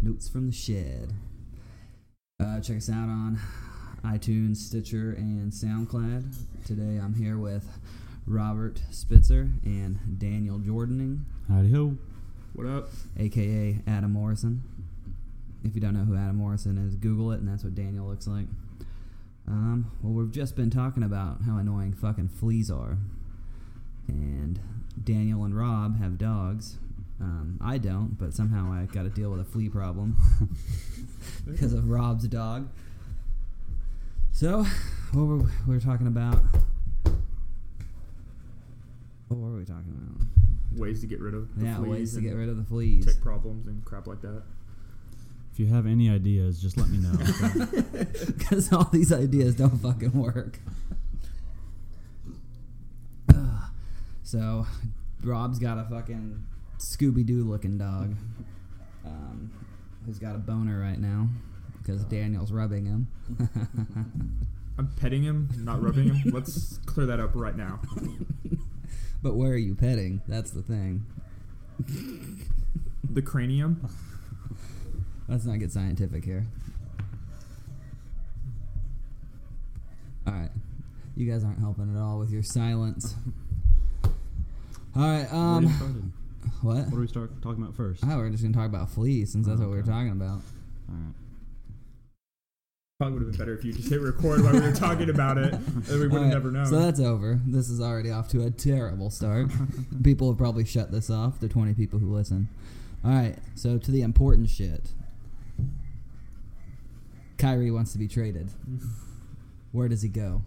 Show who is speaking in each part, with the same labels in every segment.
Speaker 1: Notes from the Shed. Uh, check us out on iTunes, Stitcher, and SoundCloud. Today I'm here with Robert Spitzer and Daniel Jordaning,
Speaker 2: Howdy ho.
Speaker 3: What up?
Speaker 1: aka Adam Morrison. If you don't know who Adam Morrison is, Google it, and that's what Daniel looks like. Um, well, we've just been talking about how annoying fucking fleas are, and Daniel and Rob have dogs. Um, I don't, but somehow I got to deal with a flea problem because of Rob's dog. So, what were we, we were talking about? What were we talking about?
Speaker 3: Ways to get rid of the
Speaker 1: yeah,
Speaker 3: fleas
Speaker 1: ways to
Speaker 3: and
Speaker 1: get rid of the fleas.
Speaker 3: tick problems and crap like that.
Speaker 2: If you have any ideas, just let me know. okay?
Speaker 1: Because all these ideas don't fucking work. so, Rob's got a fucking Scooby Doo looking dog um, who's got a boner right now because Daniel's rubbing him.
Speaker 3: I'm petting him, not rubbing him. Let's clear that up right now.
Speaker 1: but where are you petting? That's the thing.
Speaker 3: The cranium.
Speaker 1: Let's not get scientific here. All right. You guys aren't helping at all with your silence. All right.
Speaker 2: Where do
Speaker 1: Um,
Speaker 2: you started?
Speaker 1: what?
Speaker 2: what do we start talking about first?
Speaker 1: Oh, we're just gonna talk about fleas since that's what we were
Speaker 2: Okay.
Speaker 1: talking about.
Speaker 2: All right.
Speaker 3: Probably would have been better if you just hit record while we were talking about it. Then we would have
Speaker 1: Alright,
Speaker 3: never known.
Speaker 1: So that's over. This is already off to a terrible start. people have probably shut this off. The twenty people who listen. All right. So to the important shit. Kyrie wants to be traded.
Speaker 3: Mm.
Speaker 1: Where does he go,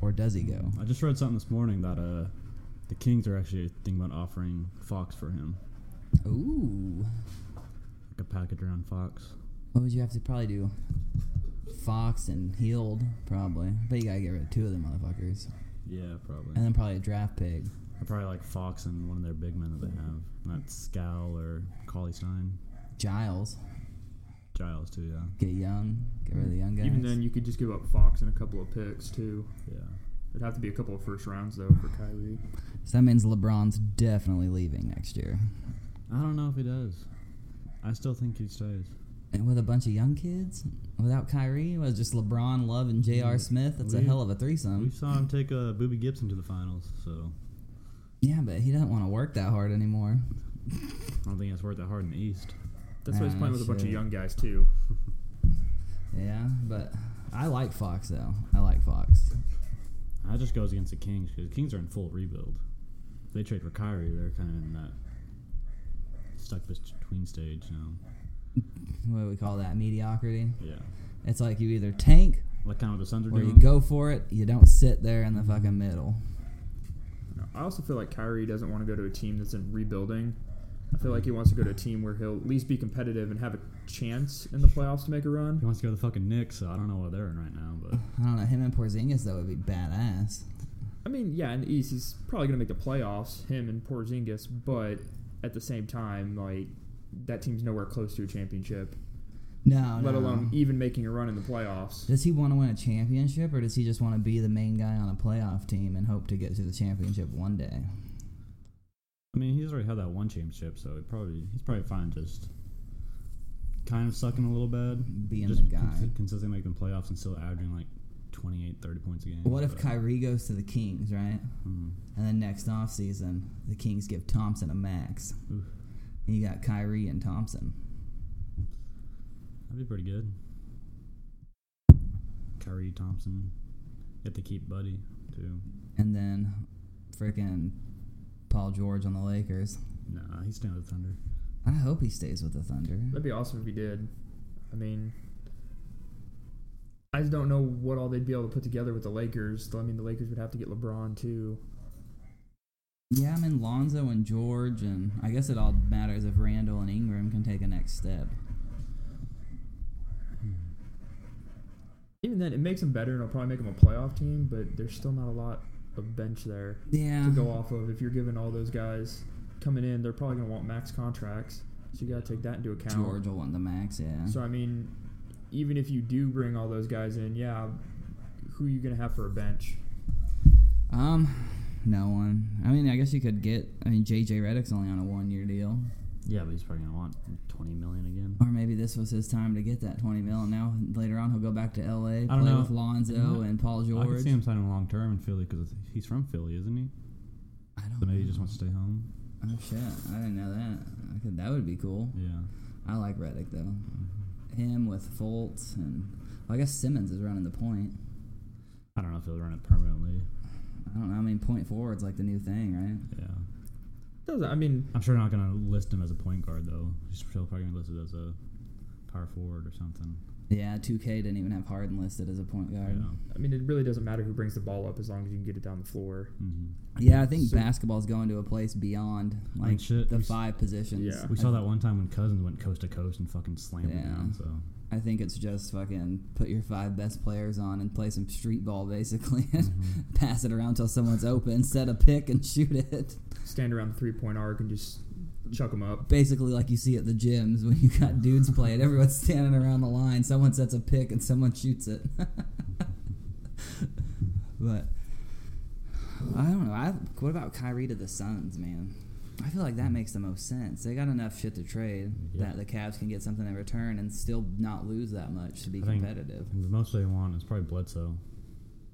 Speaker 1: or does he go?
Speaker 2: I just read something this morning that uh, the Kings are actually thinking about offering Fox for him,
Speaker 1: Ooh.
Speaker 2: like a package around Fox.
Speaker 1: What would you have to probably do? Fox and Healed, probably. But you gotta get rid of two of them motherfuckers,
Speaker 2: Yeah, probably.
Speaker 1: and then probably a draft pick.
Speaker 2: Or probably like Fox and one of their big men that they have. And that's Scal or Cauley Stein,
Speaker 1: Giles,
Speaker 2: Giles too. Yeah,
Speaker 1: get young, get rid of the young guys.
Speaker 3: Even then, you could just give up Fox and a couple of picks too.
Speaker 2: yeah.
Speaker 3: It'd have to be a couple of first rounds though for Kyrie.
Speaker 1: So that means LeBron's definitely leaving next year.
Speaker 2: I don't know if he does. I still think he stays.
Speaker 1: And with a bunch of young kids, without Kyrie, it was just LeBron, Love, and J.R. Smith. That's a
Speaker 2: We-
Speaker 1: hell of a
Speaker 2: We
Speaker 1: threesome.
Speaker 2: saw him take uh, Booby Gibson to the finals, so
Speaker 1: Yeah, but he doesn't want to work that hard anymore.
Speaker 2: I don't think it's worth that hard in the East.
Speaker 3: That's why he's
Speaker 1: Ah,
Speaker 3: playing with a bunch
Speaker 1: shit.
Speaker 3: of young guys too.
Speaker 1: Yeah, but I like Fox though. I like Fox.
Speaker 2: That just goes against the Kings because the Kings are in full rebuild. If they trade for Kyrie, they're kind of in that stuck between stage now.
Speaker 1: What do we call that? Mediocrity.
Speaker 2: Yeah,
Speaker 1: It's like you either tank
Speaker 2: like kind of what the Suns are
Speaker 1: or
Speaker 2: doing.
Speaker 1: you go for it. You don't sit there in the fucking middle.
Speaker 3: No, I also feel like Kyrie doesn't want to go to a team that's in rebuilding. I feel like he wants to go to a team where he'll at least be competitive and have a chance in the playoffs to make a run.
Speaker 2: He wants to go to the fucking Knicks, so I don't know what they're in right now, but
Speaker 1: I don't know. Him and Porzingis though would be badass.
Speaker 3: I mean, yeah, in the East, he's probably going to make the playoffs, him and Porzingis, but at the same time, like, that team's nowhere close to a championship,
Speaker 1: No,
Speaker 3: let
Speaker 1: no.
Speaker 3: alone even making a run in the playoffs.
Speaker 1: Does he want to win a championship, or does he just want to be the main guy on a playoff team and hope to get to the championship one day?
Speaker 2: I mean he's already had that one championship, so he probably he's probably fine just kind of sucking a little bad,
Speaker 1: Being
Speaker 2: just
Speaker 1: the guy.
Speaker 2: consi- consistently making playoffs and still averaging like 28, 30 points a game.
Speaker 1: What if
Speaker 2: but-
Speaker 1: Kyrie goes to the Kings, right?
Speaker 2: Hmm.
Speaker 1: And then next offseason, the Kings give Thompson a max.
Speaker 2: Oof.
Speaker 1: And you got Kyrie and Thompson.
Speaker 2: That'd be pretty good. Kyrie Thompson. You have to keep Buddy too.
Speaker 1: And then freaking Paul George on the Lakers.
Speaker 2: Nah, he's staying with the Thunder.
Speaker 1: I hope he stays with the Thunder.
Speaker 3: That'd be awesome if he did. I mean, I just don't know what all they'd be able to put together with the Lakers. I mean, the Lakers would have to get LeBron, too.
Speaker 1: Yeah, I mean, Lonzo and George, and I guess it all matters if Randall and Ingram can take a next step.
Speaker 3: Even then, it makes them better, and it'll probably make them a playoff team, but there's still not a lot of bench there
Speaker 1: Yeah.
Speaker 3: to go off of. If you're giving all those guys coming in, they're probably going to want max contracts, so you got to take that into account.
Speaker 1: George will want the max, yeah.
Speaker 3: So I mean, even if you do bring all those guys in, yeah, who are you gonna have for a bench?
Speaker 1: Um, no one. I mean, I guess you could get. I mean, JJ Redick's only on a one-year deal.
Speaker 2: Yeah, but he's probably gonna want twenty million again.
Speaker 1: Or maybe this was his time to get that 20 mil, and now later on he'll go back to LA, play
Speaker 2: don't know.
Speaker 1: with Lonzo
Speaker 2: Mhm.
Speaker 1: and Paul
Speaker 2: I could
Speaker 1: George.
Speaker 2: see him signing long term in Philly because he's from Philly, isn't he?
Speaker 1: I don't
Speaker 2: So maybe he
Speaker 1: know.
Speaker 2: just wants to stay home.
Speaker 1: Oh shit! I didn't know that. I could, that would be cool.
Speaker 2: Yeah.
Speaker 1: I like Reddick though. Him with Fultz and well, I guess Simmons is running the point.
Speaker 2: I don't know if he'll run it permanently.
Speaker 1: I don't know. I mean, point forward's like the new thing, right?
Speaker 2: Yeah.
Speaker 3: Doesn't I mean
Speaker 2: I'm sure not gonna list him as a point guard though. He's still probably gonna list it as a power forward or something.
Speaker 1: Yeah, 2K didn't even have Harden listed as a point guard.
Speaker 2: Yeah.
Speaker 3: I mean it really doesn't matter who brings the ball up as long as you can get it down the floor.
Speaker 2: hmm
Speaker 1: Yeah, I think
Speaker 3: So-
Speaker 1: basketball's going to a place beyond like
Speaker 2: Oh, shit,
Speaker 1: the
Speaker 2: we s-
Speaker 1: five positions.
Speaker 3: Yeah.
Speaker 2: We saw that one time when Cousins went coast to coast and fucking slammed it
Speaker 1: Yeah.
Speaker 2: down. So
Speaker 1: I think it's just fucking put your five best players on and play some street ball basically, and
Speaker 2: Mm-hmm.
Speaker 1: pass it around till someone's open, set a pick and shoot it.
Speaker 3: Stand around the three point arc and just chuck them up.
Speaker 1: basically like you see at the gyms when you got dudes playing. Everyone's standing around the line. Someone sets a pick and someone shoots it. but I don't know. I, what about Kyrie to the Suns, man? I feel like that makes the most sense. They got enough shit to trade
Speaker 2: Yeah.
Speaker 1: that the Cavs can get something in return and still not lose that much to be
Speaker 2: I think-
Speaker 1: competitive.
Speaker 2: and the most they want is probably Bledsoe.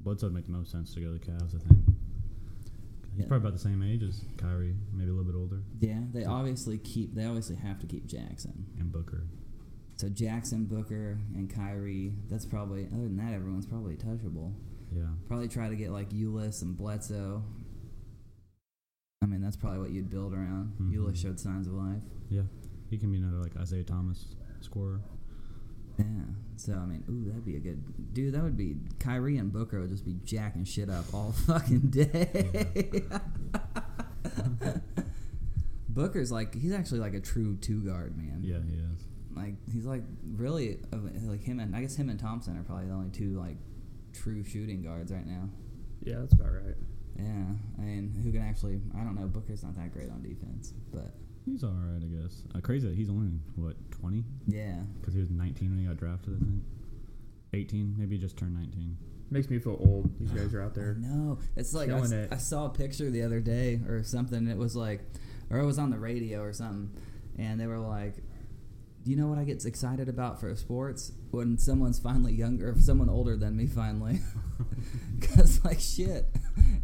Speaker 2: Bledsoe would make the most sense to go to the Cavs, I think. He's
Speaker 1: Yeah.
Speaker 2: probably about the same age as Kyrie, maybe a little bit older,
Speaker 1: Yeah, they obviously keep. They obviously have to keep Jackson.
Speaker 2: and Booker.
Speaker 1: So Jackson, Booker, and Kyrie. That's probably. Other than that, everyone's probably touchable.
Speaker 2: Yeah.
Speaker 1: Probably try to get like Ulyss and Bledsoe. I mean, that's probably what you'd build around.
Speaker 2: Mhm.
Speaker 1: Ulyss showed signs of life.
Speaker 2: Yeah. He can be another like Isaiah Thomas scorer.
Speaker 1: Yeah. So I mean, ooh, that'd be a good dude. That would be Kyrie and Booker would just be jacking shit up all fucking day. Booker's like he's actually like a true two guard man.
Speaker 2: Yeah, he is.
Speaker 1: Like he's like really uh, like him and I guess him and Thompson are probably the only two like true shooting guards right now.
Speaker 3: Yeah, that's about right.
Speaker 1: Yeah, I mean, who can actually? I don't know. Booker's not that great on defense, but
Speaker 2: He's all right, I guess. Uh, crazy that he's only what twenty
Speaker 1: yeah,
Speaker 2: because he was nineteen when he got drafted. I think eighteen, maybe he just turned nineteen.
Speaker 3: Makes me feel old. These guys are out there.
Speaker 1: no, it's like I,
Speaker 3: Killing
Speaker 1: s-
Speaker 3: it.
Speaker 1: I saw a picture the other day or something. And it was like, or it was on the radio or something, and they were like, "Do you know what I get excited about for sports when someone's finally younger, if someone older than me finally?" Because like shit,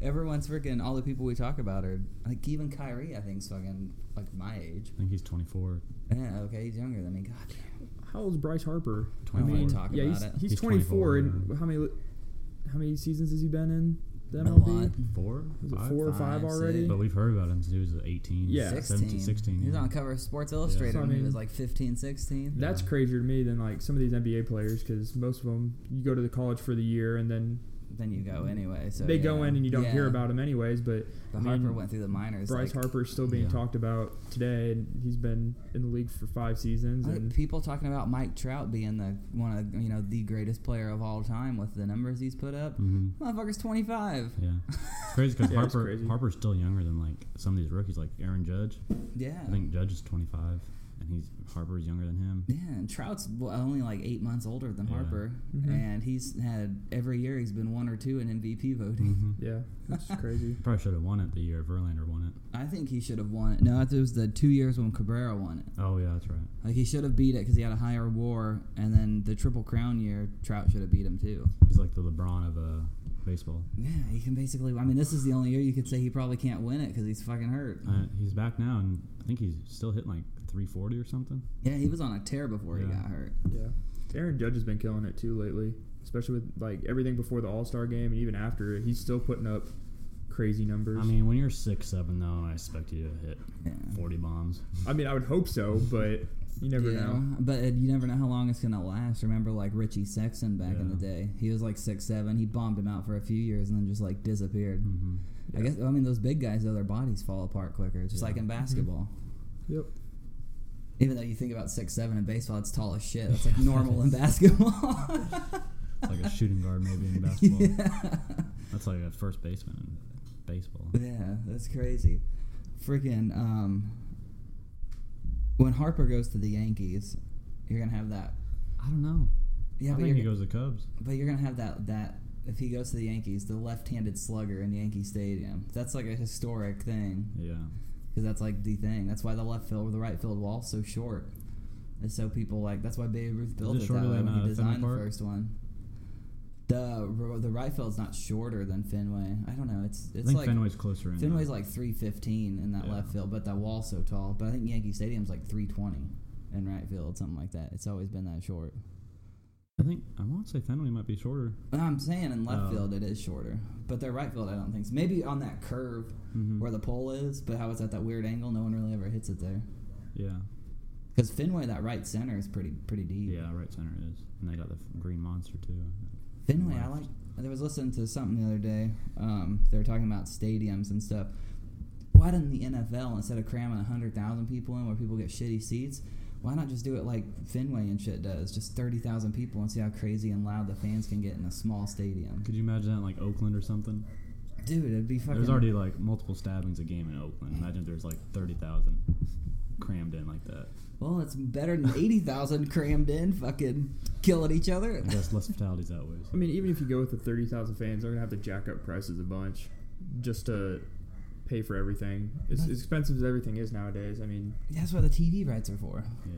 Speaker 1: everyone's freaking. All the people we talk about are like even Kyrie. I think's fucking like my age.
Speaker 2: I think he's twenty four.
Speaker 1: Yeah, okay, he's younger than me. God damn.
Speaker 3: How old's Bryce Harper?
Speaker 1: I don't want to
Speaker 2: 24.
Speaker 1: talk
Speaker 3: yeah,
Speaker 1: about
Speaker 3: he's,
Speaker 1: it.
Speaker 3: he's
Speaker 2: He's
Speaker 3: 24,
Speaker 2: 24,
Speaker 3: and how many how many seasons has he been in the
Speaker 1: Been a
Speaker 3: MLB?
Speaker 1: lot.
Speaker 2: Four,
Speaker 3: Is it
Speaker 2: Five?
Speaker 3: four or five
Speaker 1: Five,
Speaker 3: already?
Speaker 1: six.
Speaker 2: But we've heard about him since he was eighteen.
Speaker 3: Yeah.
Speaker 2: 17, 16
Speaker 1: He was
Speaker 2: yeah.
Speaker 1: on the cover of Sports Illustrated
Speaker 3: So, I
Speaker 1: when he
Speaker 3: mean-
Speaker 1: was like 15, 16.
Speaker 3: That's
Speaker 2: Yeah.
Speaker 3: crazier to me than like some of these NBA players because most of them you go to the college for the year and then
Speaker 1: Then you go anyway. So
Speaker 3: they go
Speaker 1: yeah.
Speaker 3: in and you don't
Speaker 1: Yeah.
Speaker 3: hear about them anyways. But
Speaker 1: But
Speaker 3: I mean,
Speaker 1: Harper went through the minors.
Speaker 3: Bryce
Speaker 1: like,
Speaker 3: Harper's still being
Speaker 2: Yeah.
Speaker 3: talked about today, and he's been in the league for five seasons.
Speaker 1: I think
Speaker 3: And
Speaker 1: people talking about Mike Trout being the one of the, you know the greatest player of all time with the numbers he's put up.
Speaker 2: hmm
Speaker 1: Motherfucker's 25.
Speaker 2: Yeah, it's crazy because
Speaker 3: Yeah, it's
Speaker 2: Harper
Speaker 3: crazy.
Speaker 2: Harper's still younger than like some of these rookies, like Aaron Judge.
Speaker 1: Yeah.
Speaker 2: I think Judge is twenty five, and he's Harper's younger than him.
Speaker 1: Yeah, and Trout's w- only like eight months older than
Speaker 2: Yeah.
Speaker 1: Harper,
Speaker 3: Mhm.
Speaker 1: and he's had every year he's been one or two in MVP voting.
Speaker 2: hmm
Speaker 3: yeah, that's crazy.
Speaker 2: Probably should have won it the year Verlander won it.
Speaker 1: I think he should have won it. No, it was the two years when Cabrera won it.
Speaker 2: Oh yeah, that's right.
Speaker 1: Like he should have beat it because he had a higher WAR, and then the Triple Crown year, Trout should have beat him too.
Speaker 2: He's like the LeBron of uh, baseball.
Speaker 1: Yeah, he can basically. I mean, this is the only year you could say he probably can't win it because he's fucking hurt.
Speaker 2: Uh, he's back now, and I think he's still hitting like three forty or something.
Speaker 1: Yeah, he was on a tear before he
Speaker 2: Yeah.
Speaker 1: got hurt.
Speaker 3: Yeah, Aaron Judge has been killing it too lately, especially with like everything before the All Star game and even after it. He's still putting up crazy numbers.
Speaker 2: I mean, when you're six seven though, I expect you to hit
Speaker 1: Yeah.
Speaker 2: forty bombs.
Speaker 3: I mean, I would hope so, but you never
Speaker 1: Yeah,
Speaker 3: know.
Speaker 1: but it, you never know how long it's gonna last. Remember, like Richie Sexton back in the
Speaker 2: Yeah.
Speaker 1: day, he was like six seven. He bombed him out for a few years and then just like disappeared.
Speaker 2: hmm
Speaker 1: I guess. I mean, those big guys though, their bodies fall apart quicker, just
Speaker 2: Yeah.
Speaker 1: like in basketball.
Speaker 3: Yep.
Speaker 1: Even though you think about six seven in baseball, it's tall as shit. That's like normal in basketball.
Speaker 2: Like a shooting guard maybe in basketball.
Speaker 1: yeah.
Speaker 2: That's like a first baseman in baseball.
Speaker 1: Yeah, that's crazy. Freaking um when Harper goes to the Yankees, you're gonna have that.
Speaker 2: I don't know.
Speaker 1: Yeah,
Speaker 2: I
Speaker 1: but
Speaker 2: think
Speaker 1: you're,
Speaker 2: he goes to Cubs.
Speaker 1: but you're gonna have that that if he goes to the Yankees, the left-handed slugger in Yankee Stadium. That's like a historic thing
Speaker 2: Yeah.
Speaker 1: because that's like the thing. That's why the left field or the right field wall's so short. And so people like that's why Babe Ruth built
Speaker 2: it
Speaker 1: it, that
Speaker 2: shorter
Speaker 1: way
Speaker 2: than,
Speaker 1: when
Speaker 2: uh,
Speaker 1: he designed
Speaker 2: Fenway
Speaker 1: the
Speaker 2: Park?
Speaker 1: first one. The r- the right field's not shorter than Fenway. I don't know. It's
Speaker 2: I
Speaker 1: it's
Speaker 2: think
Speaker 1: like
Speaker 2: Fenway's closer in.
Speaker 1: Fenway's
Speaker 2: though.
Speaker 1: like three fifteen in that
Speaker 2: Yeah.
Speaker 1: left field, but that wall's so tall. But I think Yankee Stadium's like three twenty in right field, something like that. It's always been that short.
Speaker 2: I think I want to say Fenway might be shorter.
Speaker 1: No, I'm saying in left
Speaker 2: Oh.
Speaker 1: field it is shorter, but their right field I don't think. So. Maybe on that curve
Speaker 2: Mhm.
Speaker 1: where the pole is, but how it's at that weird angle, no one really ever hits it there.
Speaker 2: Yeah.
Speaker 1: Because Fenway, that right center is pretty pretty deep.
Speaker 2: Yeah, right center is, and they got the f- green monster too.
Speaker 1: Fenway, I
Speaker 2: Left.
Speaker 1: like. I was listening to something the other day. Um, they were talking about stadiums and stuff. Why didn't the NFL instead of cramming hundred thousand people in where people get shitty seats? Why not just do it like Fenway and shit does? Just thirty thousand people and see how crazy and loud the fans can get in a small stadium.
Speaker 2: Could you imagine that in like Oakland or something?
Speaker 1: Dude, it'd be fucking.
Speaker 2: There's already like multiple stabbings a game in Oakland. Imagine if there's like thirty thousand crammed in like that.
Speaker 1: well, it's better than eighty thousand crammed in, fucking killing each other.
Speaker 2: I guess less fatalities that way.
Speaker 3: I mean, even if you go with the thirty thousand fans, they're gonna have to jack up prices a bunch just to pay for everything. It's as expensive as everything is nowadays. I mean,
Speaker 1: That's what the TV rights are for.
Speaker 2: Yeah.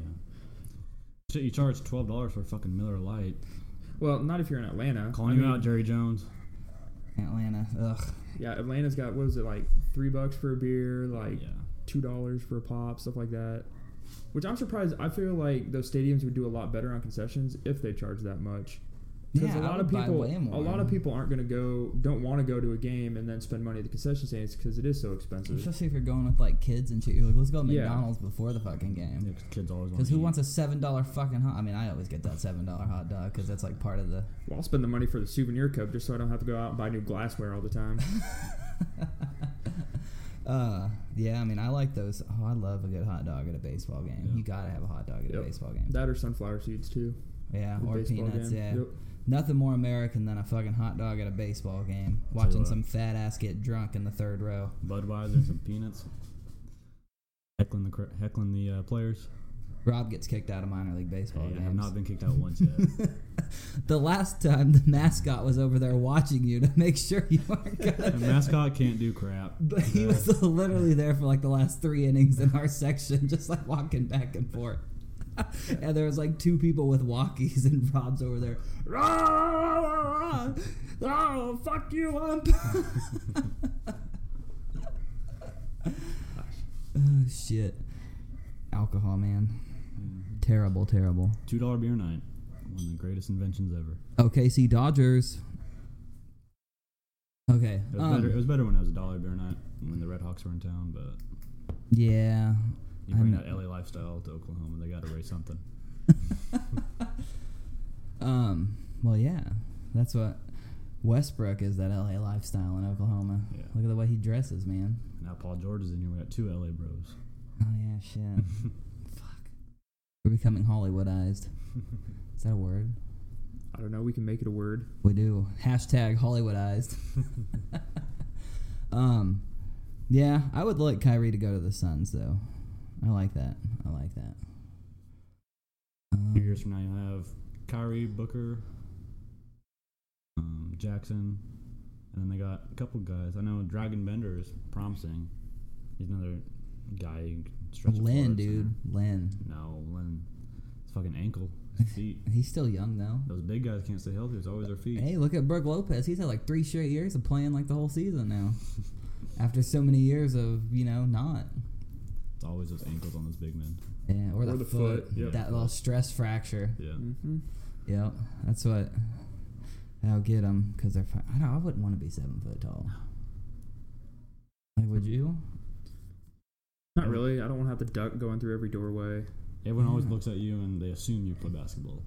Speaker 2: Shit, you charge twelve dollars for a fucking Miller Lite.
Speaker 3: well, not if you're in Atlanta.
Speaker 2: Calling
Speaker 3: I
Speaker 2: you
Speaker 3: mean,
Speaker 2: out, Jerry Jones.
Speaker 1: Atlanta, ugh.
Speaker 3: Yeah, Atlanta's got what was it like three bucks for a beer, like
Speaker 2: yeah.
Speaker 3: two dollars for a pop, stuff like that. Which I'm surprised. I feel like those stadiums would do a lot better on concessions if they charge that much. Because
Speaker 1: Yeah,
Speaker 3: a
Speaker 1: I
Speaker 3: lot of
Speaker 1: would buy
Speaker 3: people,
Speaker 1: way
Speaker 3: a
Speaker 1: more.
Speaker 3: lot of people aren't going to go, don't want to go to a game and then spend money at the concession stands because it is so expensive.
Speaker 1: Especially if you're going with like kids and shit, you're like, let's go to
Speaker 3: Yeah.
Speaker 1: McDonald's before the fucking game.
Speaker 2: Yeah, 'cause kids always want.
Speaker 1: Because who
Speaker 2: eat.
Speaker 1: wants a seven dollar fucking hot? I mean, I always get that seven dollar hot dog because that's like part of the.
Speaker 3: Well, I'll spend the money for the souvenir cup just so I don't have to go out and buy new glassware all the time.
Speaker 1: Uh, yeah, I mean, I like those. Oh, I love a good hot dog at a baseball game.
Speaker 2: Yeah.
Speaker 1: You gotta have a hot dog at
Speaker 3: Yep.
Speaker 1: a baseball game.
Speaker 3: that or sunflower seeds too.
Speaker 1: yeah,
Speaker 3: at
Speaker 1: or
Speaker 3: baseball
Speaker 1: peanuts.
Speaker 3: game.
Speaker 1: Yeah,
Speaker 3: Yep.
Speaker 1: nothing more American than a fucking hot dog at a baseball game. Watching
Speaker 2: what.
Speaker 1: some fat ass get drunk in the third row.
Speaker 2: Budweiser, some peanuts. Heckling the cr- heckling the uh, players.
Speaker 1: Rob gets kicked out of minor league baseball
Speaker 2: Hey, I
Speaker 1: games.
Speaker 2: have not been kicked out once yet.
Speaker 1: the last time the mascot was over there watching you to make sure you weren't
Speaker 2: the
Speaker 1: gonna.
Speaker 2: mascot can't do crap.
Speaker 1: But he
Speaker 2: Uh,
Speaker 1: was literally there for like the last three innings in our section, just like walking back and forth. and there was like two people with walkies, and Rob's over there. Ah, "Rah, rah, rah, rah, rah, I'll fuck you up. oh shit! Alcohol, man. Terrible, terrible.
Speaker 2: Mm-hmm. Two dollar beer night. One of the greatest inventions ever.
Speaker 1: OKC Dodgers. Okay.
Speaker 2: It was,
Speaker 1: Um,
Speaker 2: better, it was better when it was a dollar beer night when the Red Hawks were in town, but
Speaker 1: yeah.
Speaker 2: you bring
Speaker 1: I'm-
Speaker 2: that LA lifestyle to Oklahoma, they got to raise something.
Speaker 1: Um. Well, yeah, that's what Westbrook is. That LA lifestyle in Oklahoma.
Speaker 2: Yeah.
Speaker 1: Look at the way he dresses, man.
Speaker 2: Now Paul George is in here. We got two LA bros.
Speaker 1: Oh yeah, shit. Fuck. We're becoming Hollywoodized. Is that a word?
Speaker 3: I don't know. We can make it a word.
Speaker 1: We do. Hashtag Hollywoodized. um. Yeah, I would like Kyrie to go to the Suns though. I like that. I like that.
Speaker 2: Two
Speaker 1: Um,
Speaker 2: years from now, you'll have Kyrie, Booker, um, Jackson, and then they got a couple guys. I know Dragon Bender is promising. He's another guy you can stretch. a
Speaker 1: Lynn,
Speaker 2: forward
Speaker 1: dude, Lynn.
Speaker 2: center. No, Lynn. It's fucking ankle. His feet.
Speaker 1: He's still young though.
Speaker 2: Those big guys can't stay healthy. It's always their feet.
Speaker 1: Hey, look at Brooke Lopez. He's had like three straight years of playing like the whole season now. After so many years of, you know, not.
Speaker 2: It's always those ankles on those big men.
Speaker 1: Yeah, or, the,
Speaker 3: the
Speaker 1: foot.
Speaker 3: foot, yep.
Speaker 1: That little stress fracture.
Speaker 2: Yeah.
Speaker 3: Mm-hmm.
Speaker 1: Yep. That's what. I'll get them because they're. Fi- I don't. I wouldn't want to be seven foot tall. Like, would you?
Speaker 3: Not really. I don't want to have to duck going through every doorway.
Speaker 2: Everyone always
Speaker 1: Yeah.
Speaker 2: looks at you and they assume you play basketball.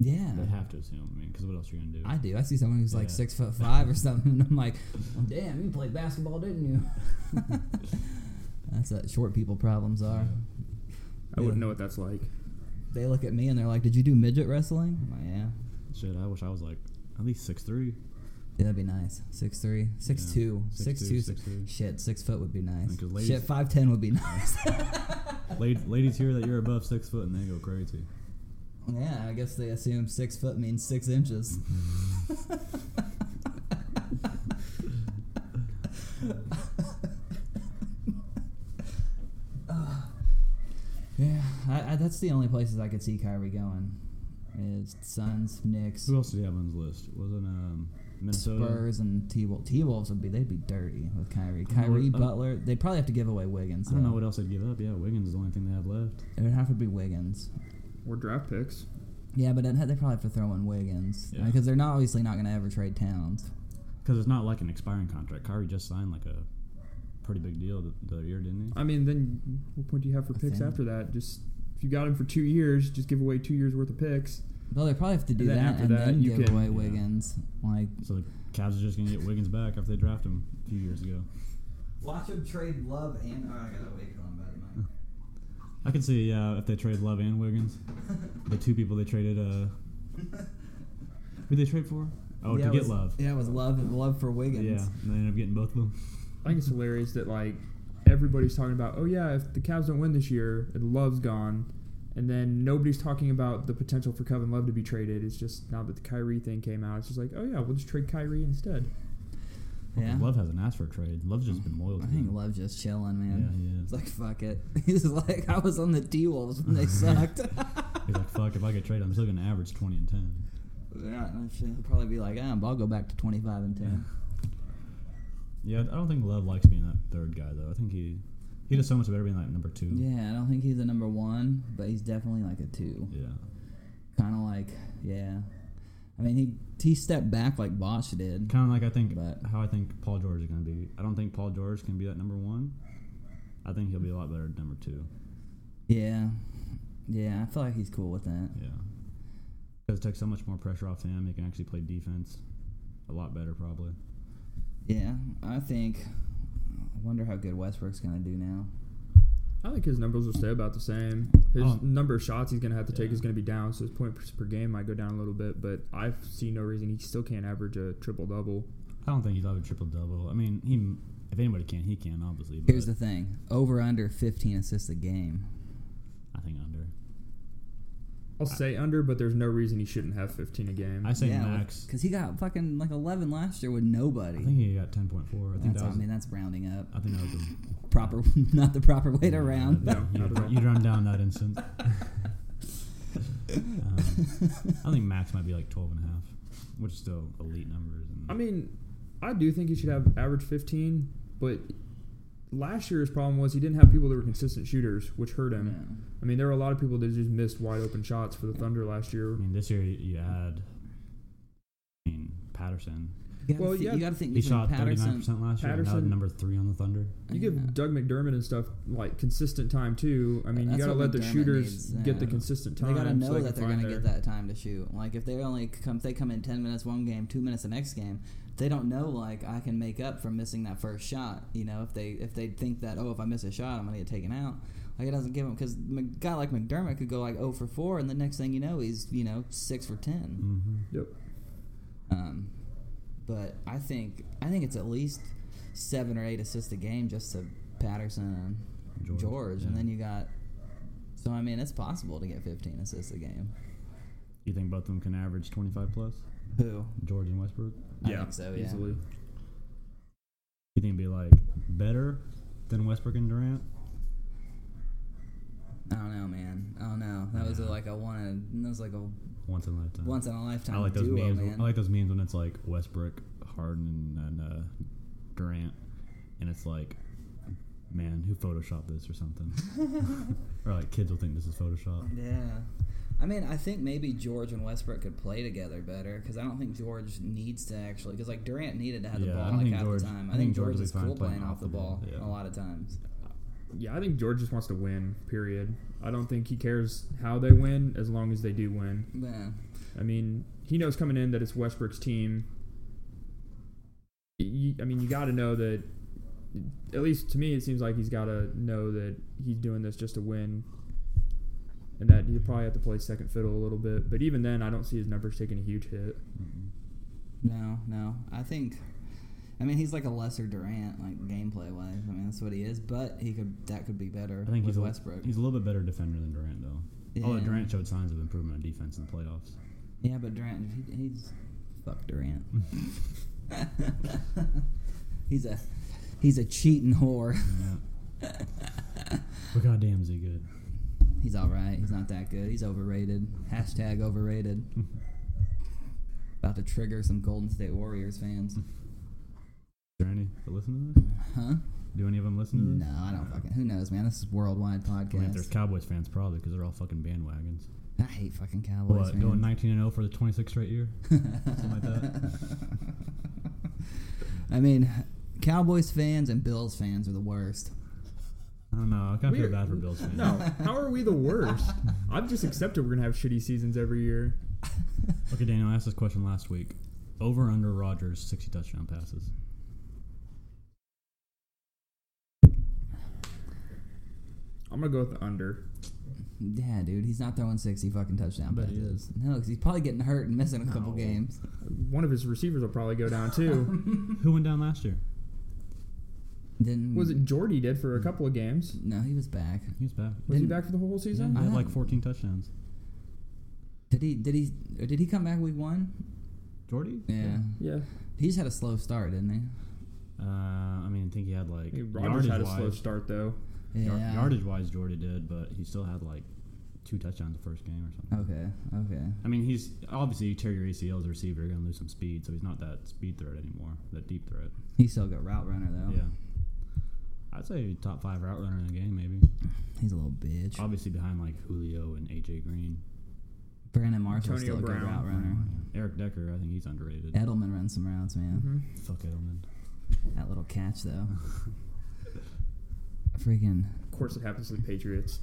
Speaker 1: Yeah.
Speaker 2: They have to assume. I mean, because what else are you gonna do?
Speaker 1: I do. I see someone who's like
Speaker 2: Yeah.
Speaker 1: six foot five or something, and I'm like, "Damn, you played basketball, didn't you?" That's what short people problems are.
Speaker 3: I
Speaker 1: Yeah.
Speaker 3: wouldn't know what that's like.
Speaker 1: They look at me and they're like, "Did you do midget wrestling?" I'm like, "Yeah."
Speaker 2: Shit, I wish I was like at least six three.
Speaker 1: Yeah, that'd be nice. Six three, six two, six two, six Shit, six foot would be nice.
Speaker 2: Because ladies-
Speaker 1: Shit, five ten would be nice.
Speaker 2: Ladies hear that you're above six foot and they go crazy.
Speaker 1: yeah, I guess they assume six foot means six inches. Yeah, I, I, that's the only places I could see Kyrie going. Is Suns, Knicks,
Speaker 2: Who else did he have on his list? Wasn't um, Minnesota?
Speaker 1: Spurs, and T Wolves. T Wolves would be they'd be dirty with Kyrie.
Speaker 2: don't know
Speaker 1: Kyrie,
Speaker 2: what- I don't-
Speaker 1: Butler. They'd probably have to give away Wiggins.
Speaker 2: I don't know
Speaker 1: though.
Speaker 2: what else they'd give up. Yeah, Wiggins is the only thing they have left.
Speaker 1: It would have to be Wiggins.
Speaker 3: We're draft picks.
Speaker 1: Yeah, but it, they probably have to throw in Wiggins
Speaker 2: Yeah.
Speaker 1: because they're not obviously not going to ever trade Towns.
Speaker 2: Because it's not like an expiring contract. Kyrie just signed like a pretty big deal the, the other year, didn't he?
Speaker 3: I mean, then what point do you have for
Speaker 1: I
Speaker 3: picks
Speaker 1: think-
Speaker 3: after that? Just if you got him for two years, just give away two years worth of picks.
Speaker 1: Well, they probably have to do
Speaker 3: And then
Speaker 1: that
Speaker 3: after
Speaker 1: and
Speaker 3: that,
Speaker 1: then
Speaker 3: you
Speaker 1: give
Speaker 3: can-
Speaker 1: away
Speaker 2: yeah.
Speaker 1: Wiggins. Like,
Speaker 2: So the Cavs are just going to get Wiggins back after they draft him a few years ago.
Speaker 4: Watch him trade Love and. Oh, I gotta wait till I'm by the mic.
Speaker 2: I could see uh, if they trade Love and Wiggins, the two people they traded. Uh, who they trade for? Oh,
Speaker 1: yeah,
Speaker 2: to
Speaker 1: it
Speaker 2: get
Speaker 1: was,
Speaker 2: Love.
Speaker 1: Yeah, it was love, love for Wiggins.
Speaker 2: Yeah, and they ended up getting both of them.
Speaker 3: I think it's hilarious that like everybody's talking about, oh yeah, if the Cavs don't win this year, and Love's gone, and then nobody's talking about the potential for Kevin Love to be traded. It's just now that the Kyrie thing came out, it's just like, oh yeah, we'll just trade Kyrie instead.
Speaker 1: Yeah.
Speaker 2: Love hasn't asked for a trade. Love's just been loyal to
Speaker 1: I think
Speaker 2: him.
Speaker 1: Love just chilling,
Speaker 2: Yeah,
Speaker 1: man.
Speaker 2: he
Speaker 1: It's
Speaker 2: is.
Speaker 1: like fuck it. He's like, I was on the D Wolves when they sucked.
Speaker 2: He's like, fuck, if I get traded, I'm still going to average 20 and 10.
Speaker 1: They're not- He'll probably be like, ah, but I'll go back to twenty five and ten.
Speaker 2: Yeah, I don't think Love likes being that third guy, though. I think he he does so much better being like number two.
Speaker 1: Yeah, I don't think he's a number one, but he's definitely like a two.
Speaker 2: Yeah.
Speaker 1: Kind of like, yeah. I mean, he he stepped back like Bosch did.
Speaker 2: Kind of like I think
Speaker 1: But-
Speaker 2: how I think Paul George is going to be. I don't think Paul George can be that number one. I think he'll be a lot better at number two.
Speaker 1: Yeah, yeah. I feel like he's cool with that.
Speaker 2: Yeah. Because it takes so much more pressure off him. He can actually play defense a lot better, probably.
Speaker 1: Yeah, I think. I wonder how good Westbrook's gonna do now.
Speaker 3: I think his numbers will stay about the same. His
Speaker 2: Oh.
Speaker 3: number of shots he's gonna have to take
Speaker 2: Yeah.
Speaker 3: is gonna be down, so his points per game might go down a little bit. But I see no reason he still can't average a triple double.
Speaker 2: I don't think he's ever triple double. I mean, he if anybody can, he can obviously. But
Speaker 1: Here's the thing: over under fifteen assists a game.
Speaker 2: I think under.
Speaker 3: I'll say under, but there's no reason he shouldn't have 15 a game.
Speaker 2: I say max.
Speaker 1: because he got fucking like eleven last year with nobody.
Speaker 2: I think he got ten point four. I think
Speaker 1: that's
Speaker 2: that
Speaker 1: I
Speaker 2: was.
Speaker 1: mean that's rounding up.
Speaker 2: I think that was the
Speaker 1: Proper, not the proper way to round.
Speaker 2: No,
Speaker 3: No, not at all.
Speaker 2: you, you run down that instant. um, I think max might be like 12 and a half, which is still elite numbers. And
Speaker 3: I mean, I do think he should have average 15, but last year's problem was he didn't have people that were consistent shooters, which hurt him. I mean, there were a lot of people that just missed wide open shots for the Thunder last
Speaker 2: I
Speaker 3: year.
Speaker 2: mean, this year you- you add. I mean, Patterson.
Speaker 1: You gotta
Speaker 3: Well,
Speaker 1: thi-
Speaker 3: yeah,
Speaker 1: you got to think
Speaker 2: He shot thirty nine
Speaker 1: Patterson. uh,
Speaker 2: percent last year. and Now
Speaker 3: Patterson-
Speaker 2: number three on the Thunder.
Speaker 3: You give Doug McDermott and stuff like consistent time too. I mean,
Speaker 1: That's
Speaker 3: you got
Speaker 1: what
Speaker 3: to let the
Speaker 1: McDermott
Speaker 3: shooters
Speaker 1: needs,
Speaker 3: get the
Speaker 1: yeah.
Speaker 3: consistent
Speaker 1: They
Speaker 3: time.
Speaker 1: gotta know
Speaker 3: so
Speaker 1: that
Speaker 3: can
Speaker 1: they're gonna
Speaker 3: find
Speaker 1: get
Speaker 3: their-
Speaker 1: that time to shoot. Like if they only come, if they come in ten minutes one game, two minutes the next game. They don't know like I can make up for missing that first shot. You know if they if they think that oh if I miss a shot I'm gonna get taken out. Like it doesn't give them because a guy like McDermott could go like 0 for four and the next thing you know he's you know six for ten.
Speaker 2: Mm-hmm.
Speaker 3: Yep.
Speaker 1: Um, but I think I think it's at least seven or eight assists a game just to Patterson and George,
Speaker 2: George,
Speaker 1: and
Speaker 2: yeah.
Speaker 1: then you got. So I mean, it's possible to get 15 assists a game.
Speaker 2: You think both of them can average twenty five plus?
Speaker 1: Who?
Speaker 2: George and Westbrook.
Speaker 1: I
Speaker 3: Yeah,
Speaker 1: think so. Yeah.
Speaker 3: easily.
Speaker 2: You think it'd be like better than Westbrook and Durant?
Speaker 1: I don't know, man. I don't know. That was a, like a one. That was like a
Speaker 2: Once in a lifetime.
Speaker 1: once in a lifetime
Speaker 2: I like those
Speaker 1: duo,
Speaker 2: memes.
Speaker 1: man.
Speaker 2: I like those memes when it's like Westbrook, Harden, and uh, Durant, and it's like, man, who photoshopped this or something? or like kids will think this is Photoshop.
Speaker 1: yeah. I mean, I think maybe George and Westbrook could play together better because I don't think George needs to actually because like Durant needed to have the
Speaker 2: Yeah, I
Speaker 1: ball
Speaker 2: don't
Speaker 1: like
Speaker 2: think
Speaker 1: half
Speaker 2: George-
Speaker 1: the time. I, think, George,
Speaker 2: would be
Speaker 1: is
Speaker 2: fine
Speaker 1: cool
Speaker 2: playing
Speaker 1: playing off the ball,
Speaker 2: yeah.
Speaker 1: a lot of times.
Speaker 3: Yeah, I think George just wants to win. Period. I don't think he cares how they win as long as they do win.
Speaker 1: Yeah.
Speaker 3: I mean, he knows coming in that it's Westbrook's team. You, I mean, you got to know that. At least to me, it seems like he's got to know that he's doing this just to win, and that he'll probably have to play second fiddle a little bit. But even then, I don't see his numbers taking a huge hit.
Speaker 2: Mm-mm.
Speaker 1: No, no. I think. I mean, he's like a lesser Durant, like gameplay wise. I mean, that's what he is. But he could that could be better.
Speaker 2: I think
Speaker 1: with
Speaker 2: he's a,
Speaker 1: Westbrook.
Speaker 2: He's a little bit better defender than Durant though. Although
Speaker 1: Yeah.
Speaker 2: Durant showed signs of improvement on defense in the playoffs.
Speaker 1: yeah, but Durant, he, he's fuck Durant. he's a he's a cheating whore.
Speaker 2: Yeah. but goddamn, is he good?
Speaker 1: he's all right. He's not that good. He's overrated. Hashtag overrated. About to trigger some Golden State Warriors fans.
Speaker 2: there any that listen to this?
Speaker 1: Huh?
Speaker 2: Do any of them listen to this?
Speaker 1: No, I don't fucking. Who knows, man? This is worldwide
Speaker 2: I mean, if there's
Speaker 1: podcast.
Speaker 2: Cowboys fans, probably because they're all fucking bandwagons.
Speaker 1: I hate fucking Cowboys.
Speaker 2: What, going
Speaker 1: fans.
Speaker 2: 19 and 0 for the 26th straight year? Something like that.
Speaker 1: I mean, Cowboys fans and Bills fans are the worst.
Speaker 2: I don't know. I kind of feel
Speaker 3: We're-
Speaker 2: bad for Bills fans.
Speaker 3: No, how are we the worst? I've just accepted we're gonna have shitty seasons every year.
Speaker 2: Okay, Daniel, I asked this question last week. Over under Rogers 60 touchdown passes.
Speaker 3: I'm gonna go with the under.
Speaker 1: Yeah, dude, he's not throwing sixty fucking touchdown
Speaker 2: I bet he
Speaker 1: passes. No, 'cause he's probably getting hurt and missing a couple
Speaker 2: No.
Speaker 1: games.
Speaker 3: One of his receivers will probably go down too.
Speaker 2: Who went down last year?
Speaker 1: Then
Speaker 3: Was it Jordy did for a couple of games?
Speaker 1: No, he was back.
Speaker 2: He was back.
Speaker 3: Was he
Speaker 1: Didn't-
Speaker 3: back for the whole
Speaker 2: Yeah,
Speaker 3: season?
Speaker 2: he had like
Speaker 1: Ah.
Speaker 2: 14 touchdowns.
Speaker 1: Did he? Did he? Or did he come back week one?
Speaker 2: Jordy?
Speaker 1: Yeah.
Speaker 3: Yeah,
Speaker 1: He just had a slow start, didn't
Speaker 2: Uh, I mean, I think he had
Speaker 3: I
Speaker 2: like
Speaker 3: mean, Rodgers
Speaker 2: yardage
Speaker 3: had a slow
Speaker 2: wise.
Speaker 3: start though.
Speaker 1: he? Yeah.
Speaker 2: Yardage wise, Jordy did, but he still had like two touchdowns the first game or something.
Speaker 1: Okay. Okay.
Speaker 2: I mean, he's obviously you tear your ACL as a receiver, you're gonna lose some speed, so he's not that speed threat anymore, that deep threat.
Speaker 1: He's still a good route runner though.
Speaker 2: Yeah, I'd say top five route runner in the game, maybe.
Speaker 1: He's a little bitch.
Speaker 2: Obviously behind like Julio and AJ Green,
Speaker 1: Brandon Marshall's still
Speaker 3: Antonio
Speaker 1: a good
Speaker 3: Brown.
Speaker 1: route runner.
Speaker 2: Eric Decker. I think he's underrated.
Speaker 1: Edelman runs some routes, man.
Speaker 3: hmm
Speaker 2: Fuck Edelman.
Speaker 1: That little catch though. Freaking.
Speaker 3: Of course, it happens to the Patriots.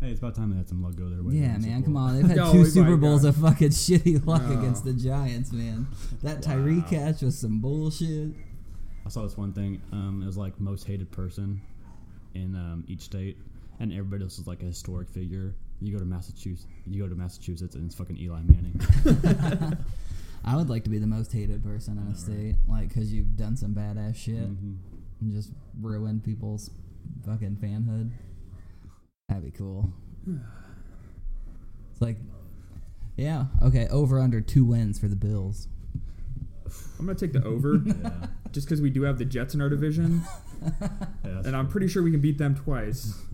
Speaker 2: Hey, it's about time they had some luck go their way.
Speaker 1: yeah,
Speaker 2: That's
Speaker 1: man.
Speaker 2: a
Speaker 1: Come
Speaker 2: blow.
Speaker 1: on. They've had
Speaker 3: Oh
Speaker 1: two
Speaker 3: my
Speaker 1: Super Bowls
Speaker 3: God.
Speaker 1: of fucking shitty luck
Speaker 3: No.
Speaker 1: against the Giants, man. That Tyree
Speaker 2: Wow.
Speaker 1: catch was some bullshit.
Speaker 2: I saw this one thing. Um, it was like most hated person in um, each state, and everybody else was like a historic figure. You go to Massachusetts, you go to Massachusetts, and it's fucking Eli Manning.
Speaker 1: I would like to be the most hated person in a state, like, because you've done some badass shit
Speaker 2: Mhm.
Speaker 1: and just ruined people's fucking fanhood. That'd be cool. It's like, yeah, okay, over under two wins for the Bills.
Speaker 3: I'm gonna take the over
Speaker 2: Yeah, yeah,
Speaker 3: just because we do have the Jets in our division,
Speaker 2: that's
Speaker 3: and I'm
Speaker 2: true.
Speaker 3: pretty sure we can beat them twice.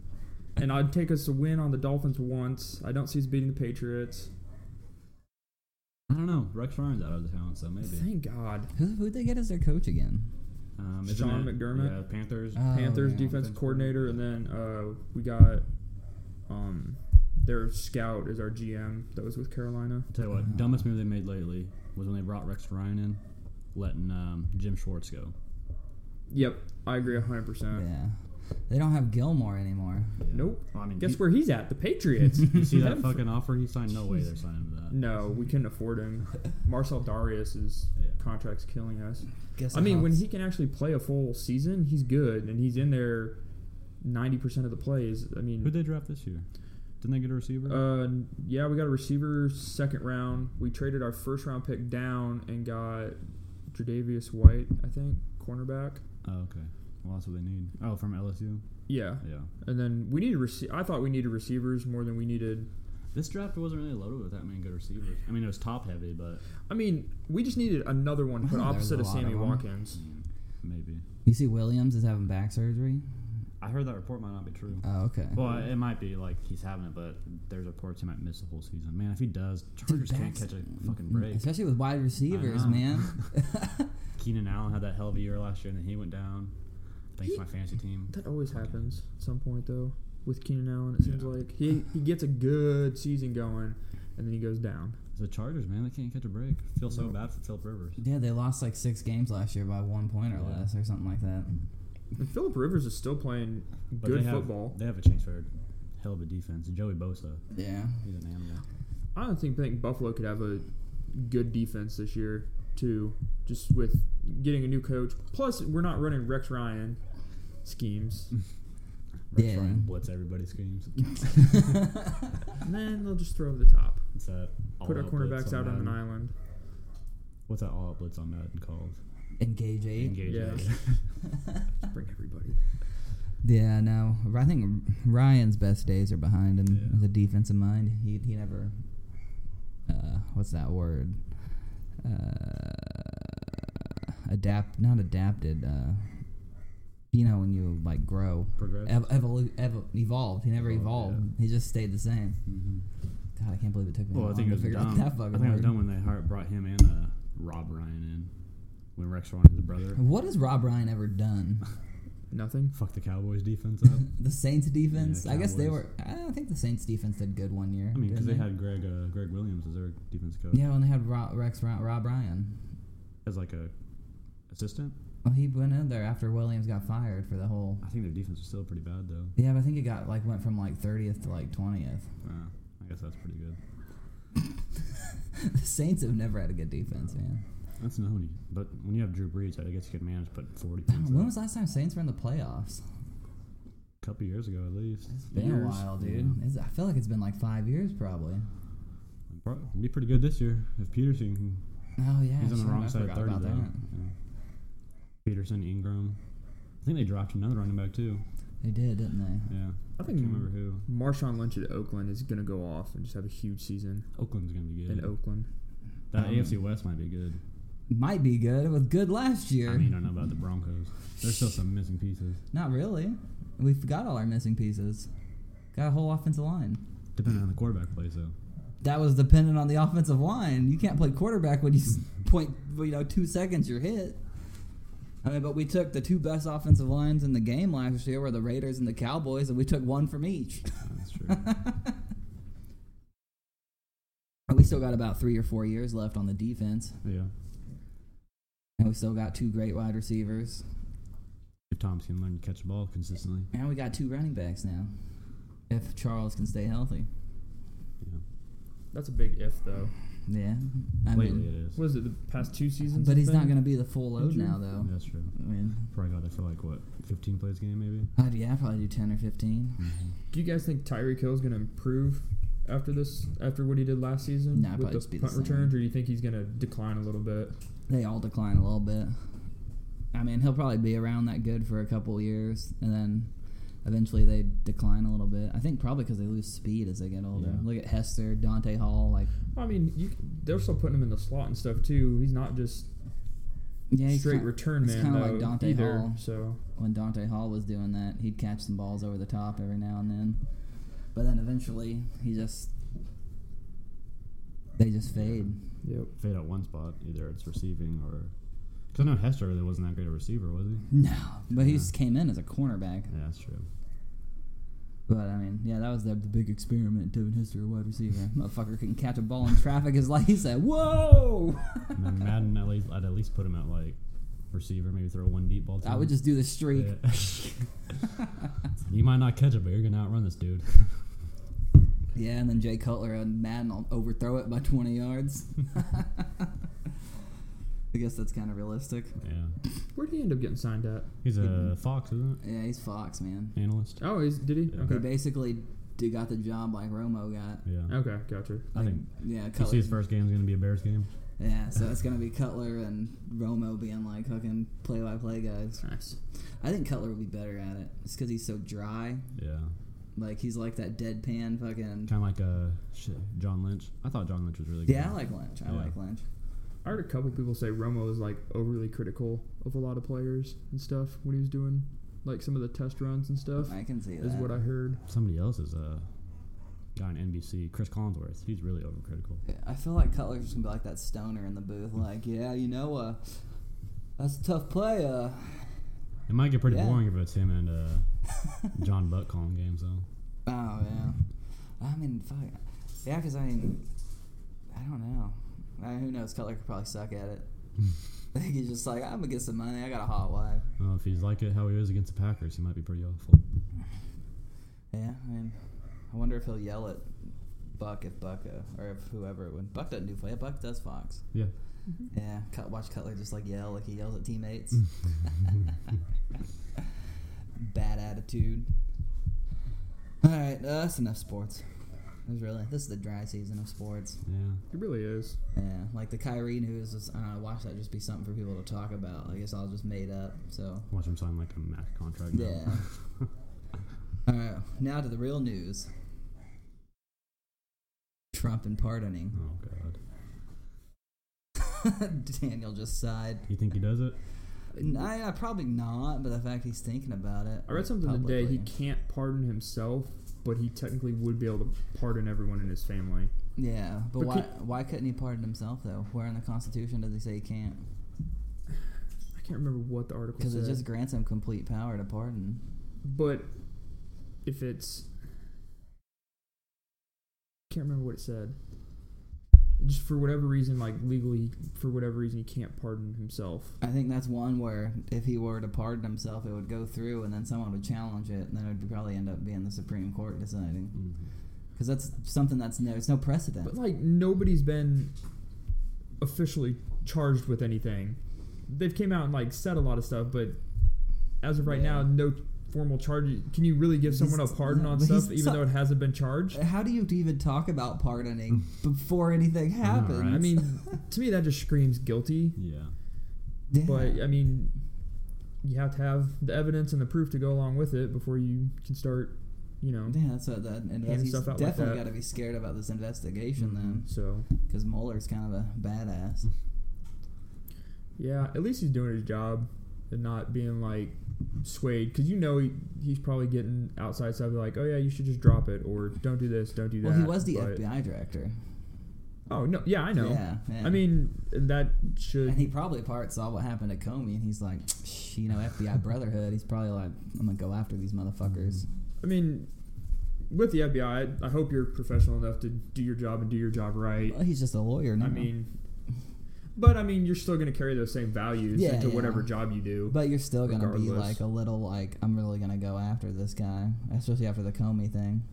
Speaker 3: And I'd take us a win on the Dolphins once. I don't see us beating the Patriots.
Speaker 2: I don't know. Rex Ryan's out of the town, so maybe.
Speaker 3: Thank God.
Speaker 1: Who, who'd they get as their coach again?
Speaker 2: Um, isn't
Speaker 3: Sean
Speaker 2: it-
Speaker 3: McDermott?
Speaker 2: Yeah, Panthers.
Speaker 1: Oh,
Speaker 3: Panthers
Speaker 1: yeah.
Speaker 3: defensive
Speaker 2: Defensive
Speaker 3: coordinator, and then uh, we got um, their scout is our GM that was with Carolina.
Speaker 2: I'll tell you what, dumbest move they made lately was when they brought Rex Ryan in, letting um, Jim Schwartz go.
Speaker 3: Yep, I agree 100%.
Speaker 1: Yeah. They don't have Gilmore anymore.
Speaker 3: Nope.
Speaker 2: Well, I mean,
Speaker 3: Guess
Speaker 2: you,
Speaker 3: where he's at? The Patriots.
Speaker 2: you see that
Speaker 3: Them-
Speaker 2: fucking offer he signed? No way they're signing him to that.
Speaker 3: No, we couldn't afford him. Marcel Darius'
Speaker 2: Yeah.
Speaker 3: contract's killing us.
Speaker 1: Guess
Speaker 3: I mean, when
Speaker 1: Hawks-
Speaker 3: he can actually play a full season, he's good, and he's in there 90% of the plays. I
Speaker 2: Who'd
Speaker 3: mean,
Speaker 2: they draft this year? Didn't they get a receiver?
Speaker 3: uh, yeah, we got a receiver second round. We traded our first round pick down and got Jadavius White, I think, cornerback.
Speaker 2: Oh, okay. Well, that's what they need. Oh, from LSU.
Speaker 3: Yeah,
Speaker 2: Yeah.
Speaker 3: and then we needed rece- I thought we needed receivers more than we needed.
Speaker 2: This draft wasn't really loaded with that many good receivers. I mean, it was top heavy, but
Speaker 3: I mean, we just needed another one, but
Speaker 1: There's
Speaker 3: opposite
Speaker 1: a
Speaker 3: of
Speaker 1: lot
Speaker 3: Sammy
Speaker 1: of 'em.
Speaker 2: I
Speaker 3: Watkins.
Speaker 2: mean, maybe.
Speaker 1: You see Williams is having back surgery?
Speaker 2: I heard that report might not be true.
Speaker 1: Oh, okay.
Speaker 2: Well, it might be like he's having it, but there's reports he might miss the whole season. Man, if he does, Chargers can't
Speaker 1: backs-
Speaker 2: catch a fucking break.
Speaker 1: Especially with wide receivers,
Speaker 2: know.
Speaker 1: man.
Speaker 2: Keenan Allen had that hell of a year last year, and then he went down. Thanks to my fantasy team.
Speaker 3: That always happens at some point though with Keenan Allen. It seems
Speaker 2: Yeah.
Speaker 3: like he he gets a good season going, and then he goes down.
Speaker 2: It's the Chargers, man, they can't catch a break. Feel so bad for Philip Rivers.
Speaker 1: Yeah, they lost like six games last year by one point or
Speaker 2: Yeah.
Speaker 1: less or something like that.
Speaker 3: And Philip Rivers is still playing
Speaker 2: But
Speaker 3: good
Speaker 2: they have,
Speaker 3: football.
Speaker 2: They have a chance for a hell of a defense. Joey Bosa,
Speaker 1: Yeah.
Speaker 2: he's an animal.
Speaker 3: I don't think think Buffalo could have a good defense this year too, just with getting a new coach. Plus, we're not running Rex Ryan schemes.
Speaker 2: Rex
Speaker 1: Yeah.
Speaker 2: Ryan blitz everybody schemes.
Speaker 3: and then they'll just throw over the top.
Speaker 2: It's that
Speaker 3: Put our
Speaker 2: all-out blitz
Speaker 3: cornerbacks out on
Speaker 2: Madden.
Speaker 3: an island.
Speaker 2: What's that all out blitz on Madden called?
Speaker 1: Engage eight.
Speaker 2: Engage.
Speaker 3: Yeah.
Speaker 2: Eight.
Speaker 3: Just bring everybody.
Speaker 1: Yeah, no. I think Ryan's best days are behind him
Speaker 2: Yeah.
Speaker 1: with a defensive mind. He he never uh what's that word? Uh adapt not adapted, uh you know, when you like grow,
Speaker 2: Progress.
Speaker 1: ev- evolu- ev- evolved. He never
Speaker 2: Evolved,
Speaker 1: evolved. He just stayed the same.
Speaker 2: Mm-hmm.
Speaker 1: God, I can't believe it took me.
Speaker 2: Well,
Speaker 1: that
Speaker 2: I
Speaker 1: long
Speaker 2: think it
Speaker 1: to
Speaker 2: was
Speaker 1: figure
Speaker 2: dumb.
Speaker 1: out that fucking
Speaker 2: I think it
Speaker 1: word.
Speaker 2: was dumb when they hired, brought him and uh, Rob Ryan in when Rex Ryan is a brother.
Speaker 1: What has Rob Ryan ever done?
Speaker 3: Nothing.
Speaker 2: Fuck the Cowboys defense up.
Speaker 1: the Saints defense.
Speaker 2: Yeah,
Speaker 1: I guess they were.
Speaker 2: Cowboys.
Speaker 1: I don't think the Saints defense did good one year.
Speaker 2: I mean, because
Speaker 1: didn't
Speaker 2: they had Greg uh, Greg Williams as their defense coach
Speaker 1: Yeah, when they had Rob, Rex Rob, Rob Ryan.
Speaker 2: as like a assistant.
Speaker 1: Well, he went in there after Williams got fired for the whole.
Speaker 2: I think their defense was still pretty bad though.
Speaker 1: Yeah, but I think it got like went from like 30th to like 20th.
Speaker 2: Uh, I guess that's pretty good.
Speaker 1: The Saints have never had a good defense, man.
Speaker 2: That's not when you, but when you have Drew Brees, I guess you could manage putting forty
Speaker 1: Damn,
Speaker 2: points.
Speaker 1: When
Speaker 2: up.
Speaker 1: was the last time Saints were in the playoffs?
Speaker 2: a couple years ago at least.
Speaker 1: It's been a while, dude.
Speaker 2: Yeah.
Speaker 1: It's, I feel like it's been like five years, probably.
Speaker 2: Pro- It'd be pretty good this year if Peterson. Can,
Speaker 1: Oh yeah,
Speaker 2: he's on the
Speaker 1: shit,
Speaker 2: wrong
Speaker 1: I
Speaker 2: side of
Speaker 1: forgot
Speaker 2: thirty
Speaker 1: about
Speaker 2: though.
Speaker 1: that.
Speaker 2: Yeah. Peterson, Ingram. I think they dropped another running back too.
Speaker 1: They did, didn't they?
Speaker 2: Yeah,
Speaker 3: I
Speaker 2: I
Speaker 3: think
Speaker 2: can't remember who.
Speaker 3: Marshawn Lynch at Oakland is gonna go off and just have a huge season
Speaker 2: Oakland's gonna be good.
Speaker 3: in Oakland.
Speaker 2: that
Speaker 1: Um,
Speaker 2: AFC West might be good.
Speaker 1: Might be good. It was good last year.
Speaker 2: I mean, I don't know about the Broncos. There's still some missing pieces.
Speaker 1: Not really. We forgot all our missing pieces. Got a whole offensive line.
Speaker 2: Depending on the quarterback plays though.
Speaker 1: That was dependent on the offensive line. You can't play quarterback when you s- point, you know, two seconds you're hit. I mean, but we took the two best offensive lines in the game last year, were the Raiders and the Cowboys, and we took one from each.
Speaker 2: That's true.
Speaker 1: And we still got about three or four years left on the defense,
Speaker 2: yeah.
Speaker 1: and we still got two great wide receivers,
Speaker 2: If Thomas can learn to catch the ball consistently.
Speaker 1: and we got two running backs now. If Charles can stay healthy,
Speaker 2: Yeah.
Speaker 3: That's a big if though.
Speaker 1: yeah, I
Speaker 2: Lately
Speaker 1: mean,
Speaker 2: it is.
Speaker 3: What is it? The past two seasons.
Speaker 1: but
Speaker 3: it's
Speaker 1: he's not
Speaker 3: been?
Speaker 1: going to be the full load
Speaker 3: Injury?
Speaker 1: now, though.
Speaker 2: That's true.
Speaker 1: I mean,
Speaker 2: Probably got there for like what, 15 plays a game maybe.
Speaker 1: I'd, yeah, I'd probably do ten or fifteen. Mm-hmm.
Speaker 3: Do you guys think Tyreek Hill's gonna improve after this? After what he did last season
Speaker 1: Nah,
Speaker 3: with
Speaker 1: probably
Speaker 3: the
Speaker 1: just be the
Speaker 3: punt
Speaker 1: same.
Speaker 3: returns, or do you think he's gonna decline a little bit?
Speaker 1: They all decline a little bit. I mean, he'll probably be around that good for a couple years, and then eventually they decline a little bit. I think probably because they lose speed as they get older.
Speaker 2: Yeah.
Speaker 1: Look at Hester, Dante Hall, like
Speaker 3: I mean, you, they're still putting him in the slot and stuff too. He's not just
Speaker 1: yeah, he's
Speaker 3: straight
Speaker 1: ki-
Speaker 3: return
Speaker 1: it's
Speaker 3: man
Speaker 1: kinda
Speaker 3: though,
Speaker 1: like Dante
Speaker 3: either.
Speaker 1: Hall.
Speaker 3: So
Speaker 1: when Dante Hall was doing that, he'd catch some balls over the top every now and then, but then eventually he just they just fade.
Speaker 3: yep.
Speaker 2: Fade out one spot. Either it's receiving or. Because I know Hester really wasn't that great a receiver, was he?
Speaker 1: No, but he
Speaker 2: Yeah.
Speaker 1: just came in as a cornerback.
Speaker 2: Yeah, that's true.
Speaker 1: But I mean, yeah, that was the, the big experiment. Devin Hester, wide receiver, motherfucker can catch a ball in traffic. Is like he said, "Whoa!"
Speaker 2: And then Madden, at least, I'd at least put him at like receiver, maybe throw one deep ball to
Speaker 1: I
Speaker 2: him.
Speaker 1: would just do the streak.
Speaker 2: Yeah. you might not catch it, but you're gonna outrun this dude.
Speaker 1: Yeah, and then Jay Cutler and Madden will overthrow it by 20 yards. I guess that's kind of realistic.
Speaker 2: Yeah,
Speaker 3: Where'd he end up getting signed at?
Speaker 2: he's
Speaker 1: Mm-hmm.
Speaker 2: a fox, isn't
Speaker 1: Yeah, he's Fox, man.
Speaker 2: it? Analyst.
Speaker 3: Oh, is did he?
Speaker 2: Yeah.
Speaker 1: He
Speaker 3: Okay.
Speaker 1: basically d- got the job like Romo got.
Speaker 2: Yeah.
Speaker 3: Okay, gotcha.
Speaker 2: I
Speaker 1: Like,
Speaker 2: think
Speaker 1: Yeah,
Speaker 2: you see
Speaker 1: Cutler.
Speaker 2: his first game is gonna be a Bears game.
Speaker 1: Yeah, so it's gonna be Cutler and Romo being like fucking play-by-play guys.
Speaker 3: Nice.
Speaker 1: I think Cutler would be better at it. It's because he's so dry.
Speaker 2: Yeah,
Speaker 1: Like he's like that deadpan fucking.
Speaker 2: kind of like uh, shit, John Lynch. I thought John Lynch was really good.
Speaker 1: Yeah, I like Lynch. I
Speaker 2: Yeah.
Speaker 1: like Lynch.
Speaker 3: I heard a couple people say Romo is like overly critical of a lot of players and stuff when he was doing like some of the test runs and stuff.
Speaker 1: I can see that.
Speaker 3: Is what I heard.
Speaker 2: Somebody else is a guy on NBC, Chris Collinsworth. He's really overcritical.
Speaker 1: Yeah, I feel like Cutler's just gonna be like that stoner in the booth, like, yeah, you know, uh, that's a tough play. Uh,
Speaker 2: It might get pretty
Speaker 1: Yeah.
Speaker 2: boring if it's him and uh, John Buck calling games though.
Speaker 1: oh yeah, I mean, fuck, yeah, 'cause I mean, I don't know. I mean, who knows? Cutler could probably suck at it. I think he's just like, I'm gonna get some money. I got a hot wife.
Speaker 2: Well, if he's like it how he was against the Packers, he might be pretty awful.
Speaker 1: Yeah, I mean, I wonder if he'll yell at Buck if Buck uh, or if whoever when Buck doesn't do play, Buck does Fox.
Speaker 2: Yeah.
Speaker 1: Yeah, cut, watch Cutler just like yell, like he yells at teammates. Bad attitude. All right, uh, that's enough sports. That's really this is the dry season of sports.
Speaker 2: Yeah.
Speaker 3: It really is.
Speaker 1: Yeah, like the Kyrie news. Is, I don't know. Watch that just be something for people to talk about. I guess all just made up. So
Speaker 2: Watch him sign like a max contract. now.
Speaker 1: yeah. all right, now to the real news. Trump and pardoning.
Speaker 2: Oh god.
Speaker 1: Daniel just sighed.
Speaker 2: You think he does it?
Speaker 1: I, I probably not, but the fact he's thinking about it.
Speaker 3: I read something today. He can't pardon himself, but he technically would be able to pardon everyone in his family.
Speaker 1: Yeah, but,
Speaker 3: But
Speaker 1: why?
Speaker 3: could-
Speaker 1: why couldn't he pardon himself though? Where in the Constitution does he say he can't?
Speaker 3: I can't remember what the article
Speaker 1: Because
Speaker 3: said.
Speaker 1: it just grants him complete power to pardon.
Speaker 3: but if it's, can't remember what it said. Just for whatever reason, like legally, for whatever reason, he can't pardon himself.
Speaker 1: I think that's one where if he were to pardon himself, it would go through, and then someone would challenge it, and then it would probably end up being the Supreme Court deciding. Because that's something that's no, it's no precedent.
Speaker 3: But like nobody's been officially charged with anything. They've came out and like said a lot of stuff, but as of right
Speaker 1: Yeah.
Speaker 3: now, no formal charges. Can you really give someone
Speaker 1: He's-
Speaker 3: a pardon
Speaker 1: no,
Speaker 3: on
Speaker 1: but he's
Speaker 3: stuff even
Speaker 1: so-
Speaker 3: though it hasn't been charged?
Speaker 1: How do you even talk about pardoning before anything
Speaker 2: know,
Speaker 1: happens?
Speaker 2: right?
Speaker 3: I mean, to me that just screams guilty.
Speaker 2: Yeah.
Speaker 1: Yeah.
Speaker 3: But I mean, you have to have the evidence and the proof to go along with it before you can start, you know.
Speaker 1: Yeah, that's what that. And
Speaker 3: Hand
Speaker 1: he's
Speaker 3: stuff out like
Speaker 1: definitely
Speaker 3: that. Mm-hmm.
Speaker 1: got to be scared about this investigation then. 'Cause
Speaker 3: So
Speaker 1: then, because Mueller's kind of a badass.
Speaker 3: Yeah, at least he's doing his job and not being like swayed because you know he, he's probably getting outside stuff like, oh yeah, you should just drop it or don't do this, don't do that.
Speaker 1: well, he was the
Speaker 3: but-
Speaker 1: FBI director.
Speaker 3: Oh no, yeah, I know.
Speaker 1: Yeah, yeah.
Speaker 3: I mean, uh, that should.
Speaker 1: and he probably part saw what happened to Comey, and he's like, "Shh, you know, FBI Brotherhood. He's probably like, I'm gonna go after these motherfuckers.
Speaker 3: I mean, with the FBI, I, I hope you're professional enough to do your job and do your job right.
Speaker 1: Well, he's just a lawyer now.
Speaker 3: Mm-hmm. I mean, but I mean, you're still going to carry those same values
Speaker 1: Yeah,
Speaker 3: into
Speaker 1: yeah.
Speaker 3: whatever job you do.
Speaker 1: but you're still gonna be
Speaker 3: regardless.
Speaker 1: like a little like, I'm really gonna go after this guy, especially after the Comey thing.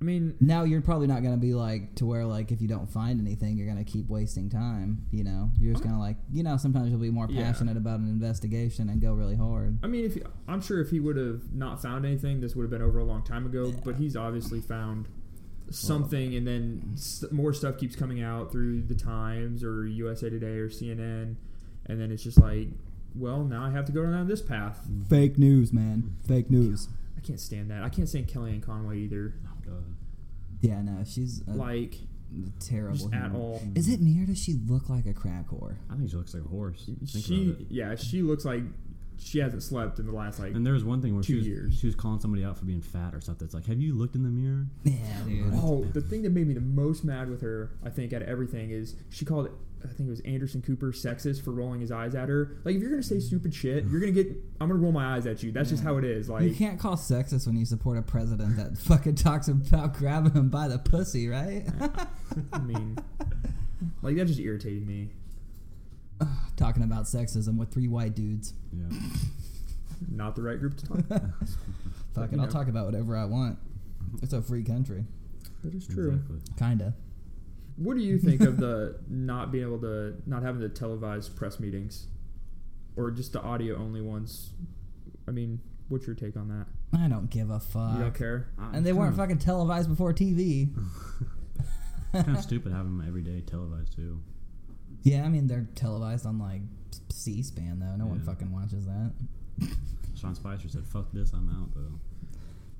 Speaker 3: I mean,
Speaker 1: Now you're probably not gonna be like to where like if you don't find anything, you're gonna keep wasting time. You know, you're just gonna like, you know, sometimes you'll be more
Speaker 3: Yeah.
Speaker 1: passionate about an investigation and go really hard.
Speaker 3: I mean, if I'm sure if he would have not found anything, this would have been over a long time ago.
Speaker 1: Yeah.
Speaker 3: But he's obviously found something, and then s more stuff keeps coming out through the Times or USA Today or CNN, and then it's just like, well, now I have to go down this path.
Speaker 1: Fake news, man. Fake news.
Speaker 3: I can't stand that. I can't stand Kellyanne Conway either.
Speaker 2: Oh, God.
Speaker 1: Yeah, no, she's a
Speaker 3: Like,
Speaker 1: terrible.
Speaker 3: just at
Speaker 1: human.
Speaker 3: all.
Speaker 1: Is it me or does she look like a crack whore?
Speaker 2: I think she looks like a horse. Think
Speaker 3: She,
Speaker 2: about it.
Speaker 3: yeah, she looks like she hasn't slept in the last like.
Speaker 2: And there was one thing where she
Speaker 3: Two
Speaker 2: was,
Speaker 3: years.
Speaker 2: she was calling somebody out for being fat or something. It's like, have you looked in the mirror?
Speaker 1: Yeah, dude.
Speaker 3: Oh, the thing that made me the most mad with her, I think, out of everything is she called, I think it was Anderson Cooper, sexist for rolling his eyes at her. Like, if you're gonna say stupid shit, you're gonna get. I'm gonna roll my eyes at you. That's just
Speaker 1: Yeah.
Speaker 3: how it is. Like,
Speaker 1: You can't call sexist when you support a president that fucking talks about grabbing him by the pussy, right?
Speaker 3: I mean, like that just irritated me.
Speaker 1: Talking about sexism with three white dudes.
Speaker 2: Yeah.
Speaker 3: Not the right group to talk.
Speaker 1: Fuck it,
Speaker 3: You
Speaker 1: I'll
Speaker 3: know.
Speaker 1: talk about whatever I want. It's a free country.
Speaker 3: that is true.
Speaker 2: Exactly.
Speaker 1: Kinda.
Speaker 3: What do you think of the not being able to not having the televised press meetings, or just the audio only ones? I mean, what's your take on that?
Speaker 1: I don't give a fuck.
Speaker 3: you don't care.
Speaker 1: Uh, And they weren't fucking televised before TV.
Speaker 2: kind of stupid having them every day televised too.
Speaker 1: Yeah, I mean, they're televised on like C SPAN, though. No one
Speaker 2: Yeah.
Speaker 1: fucking watches that.
Speaker 2: Sean Spicer said, "Fuck this, I'm out." Though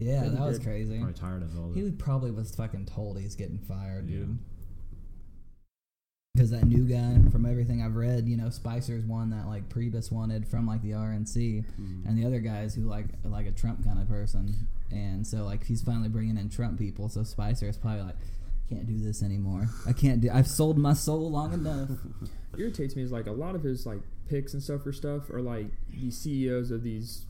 Speaker 1: Yeah,
Speaker 3: Yeah, he
Speaker 1: that was
Speaker 3: did.
Speaker 1: crazy.
Speaker 2: probably tired of all
Speaker 1: He
Speaker 2: this.
Speaker 1: probably was fucking told he's getting fired,
Speaker 2: Yeah.
Speaker 1: dude. Because that new guy, from everything I've read, you know, Spicer's one that like Priebus wanted from like the RNC,
Speaker 2: Mm-hmm.
Speaker 1: and the other guys who like are, like a Trump kind of person, and so like he's finally bringing in Trump people. So Spicer is probably like, can't do this anymore. I can't do. I've sold my soul long enough.
Speaker 3: irritates me is like a lot of his like picks and stuff for stuff are like the CEOs of these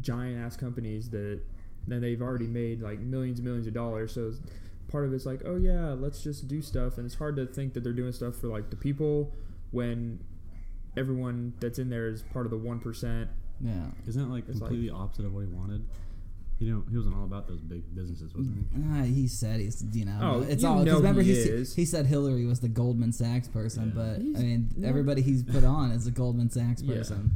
Speaker 3: giant ass companies that then they've already made like millions and millions of dollars. So it's- part of it's like, oh yeah, let's just do stuff, and it's hard to think that they're doing stuff for like the people when everyone that's in there is part of the one percent.
Speaker 1: Yeah.
Speaker 2: Isn't that like
Speaker 3: It's like-
Speaker 2: completely opposite of what he wanted? You know, he wasn't all about those big businesses, wasn't he?
Speaker 1: Uh, he said he's you know
Speaker 3: Oh,
Speaker 1: it's
Speaker 3: you
Speaker 1: all 'cause
Speaker 3: know
Speaker 1: remember
Speaker 3: he
Speaker 1: s-
Speaker 3: is.
Speaker 1: he said Hillary was the Goldman Sachs person
Speaker 2: Yeah.
Speaker 1: but
Speaker 3: He's-
Speaker 1: I mean
Speaker 3: no.
Speaker 1: everybody he's put on is a Goldman Sachs
Speaker 3: Yeah.
Speaker 1: person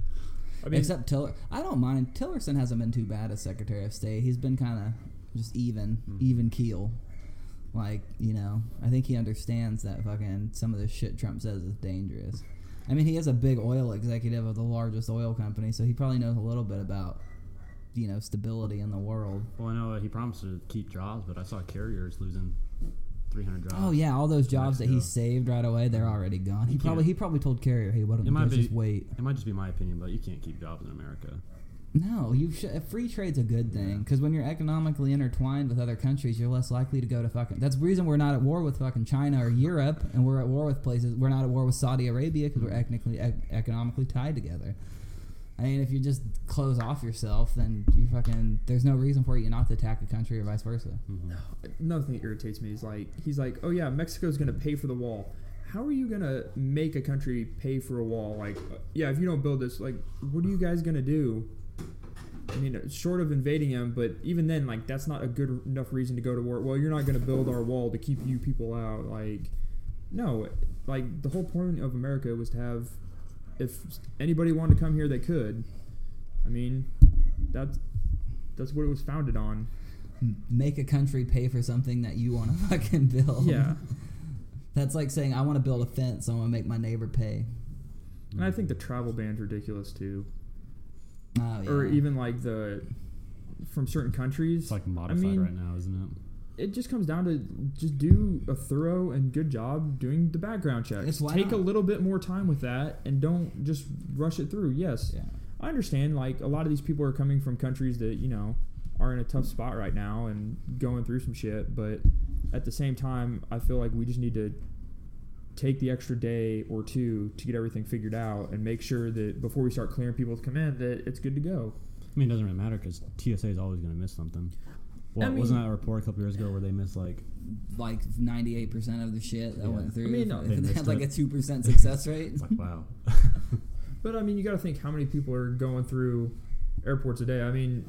Speaker 3: I mean,
Speaker 1: Except Tiller, I don't mind. Tillerson hasn't been too bad as Secretary of State. He's been kind of just even,
Speaker 3: Hmm.
Speaker 1: even keel. Like you know, I think he understands that fucking some of the shit Trump says is dangerous. I mean, he is a big oil executive of the largest oil company, so he probably knows a little bit about you know stability in the world.
Speaker 2: Well, I know uh, he promised to keep jobs, but I saw carriers losing 3% three hundred jobs.
Speaker 5: Oh yeah, all those jobs that he
Speaker 2: Yeah.
Speaker 5: saved right away, they're already gone. He
Speaker 2: Mm-hmm. You
Speaker 5: probably
Speaker 2: can't-
Speaker 5: he probably told Carrier, "Hey, why don't
Speaker 2: It
Speaker 5: you
Speaker 2: might
Speaker 5: guys
Speaker 2: be-
Speaker 5: just wait?"
Speaker 2: It might just be my opinion, but you can't keep jobs in America.
Speaker 5: No, you sh- free trade's a good thing because when you're economically intertwined with other countries, you're less likely to go to fucking. That's the reason we're not at war with fucking China or Europe, and we're at war with places. We're not at war with Saudi Arabia because we're
Speaker 2: Mm-hmm.
Speaker 5: ethnically ec- economically tied together. I mean, if you just close off yourself, then you fucking. There's no reason for you not to attack a country or vice versa.
Speaker 2: Mhm.
Speaker 3: Another thing that irritates me is like he's like, oh yeah, Mexico's gonna pay for the wall. How are you gonna make a country pay for a wall? Like, uh, yeah, if you don't build this, like, what are you guys gonna do? I mean, uh, short of invading them, but even then, like, that's not a good enough reason to go to war. Well, you're not gonna build our wall to keep you people out. Like, no, like the whole point of America was to have, if anybody wanted to come here, they could. I mean, that's that's what it was founded on.
Speaker 5: M- Make a country pay for something that you want to fucking
Speaker 1: Um,
Speaker 5: build.
Speaker 3: Yeah.
Speaker 5: That's like saying I want to build a fence. I want to make my neighbor pay.
Speaker 3: And I think the travel ban's ridiculous too,
Speaker 1: Uh,
Speaker 5: Oh, yeah.
Speaker 3: or even like the from certain countries.
Speaker 2: It's like modified
Speaker 3: mean-
Speaker 2: right now, isn't
Speaker 3: it just comes down to just do a thorough and good job doing the background checks.
Speaker 5: Yes, why
Speaker 3: Take a
Speaker 5: not?
Speaker 3: little bit more time with that, and don't just rush it through. Yes,
Speaker 5: Yeah.
Speaker 3: I understand. Like a lot of these people are coming from countries that you know are in a tough spot right now and going through some shit. But at the same time, I feel like we just need to take the extra day or two to get everything figured out and make sure that before we start clearing people to come in, that it's good to go.
Speaker 2: it? I mean, it doesn't really matter because TSA is always going to miss something. Well,
Speaker 3: mean-
Speaker 2: wasn't that a report a couple years ago where they missed like
Speaker 1: like 98% of the shit that
Speaker 2: Yeah.
Speaker 1: went through.
Speaker 3: I mean, no,
Speaker 1: if
Speaker 2: they
Speaker 1: it
Speaker 2: missed
Speaker 1: had like
Speaker 2: it.
Speaker 1: a 2% success rate.
Speaker 2: it's like wow,
Speaker 3: But I mean, you got to think how many people are going through airports a day. I mean,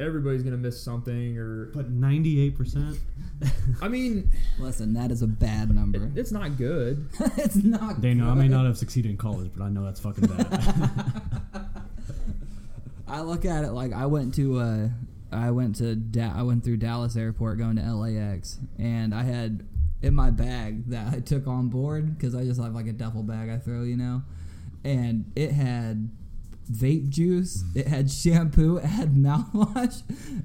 Speaker 3: everybody's gonna miss something, or
Speaker 2: but ninety eight percent.
Speaker 3: I mean,
Speaker 1: Listen, that is a bad
Speaker 3: it,
Speaker 1: number.
Speaker 3: it's not good.
Speaker 1: it's not.
Speaker 2: Daniel, I
Speaker 1: good.
Speaker 2: may not have succeeded in college, but I know that's fucking bad.
Speaker 1: I look at it like I went to uh, I went to da- I went through Dallas Airport going to LAX, and I had in my bag that I took on board because I just have like a duffel bag I throw, you know, and it had vape juice, it had shampoo, it had mouthwash.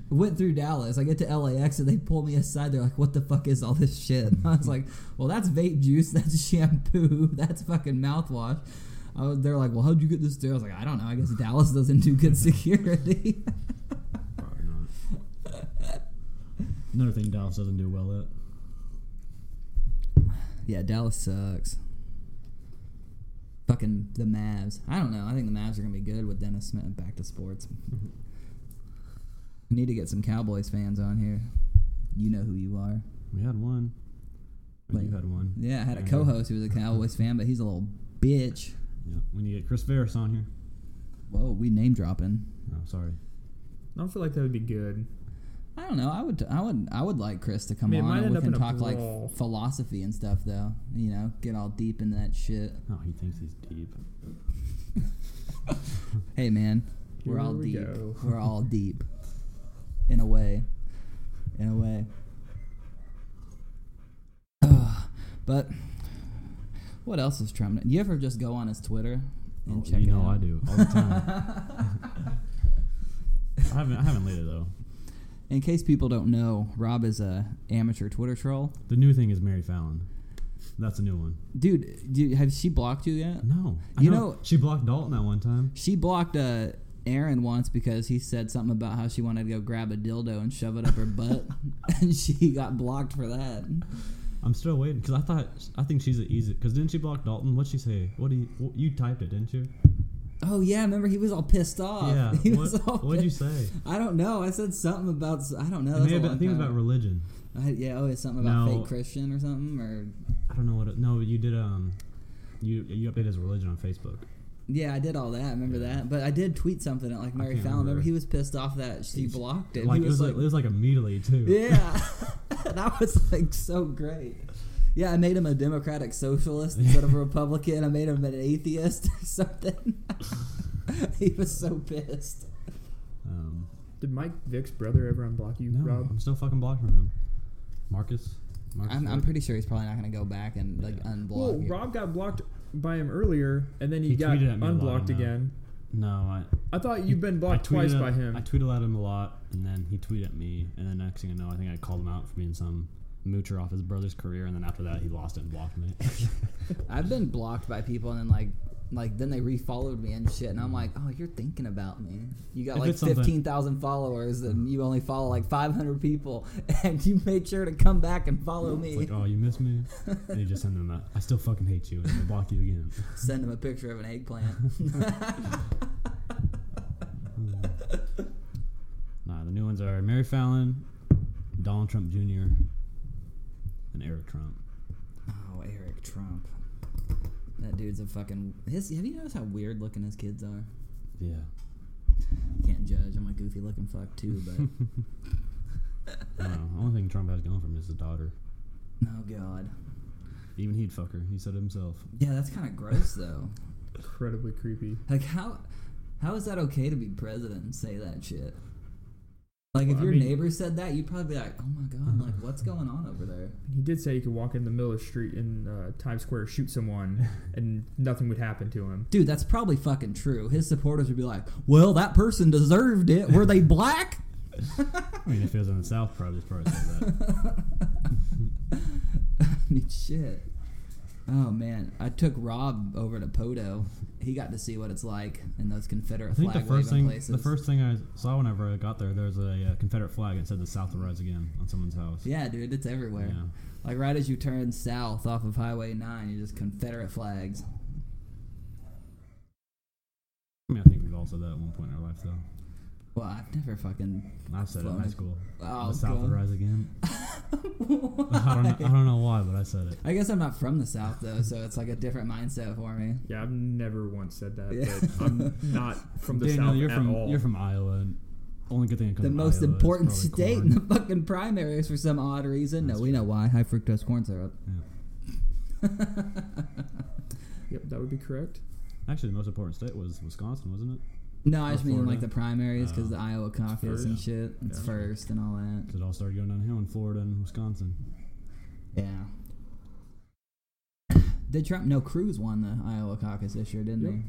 Speaker 1: Went through Dallas, I get to LAX, and they pull me aside. They're like, "What the fuck is all this shit?" And I was like, "Well, that's vape juice, that's shampoo, that's fucking mouthwash." I was, they're like, "Well, how'd you get this there?" I was like, "I don't know. I guess Dallas doesn't do good security."
Speaker 2: Probably not. Another thing Dallas doesn't do well at.
Speaker 1: yeah, Dallas sucks. Fucking the Mavs. I don't know. I think the Mavs are gonna be good with Dennis Smith back to sports. We need to get some Cowboys fans on here. You know who you are.
Speaker 2: We had one. Or you
Speaker 1: Wait.
Speaker 2: had one.
Speaker 1: Yeah, I had a
Speaker 2: Yeah.
Speaker 1: co-host who was a Cowboys fan, but he's a little bitch.
Speaker 2: Yeah. We need to get Chris Ferris on here.
Speaker 1: Whoa, we name dropping.
Speaker 2: No, sorry.
Speaker 3: I don't feel like that would be good.
Speaker 1: I don't know. I would. I would. I would like Chris to come
Speaker 3: I mean, it might
Speaker 1: on and
Speaker 3: end
Speaker 1: we
Speaker 3: up
Speaker 1: can
Speaker 3: in a
Speaker 1: talk like
Speaker 3: brawl.
Speaker 1: philosophy and stuff, though. You know, get all deep in that shit.
Speaker 2: Oh, he thinks he's deep.
Speaker 1: Hey, man, we're
Speaker 3: Here
Speaker 1: all
Speaker 3: we
Speaker 1: deep.
Speaker 3: go.
Speaker 1: We're all deep, in a way, in a way. Ugh, but what else is Trump? You ever just go on his Twitter and
Speaker 2: Oh,
Speaker 1: check
Speaker 2: you
Speaker 1: it
Speaker 2: know
Speaker 1: out?
Speaker 2: I do all the time. I haven't. I haven't lately though.
Speaker 1: In case people don't know, Rob is a amateur Twitter troll.
Speaker 2: The new thing is Mary Fallon. That's a new one.
Speaker 1: Dude, do, have she blocked you yet?
Speaker 2: No, I
Speaker 1: You know-
Speaker 2: she blocked Dalton that one time.
Speaker 1: She blocked uh, Aaron once because he said something about how she wanted to go grab a dildo and shove it up her butt, and she got blocked for that.
Speaker 2: I'm still waiting because I thought I think she's the easy. Because didn't she block Dalton? What'd she say? What do you? What, you typed it, didn't you?
Speaker 1: Oh yeah, remember he was all pissed off.
Speaker 2: yeah.
Speaker 1: he
Speaker 2: What,
Speaker 1: was all
Speaker 2: what'd you
Speaker 1: pissed-
Speaker 2: say?
Speaker 1: I don't know. I said something about s- I don't know. That's a
Speaker 2: it may have been, I
Speaker 1: long
Speaker 2: think it was
Speaker 1: time.
Speaker 2: about religion.
Speaker 1: I- yeah, oh, it's something about
Speaker 2: No.
Speaker 1: fake Christian or something or
Speaker 2: I don't know what. It, no, you did. Um, you you updated his religion on Facebook.
Speaker 1: yeah, I did all that. Remember
Speaker 2: Yeah.
Speaker 1: that? But I did tweet something at like Mary
Speaker 2: can't
Speaker 1: Fallon. Remember.
Speaker 2: remember.
Speaker 1: he was pissed off that she blocked it.
Speaker 2: Like
Speaker 1: he
Speaker 2: it was like, it was like immediately too.
Speaker 1: Yeah. that was like so great. Yeah, I made him a democratic socialist instead of a Republican. I made him an atheist or something. he was so pissed.
Speaker 2: Um,
Speaker 3: Did Mike Vick's brother ever unblock you,
Speaker 2: no,
Speaker 3: Rob?
Speaker 2: I'm still fucking blocked from him. Marcus. Marcus
Speaker 1: I'm, I'm
Speaker 2: Vick?
Speaker 1: pretty sure he's probably not going to go back and like
Speaker 2: Yeah.
Speaker 1: unblock.
Speaker 3: Well,
Speaker 1: you.
Speaker 3: Rob got blocked by him earlier, and then he,
Speaker 2: He
Speaker 3: got
Speaker 2: tweeted at me a lot
Speaker 3: unblocked
Speaker 2: on that.
Speaker 3: again.
Speaker 2: No, I.
Speaker 3: I thought you've been blocked
Speaker 2: I tweeted
Speaker 3: twice
Speaker 2: at-
Speaker 3: by him.
Speaker 2: I tweeted at him a lot, and then he tweeted at me, and then next thing I know, I think I called him out for being some moocher off his brother's career, and then after that, he lost it and blocked me.
Speaker 1: I've been blocked by people, and then like, like then they refollowed me and shit, and I'm like, oh, you're thinking about me. You got
Speaker 2: If
Speaker 1: like
Speaker 2: it's something-
Speaker 1: fifteen thousand followers, and you only follow like five hundred people, and you made sure to come back and follow me.
Speaker 2: It's like, oh, you miss me? And you just send them that. I still fucking hate you, and they block you again.
Speaker 1: Send him a picture of an eggplant.
Speaker 2: Nah, the new ones are Mary Fallon, Donald Trump Jr., and Eric Trump.
Speaker 1: oh, Eric Trump. That dude's a fucking. His, have you noticed how weird looking his kids are?
Speaker 2: Yeah.
Speaker 1: Can't judge. I'm a goofy looking fuck too, but
Speaker 2: I don't know. The only thing Trump has going for him is his daughter.
Speaker 1: oh god.
Speaker 2: Even he'd fuck her. He said it himself.
Speaker 1: Yeah, that's kind of gross though.
Speaker 3: Incredibly creepy.
Speaker 1: Like how how is that okay to be president and say that shit? Like
Speaker 3: Well,
Speaker 1: if
Speaker 3: I
Speaker 1: your
Speaker 3: mean-
Speaker 1: neighbor said that, you'd probably be like, "Oh my
Speaker 2: Uh-huh.
Speaker 1: god, like what's going on over there?"
Speaker 3: He did say he could walk in the middle of the street in uh, Times Square, shoot someone, and nothing would happen to him.
Speaker 1: Dude, that's probably fucking true. His supporters would be like, "Well, that person deserved it. Were they black?"
Speaker 2: I mean, if it was in the South, probably he'd probably say that.
Speaker 1: I mean, shit. Oh man, I took Rob over to Podo. He got to see what it's like in those Confederate
Speaker 2: I think the
Speaker 1: flag waving
Speaker 2: first thing
Speaker 1: places.
Speaker 2: the first thing I saw whenever I got there, there was a uh, Confederate flag that said "The South will rise again" on someone's house.
Speaker 1: yeah, dude, it's everywhere.
Speaker 2: Yeah.
Speaker 1: Like right as you turn south off of Highway Nine, you just Confederate flags.
Speaker 2: I mean, I think we've all said that at one point in our life, though.
Speaker 1: Well, I've never fucking.
Speaker 2: I said it in high
Speaker 1: Flag.
Speaker 2: school.
Speaker 1: Oh,
Speaker 2: the South will
Speaker 1: God.
Speaker 2: rise again. I don't, know, I don't know why, but I said it.
Speaker 1: I guess I'm not from the South though, so it's like a different mindset for me.
Speaker 3: Yeah, I've never once said that.
Speaker 1: Yeah.
Speaker 3: But I'm not from the
Speaker 2: Daniel,
Speaker 3: South
Speaker 2: you're
Speaker 3: at
Speaker 2: from
Speaker 3: all.
Speaker 2: you're from Iowa. And only good thing that comes
Speaker 1: The
Speaker 2: from
Speaker 1: most
Speaker 2: Iowa is
Speaker 1: important
Speaker 2: probably
Speaker 1: state
Speaker 2: corn.
Speaker 1: in the fucking primaries for some odd reason.
Speaker 2: That's
Speaker 1: no, we know why. High fructose corn syrup.
Speaker 2: Yeah.
Speaker 3: Yep, that would be correct.
Speaker 2: Actually, the most important state was Wisconsin, wasn't it?
Speaker 1: No, I
Speaker 2: Or
Speaker 1: just mean like
Speaker 2: Florida.
Speaker 1: the primaries because
Speaker 2: Oh.
Speaker 1: the Iowa caucus
Speaker 3: first.
Speaker 1: and shit. It's
Speaker 2: Yeah.
Speaker 1: first and all that.
Speaker 2: 'Cause it all started going downhill in Florida and Wisconsin.
Speaker 1: Yeah. Did Trump? No, Cruz won the Iowa caucus this year, didn't
Speaker 3: Yep.
Speaker 1: he?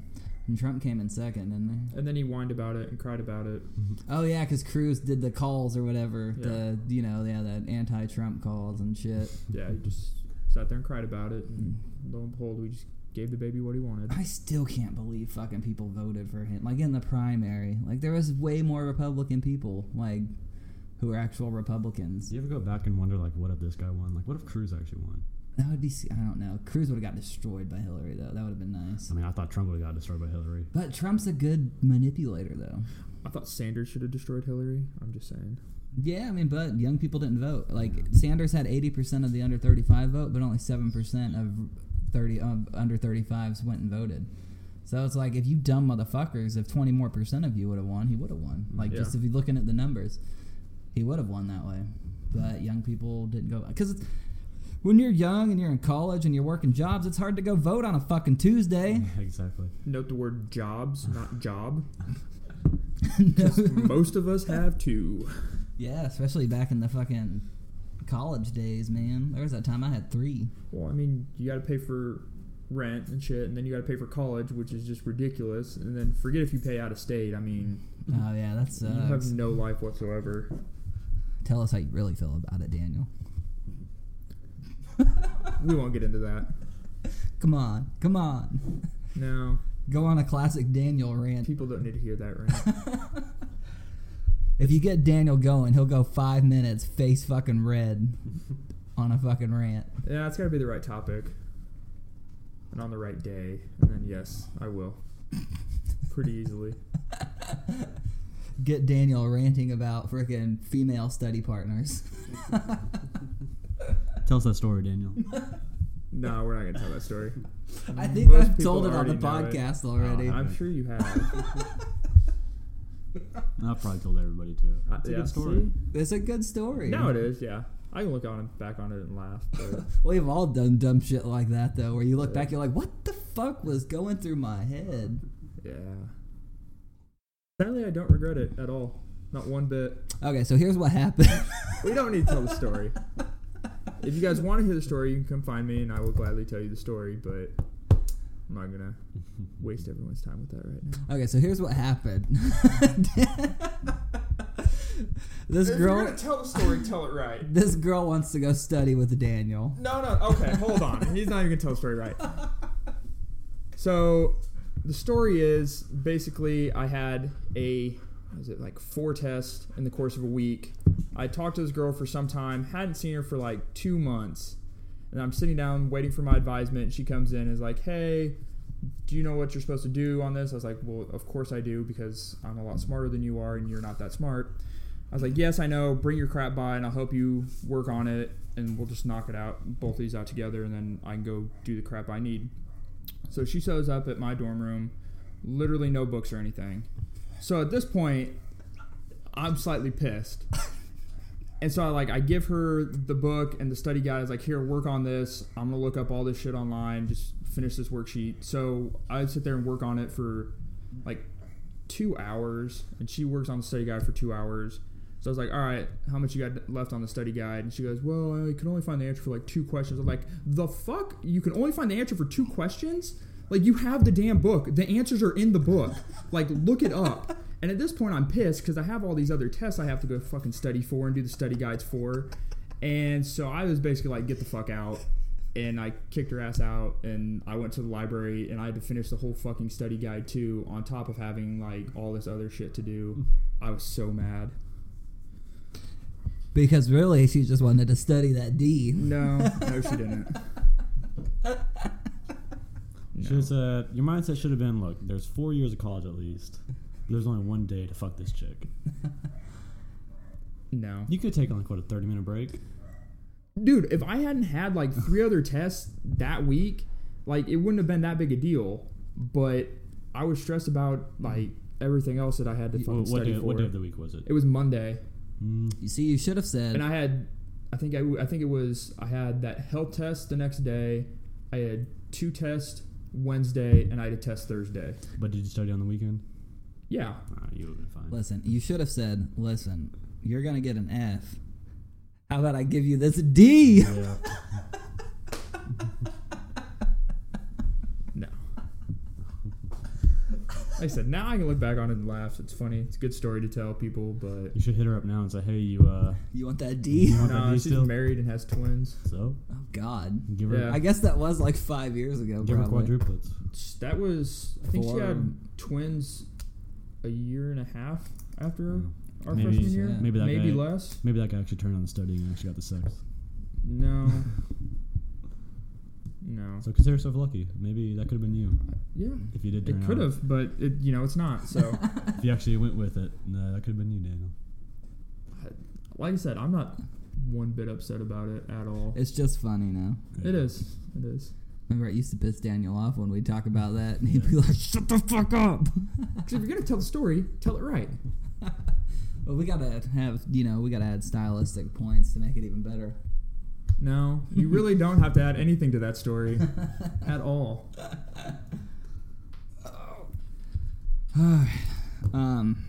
Speaker 1: And Trump came in second, didn't he?
Speaker 3: And then he whined about it and cried about it.
Speaker 1: Oh yeah, because Cruz did the calls or whatever.
Speaker 3: Yeah.
Speaker 1: The you know yeah the anti-Trump calls and shit.
Speaker 3: Yeah, he just sat there and cried about it. And
Speaker 1: Hmm.
Speaker 3: lo and behold, we just gave the baby what he wanted.
Speaker 1: I still can't believe fucking people voted for him. Like in the primary, like there was way more Republican people like who are actual Republicans.
Speaker 2: Do you ever go back and wonder like, what if this guy won? Like, what if Cruz actually won?
Speaker 1: That would be s- I don't know. Cruz would have got destroyed by Hillary though. That would have been nice.
Speaker 2: I mean, I thought Trump would have got destroyed by Hillary.
Speaker 1: But Trump's a good manipulator though.
Speaker 3: I thought Sanders should have destroyed Hillary. I'm just saying.
Speaker 1: Yeah, I mean, but young people didn't vote. Like Sanders had eighty percent of the under thirty five vote, but only seven percent of thirty of under thirty fives went and voted. So it's like if you dumb motherfuckers, if twenty more percent of you would have won, he would have won. Like
Speaker 3: Yeah.
Speaker 1: just if you're looking at the numbers, he would have won that way. But young people didn't go because when you're young and you're in college and you're working jobs, it's hard to go vote on a fucking Tuesday.
Speaker 2: Yeah, exactly.
Speaker 3: Note the word jobs, not job.
Speaker 1: No.
Speaker 3: Most of us have two.
Speaker 1: yeah, especially back in the fucking college days, man. There was that time I had three.
Speaker 3: Well, I mean, you got to pay for rent and shit, and then you got to pay for college, which is just ridiculous. And then forget if you pay out of state. I mean,
Speaker 1: Oh yeah, that sucks.
Speaker 3: Mm-hmm. you have no life whatsoever.
Speaker 1: Tell us how you really feel about it, Daniel.
Speaker 3: We won't get into that.
Speaker 1: Come on, come on.
Speaker 3: No,
Speaker 1: Go on a classic Daniel rant.
Speaker 3: people don't need to hear that right.
Speaker 1: If you get Daniel going, he'll go five minutes face fucking red on a fucking rant.
Speaker 3: yeah, it's got to be the right topic and on the right day. And then, yes, I will. Pretty easily.
Speaker 1: Get Daniel ranting about freaking female study partners.
Speaker 2: Tell us that story, Daniel.
Speaker 3: No, we're not going to tell that story.
Speaker 1: I think
Speaker 3: Most
Speaker 1: I've
Speaker 3: people
Speaker 1: told it on the
Speaker 3: already know it.
Speaker 1: podcast already.
Speaker 2: Oh,
Speaker 3: I'm sure you have.
Speaker 2: I've probably told everybody too.
Speaker 3: Uh,
Speaker 2: It's a
Speaker 3: yeah,
Speaker 2: good story.
Speaker 1: it's a good story.
Speaker 3: Now it is, yeah. I can look on back on it and laugh. But
Speaker 1: We've all done dumb shit like that though, where you look back, you're like, what the fuck was going through my head?
Speaker 3: yeah. Apparently, I don't regret it at all. Not one bit.
Speaker 1: Okay, so here's what happened.
Speaker 3: We don't need to tell the story. If you guys want to hear the story, you can come find me and I will gladly tell you the story, but I'm not going to waste everyone's time with that right now.
Speaker 1: Okay, so here's what happened. This
Speaker 3: if you're
Speaker 1: girl,
Speaker 3: gonna tell the story, tell it right.
Speaker 1: this girl wants to go study with Daniel.
Speaker 3: No, no. Okay, hold on. He's not even gonna tell the story right. So, the story is basically I had a what was it like four tests in the course of a week. I talked to this girl for some time, hadn't seen her for like two months, and I'm sitting down waiting for my advisement. She comes in and is like, "Hey, do you know what you're supposed to do on this?" I was like, "Well, of course I do because I'm a lot smarter than you are, and you're not that smart." I was like, "Yes, I know. Bring your crap by, and I'll help you work on it, and we'll just knock it out, both of these out together, and then I can go do the crap I need." So she shows up at my dorm room, literally no books or anything. So at this point, I'm slightly pissed. And so I like I give her the book and the study guide. I was like, "Here, work on this. I'm gonna look up all this shit online. Just finish this worksheet." So I sit there and work on it for like two hours, and she works on the study guide for two hours. So I was like, "All right, how much you got left on the study guide?" And she goes, "Well, I can only find the answer for like two questions." I'm like, "The fuck? You can only find the answer for two questions? Like you have the damn book. The answers are in the book. Like look it up." And at this point, I'm pissed because I have all these other tests I have to go fucking study for and do the study guides for. And so I was basically like, get the fuck out. And I kicked her ass out and I went to the library and I had to finish the whole fucking study guide too, on top of having like all this other shit to do. I was so mad.
Speaker 1: Because really, she just wanted to study that D.
Speaker 3: No, no, she didn't.
Speaker 2: She was, uh, your mindset should have been look, there's four years of college at least. But there's only one day to fuck this chick.
Speaker 3: No.
Speaker 2: You could take like what a 30 minute break.
Speaker 3: Dude, if I hadn't had like three other tests that week, like it wouldn't have been that big a deal. But I was stressed about like everything else that I had to
Speaker 2: What,
Speaker 3: fucking
Speaker 2: what,
Speaker 3: study
Speaker 2: day,
Speaker 3: for.
Speaker 2: what day of the week was it?
Speaker 3: It was Monday,
Speaker 2: Mm,
Speaker 1: You see, you should have said.
Speaker 3: and I had, I think I, I think it was I had that health test the next day. I had two tests Wednesday, and I had a test Thursday.
Speaker 2: but did you study on the weekend?
Speaker 3: Yeah,
Speaker 2: Nah, you would have been fine.
Speaker 1: Listen, you should have said, listen, you're going to get an F. How about I give you this D?
Speaker 2: Yeah.
Speaker 3: no. Like I said, now I can look back on it and laugh. It's funny. It's a good story to tell people, but
Speaker 2: You should hit her up now and say, hey, you, uh,
Speaker 1: You want that D?
Speaker 2: you want
Speaker 3: no,
Speaker 2: that D
Speaker 3: she's
Speaker 2: still?
Speaker 3: married and has twins.
Speaker 2: So,
Speaker 1: Oh, God.
Speaker 2: give her,
Speaker 3: Yeah.
Speaker 1: I guess that was like five years ago,
Speaker 2: give her
Speaker 1: probably.
Speaker 2: quadruplets.
Speaker 3: That was I think she
Speaker 1: Four.
Speaker 3: had twins a year and a half after
Speaker 2: Mm.
Speaker 3: our
Speaker 2: Maybe-
Speaker 3: freshman year.
Speaker 1: yeah.
Speaker 2: Maybe that
Speaker 3: Maybe
Speaker 2: guy-
Speaker 3: less.
Speaker 2: Maybe that guy actually turned on the studying and actually got the sex.
Speaker 3: No. no.
Speaker 2: So consider yourself lucky. Maybe that could have been you
Speaker 3: Yeah.
Speaker 2: if you did turn
Speaker 3: It could
Speaker 2: out.
Speaker 3: have, but it you know it's not. So,
Speaker 2: If you actually went with it, no, that could have been you, Daniel.
Speaker 3: like I said, I'm not one bit upset about it at all.
Speaker 1: It's just funny now.
Speaker 3: It is. It is.
Speaker 1: Remember, it used to piss Daniel off when we talk about that, and he'd be
Speaker 2: Yeah.
Speaker 1: like, shut the fuck up.
Speaker 3: 'Cause if you're gonna tell the story, tell it right.
Speaker 1: Well, we gotta have, you know, we gotta add stylistic points to make it even better.
Speaker 3: No, you really don't have to add anything to that story at all.
Speaker 1: All right. Um.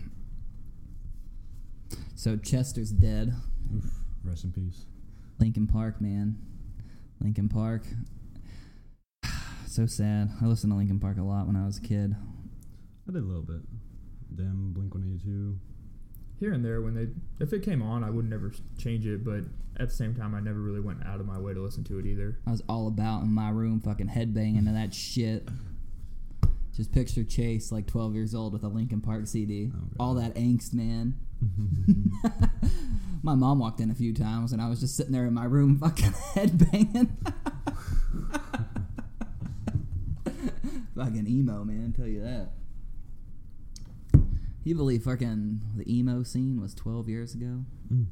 Speaker 1: So Chester's dead.
Speaker 2: Rest in peace.
Speaker 1: Lincoln Park, man. Lincoln Park. So sad. I listened to Lincoln Park a lot when I was a kid.
Speaker 2: I did a little bit. Them, Blink 182.
Speaker 3: Here and there, when they if it came on, I would never s- change it. But at the same time, I never really went out of my way to listen to it either.
Speaker 1: I was all about in my room, fucking headbanging to that shit. Just picture Chase, like 12 years old, with a Lincoln Park CD.
Speaker 2: Oh, God.
Speaker 1: all that angst, man. my mom walked in a few times, and I was just sitting there in my room, fucking headbanging. fucking emo, man. Tell you that. You believe fucking the emo scene was 12 years ago?
Speaker 2: Mm.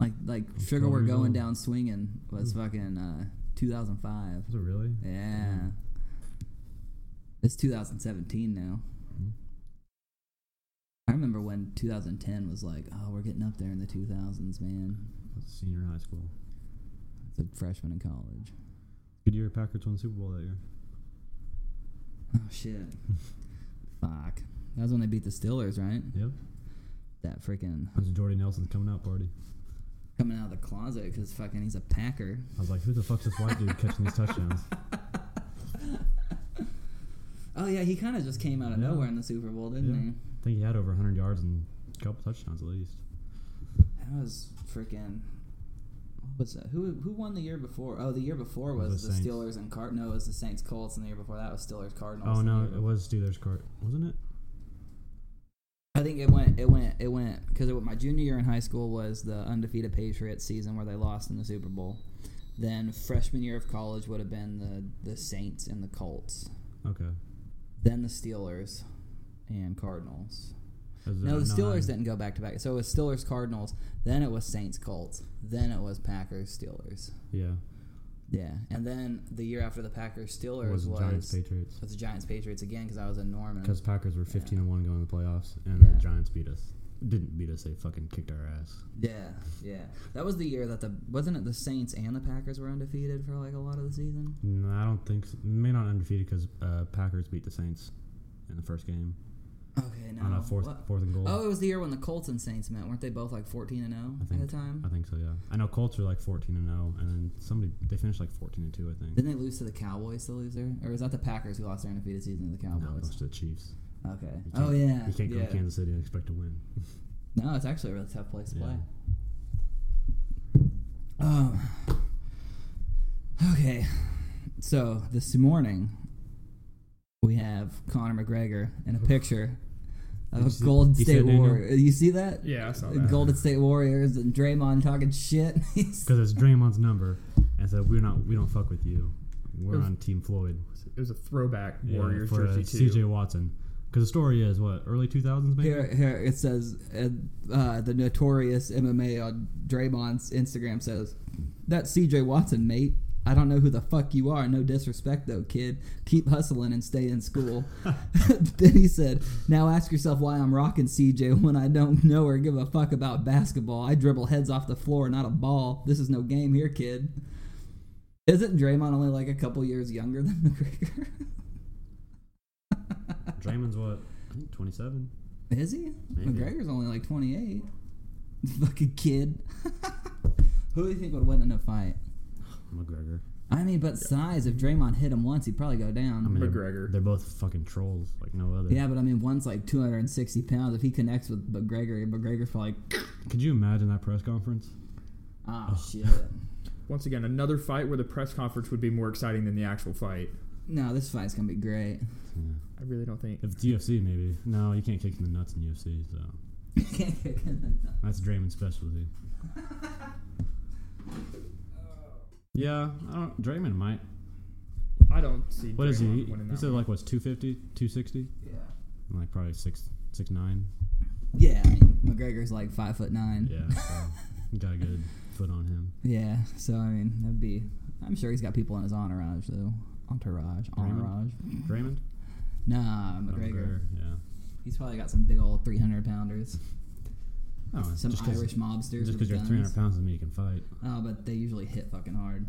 Speaker 1: Like, like sugar,
Speaker 2: 12
Speaker 1: we're
Speaker 2: years
Speaker 1: going
Speaker 2: old.
Speaker 1: down swinging was fucking uh, 2005.
Speaker 2: Was it really?
Speaker 1: Yeah. It's 2017 now.
Speaker 2: Mhm.
Speaker 1: I remember when 2010 was like, oh, we're getting up there in the 2000s, man.
Speaker 2: That's senior in high school.
Speaker 1: It's a freshman in college.
Speaker 2: Good year Packers won the Super Bowl that year.
Speaker 1: Oh, shit. Fuck. That was when they beat the Steelers, right?
Speaker 2: Yep.
Speaker 1: That freaking
Speaker 2: It was Jordy Nelson's coming out party.
Speaker 1: coming out of the closet because fucking he's a Packer.
Speaker 2: I was like, who the fuck's this white dude catching these touchdowns?
Speaker 1: Oh, yeah, he kind of just came out of
Speaker 2: Yeah.
Speaker 1: nowhere in the Super Bowl, didn't
Speaker 2: Yeah. I think he had over 100 yards and a couple touchdowns at least.
Speaker 1: that was freaking. What was that? Who who won the year before? Oh, the year before
Speaker 2: Was
Speaker 1: was,
Speaker 2: the
Speaker 1: the
Speaker 2: Saints.
Speaker 1: Steelers and Card. No, it was the Saints Colts, and the year before that was Steelers Cardinals.
Speaker 2: Oh
Speaker 1: and the
Speaker 2: no,
Speaker 1: year
Speaker 2: it was Steelers Court, wasn't it?
Speaker 1: I think it went, it went, it went, because my junior year in high school was the undefeated Patriots season where they lost in the Super Bowl. Then freshman year of college would have been the, the Saints and the Colts.
Speaker 2: Okay.
Speaker 1: Then the Steelers and Cardinals.
Speaker 2: That was uh,
Speaker 1: No,
Speaker 2: in
Speaker 1: the Steelers
Speaker 2: 09.
Speaker 1: didn't go back to back. So it was Steelers Cardinals. Then it was Saints Colts. Then it was Packers Steelers.
Speaker 2: Yeah,
Speaker 1: Yeah, and then the year after the Packers
Speaker 2: it
Speaker 1: Steelers was, was,
Speaker 2: was Giants Patriots
Speaker 1: the Giants Patriots again because I was in Norman.
Speaker 2: because Packers were fifteen and one going to the playoffs, and
Speaker 1: Yeah.
Speaker 2: the Giants beat us. Didn't beat us; they fucking kicked our ass.
Speaker 1: Yeah, yeah. That was the year that the wasn't it the Saints and the Packers were undefeated for like a lot of the season.
Speaker 2: No, I don't think. So. May not undefeated because uh, Packers beat the Saints in the first game
Speaker 1: Okay, no.
Speaker 2: on a fourth
Speaker 1: What-
Speaker 2: fourth and goal.
Speaker 1: Oh, it was the year when the Colts and Saints met. Weren't they both like fourteen and zero
Speaker 2: I
Speaker 1: at
Speaker 2: think.
Speaker 1: the time?
Speaker 2: I think so. Yeah, I know Colts are like fourteen and zero, and then somebody they finished like fourteen and two. I think.
Speaker 1: Didn't they lose to the Cowboys to lose their, or is that the Packers who lost their undefeated season to the
Speaker 2: No, it was
Speaker 1: Cowboys?
Speaker 2: the Chiefs.
Speaker 1: Okay.
Speaker 2: You
Speaker 1: Oh
Speaker 2: can't-
Speaker 1: yeah.
Speaker 2: You can't go
Speaker 1: yeah.
Speaker 2: to Kansas City and expect to win.
Speaker 1: No, it's actually a really tough place to
Speaker 2: Yeah.
Speaker 1: play. Um, okay, so this morning we have Conor McGregor in a picture of
Speaker 2: You
Speaker 1: a
Speaker 2: see-
Speaker 1: Golden
Speaker 2: you see
Speaker 1: State
Speaker 2: that, Daniel?
Speaker 1: Warrior. You see that?
Speaker 3: Yeah, I saw
Speaker 1: The
Speaker 3: that.
Speaker 1: Golden State Warriors and Draymond talking shit. He's-
Speaker 2: Because it's Draymond's number, and said we're not we don't fuck with you. We're
Speaker 3: Oof.
Speaker 2: on Team Floyd.
Speaker 3: It was a throwback
Speaker 2: Yeah,
Speaker 3: Warriors
Speaker 2: for, uh,
Speaker 3: jersey too.
Speaker 2: CJ Watson. Because the story is what early two thousands maybe.
Speaker 1: Here, here it says uh, uh, the notorious MMA on Draymond's Instagram says that's C.J. Watson, mate. I don't know who the fuck you are. No disrespect though, kid. Keep hustling and stay in school. then he said, "Now ask yourself why I'm rocking C.J. when I don't know or give a fuck about basketball. I dribble heads off the floor, not a ball. This is no game here, kid." Isn't Draymond only like a couple years younger than McGregor?
Speaker 2: Draymond's what I think twenty seven.
Speaker 1: Is he?
Speaker 2: Maybe.
Speaker 1: McGregor's only like 28. Fucking kid. Who do you think would win in a fight?
Speaker 2: McGregor.
Speaker 1: I mean, but size, if Draymond hit him once, he'd probably go down.
Speaker 2: I mean, they're- They're,
Speaker 3: McGregor.
Speaker 2: both fucking trolls like no other.
Speaker 1: yeah, but I mean, one's like 260 pounds. If he connects with McGregor, McGregor's probably like,
Speaker 2: Could you imagine that press conference?
Speaker 1: oh, shit.
Speaker 3: Once again, another fight where the press conference would be more exciting than the actual fight.
Speaker 1: No, this fight's going to be great.
Speaker 2: Yeah.
Speaker 3: I really don't think.
Speaker 2: If it's UFC maybe. No, you can't kick in the nuts in UFC. So that's Draymond's specialty. yeah, I don't. Draymond might.
Speaker 3: I don't see.
Speaker 2: What is
Speaker 3: Draymond
Speaker 2: he? He,
Speaker 3: winning
Speaker 2: he
Speaker 3: that
Speaker 2: said
Speaker 3: one.
Speaker 2: like what's 250, 260?
Speaker 1: yeah.
Speaker 2: And, like probably six six nine.
Speaker 1: Yeah, I mean, McGregor's like five foot nine.
Speaker 2: Yeah, so you got a good foot on him.
Speaker 1: Yeah, so I mean, that'd be. I'm sure he's got people in his entourage, though. Entourage.
Speaker 2: Raymond?
Speaker 1: Entourage.
Speaker 2: Draymond.
Speaker 1: Nah,
Speaker 2: Oh,
Speaker 1: McGregor.
Speaker 2: Yeah.
Speaker 1: He's probably got some big old 300 pounders.
Speaker 2: Oh,
Speaker 1: Some
Speaker 2: just 'cause-
Speaker 1: Irish mobsters.
Speaker 2: Just
Speaker 1: with
Speaker 2: because you're
Speaker 1: guns.
Speaker 2: 300 pounds doesn't mean you can fight.
Speaker 1: Oh, but they usually hit fucking hard.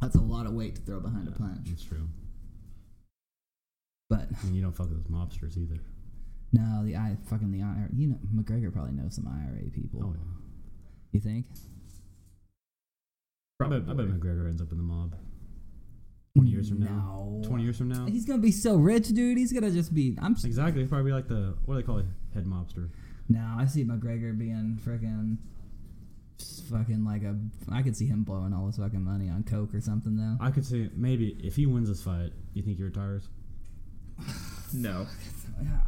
Speaker 1: That's a lot of weight to throw behind a
Speaker 2: Yeah,
Speaker 1: punch.
Speaker 2: That's true.
Speaker 1: But
Speaker 2: And you don't fuck with those mobsters either.
Speaker 1: no, the I fucking the IRA. You know, McGregor probably knows some IRA people.
Speaker 2: Oh, yeah.
Speaker 1: You think?
Speaker 2: I bet, I bet
Speaker 3: Probably.
Speaker 2: McGregor ends up in the mob. 20 years from now.
Speaker 1: No.
Speaker 2: 20 years from now.
Speaker 1: He's gonna be so rich, dude. He's gonna just be. I'm. s-
Speaker 2: Exactly. He'd probably be like the, what do they call it? Head mobster.
Speaker 1: No, I see McGregor being freaking. Fucking like a. I could see him blowing all his fucking money on coke or something though.
Speaker 2: I could see maybe if he wins this fight, you think he retires?
Speaker 3: No,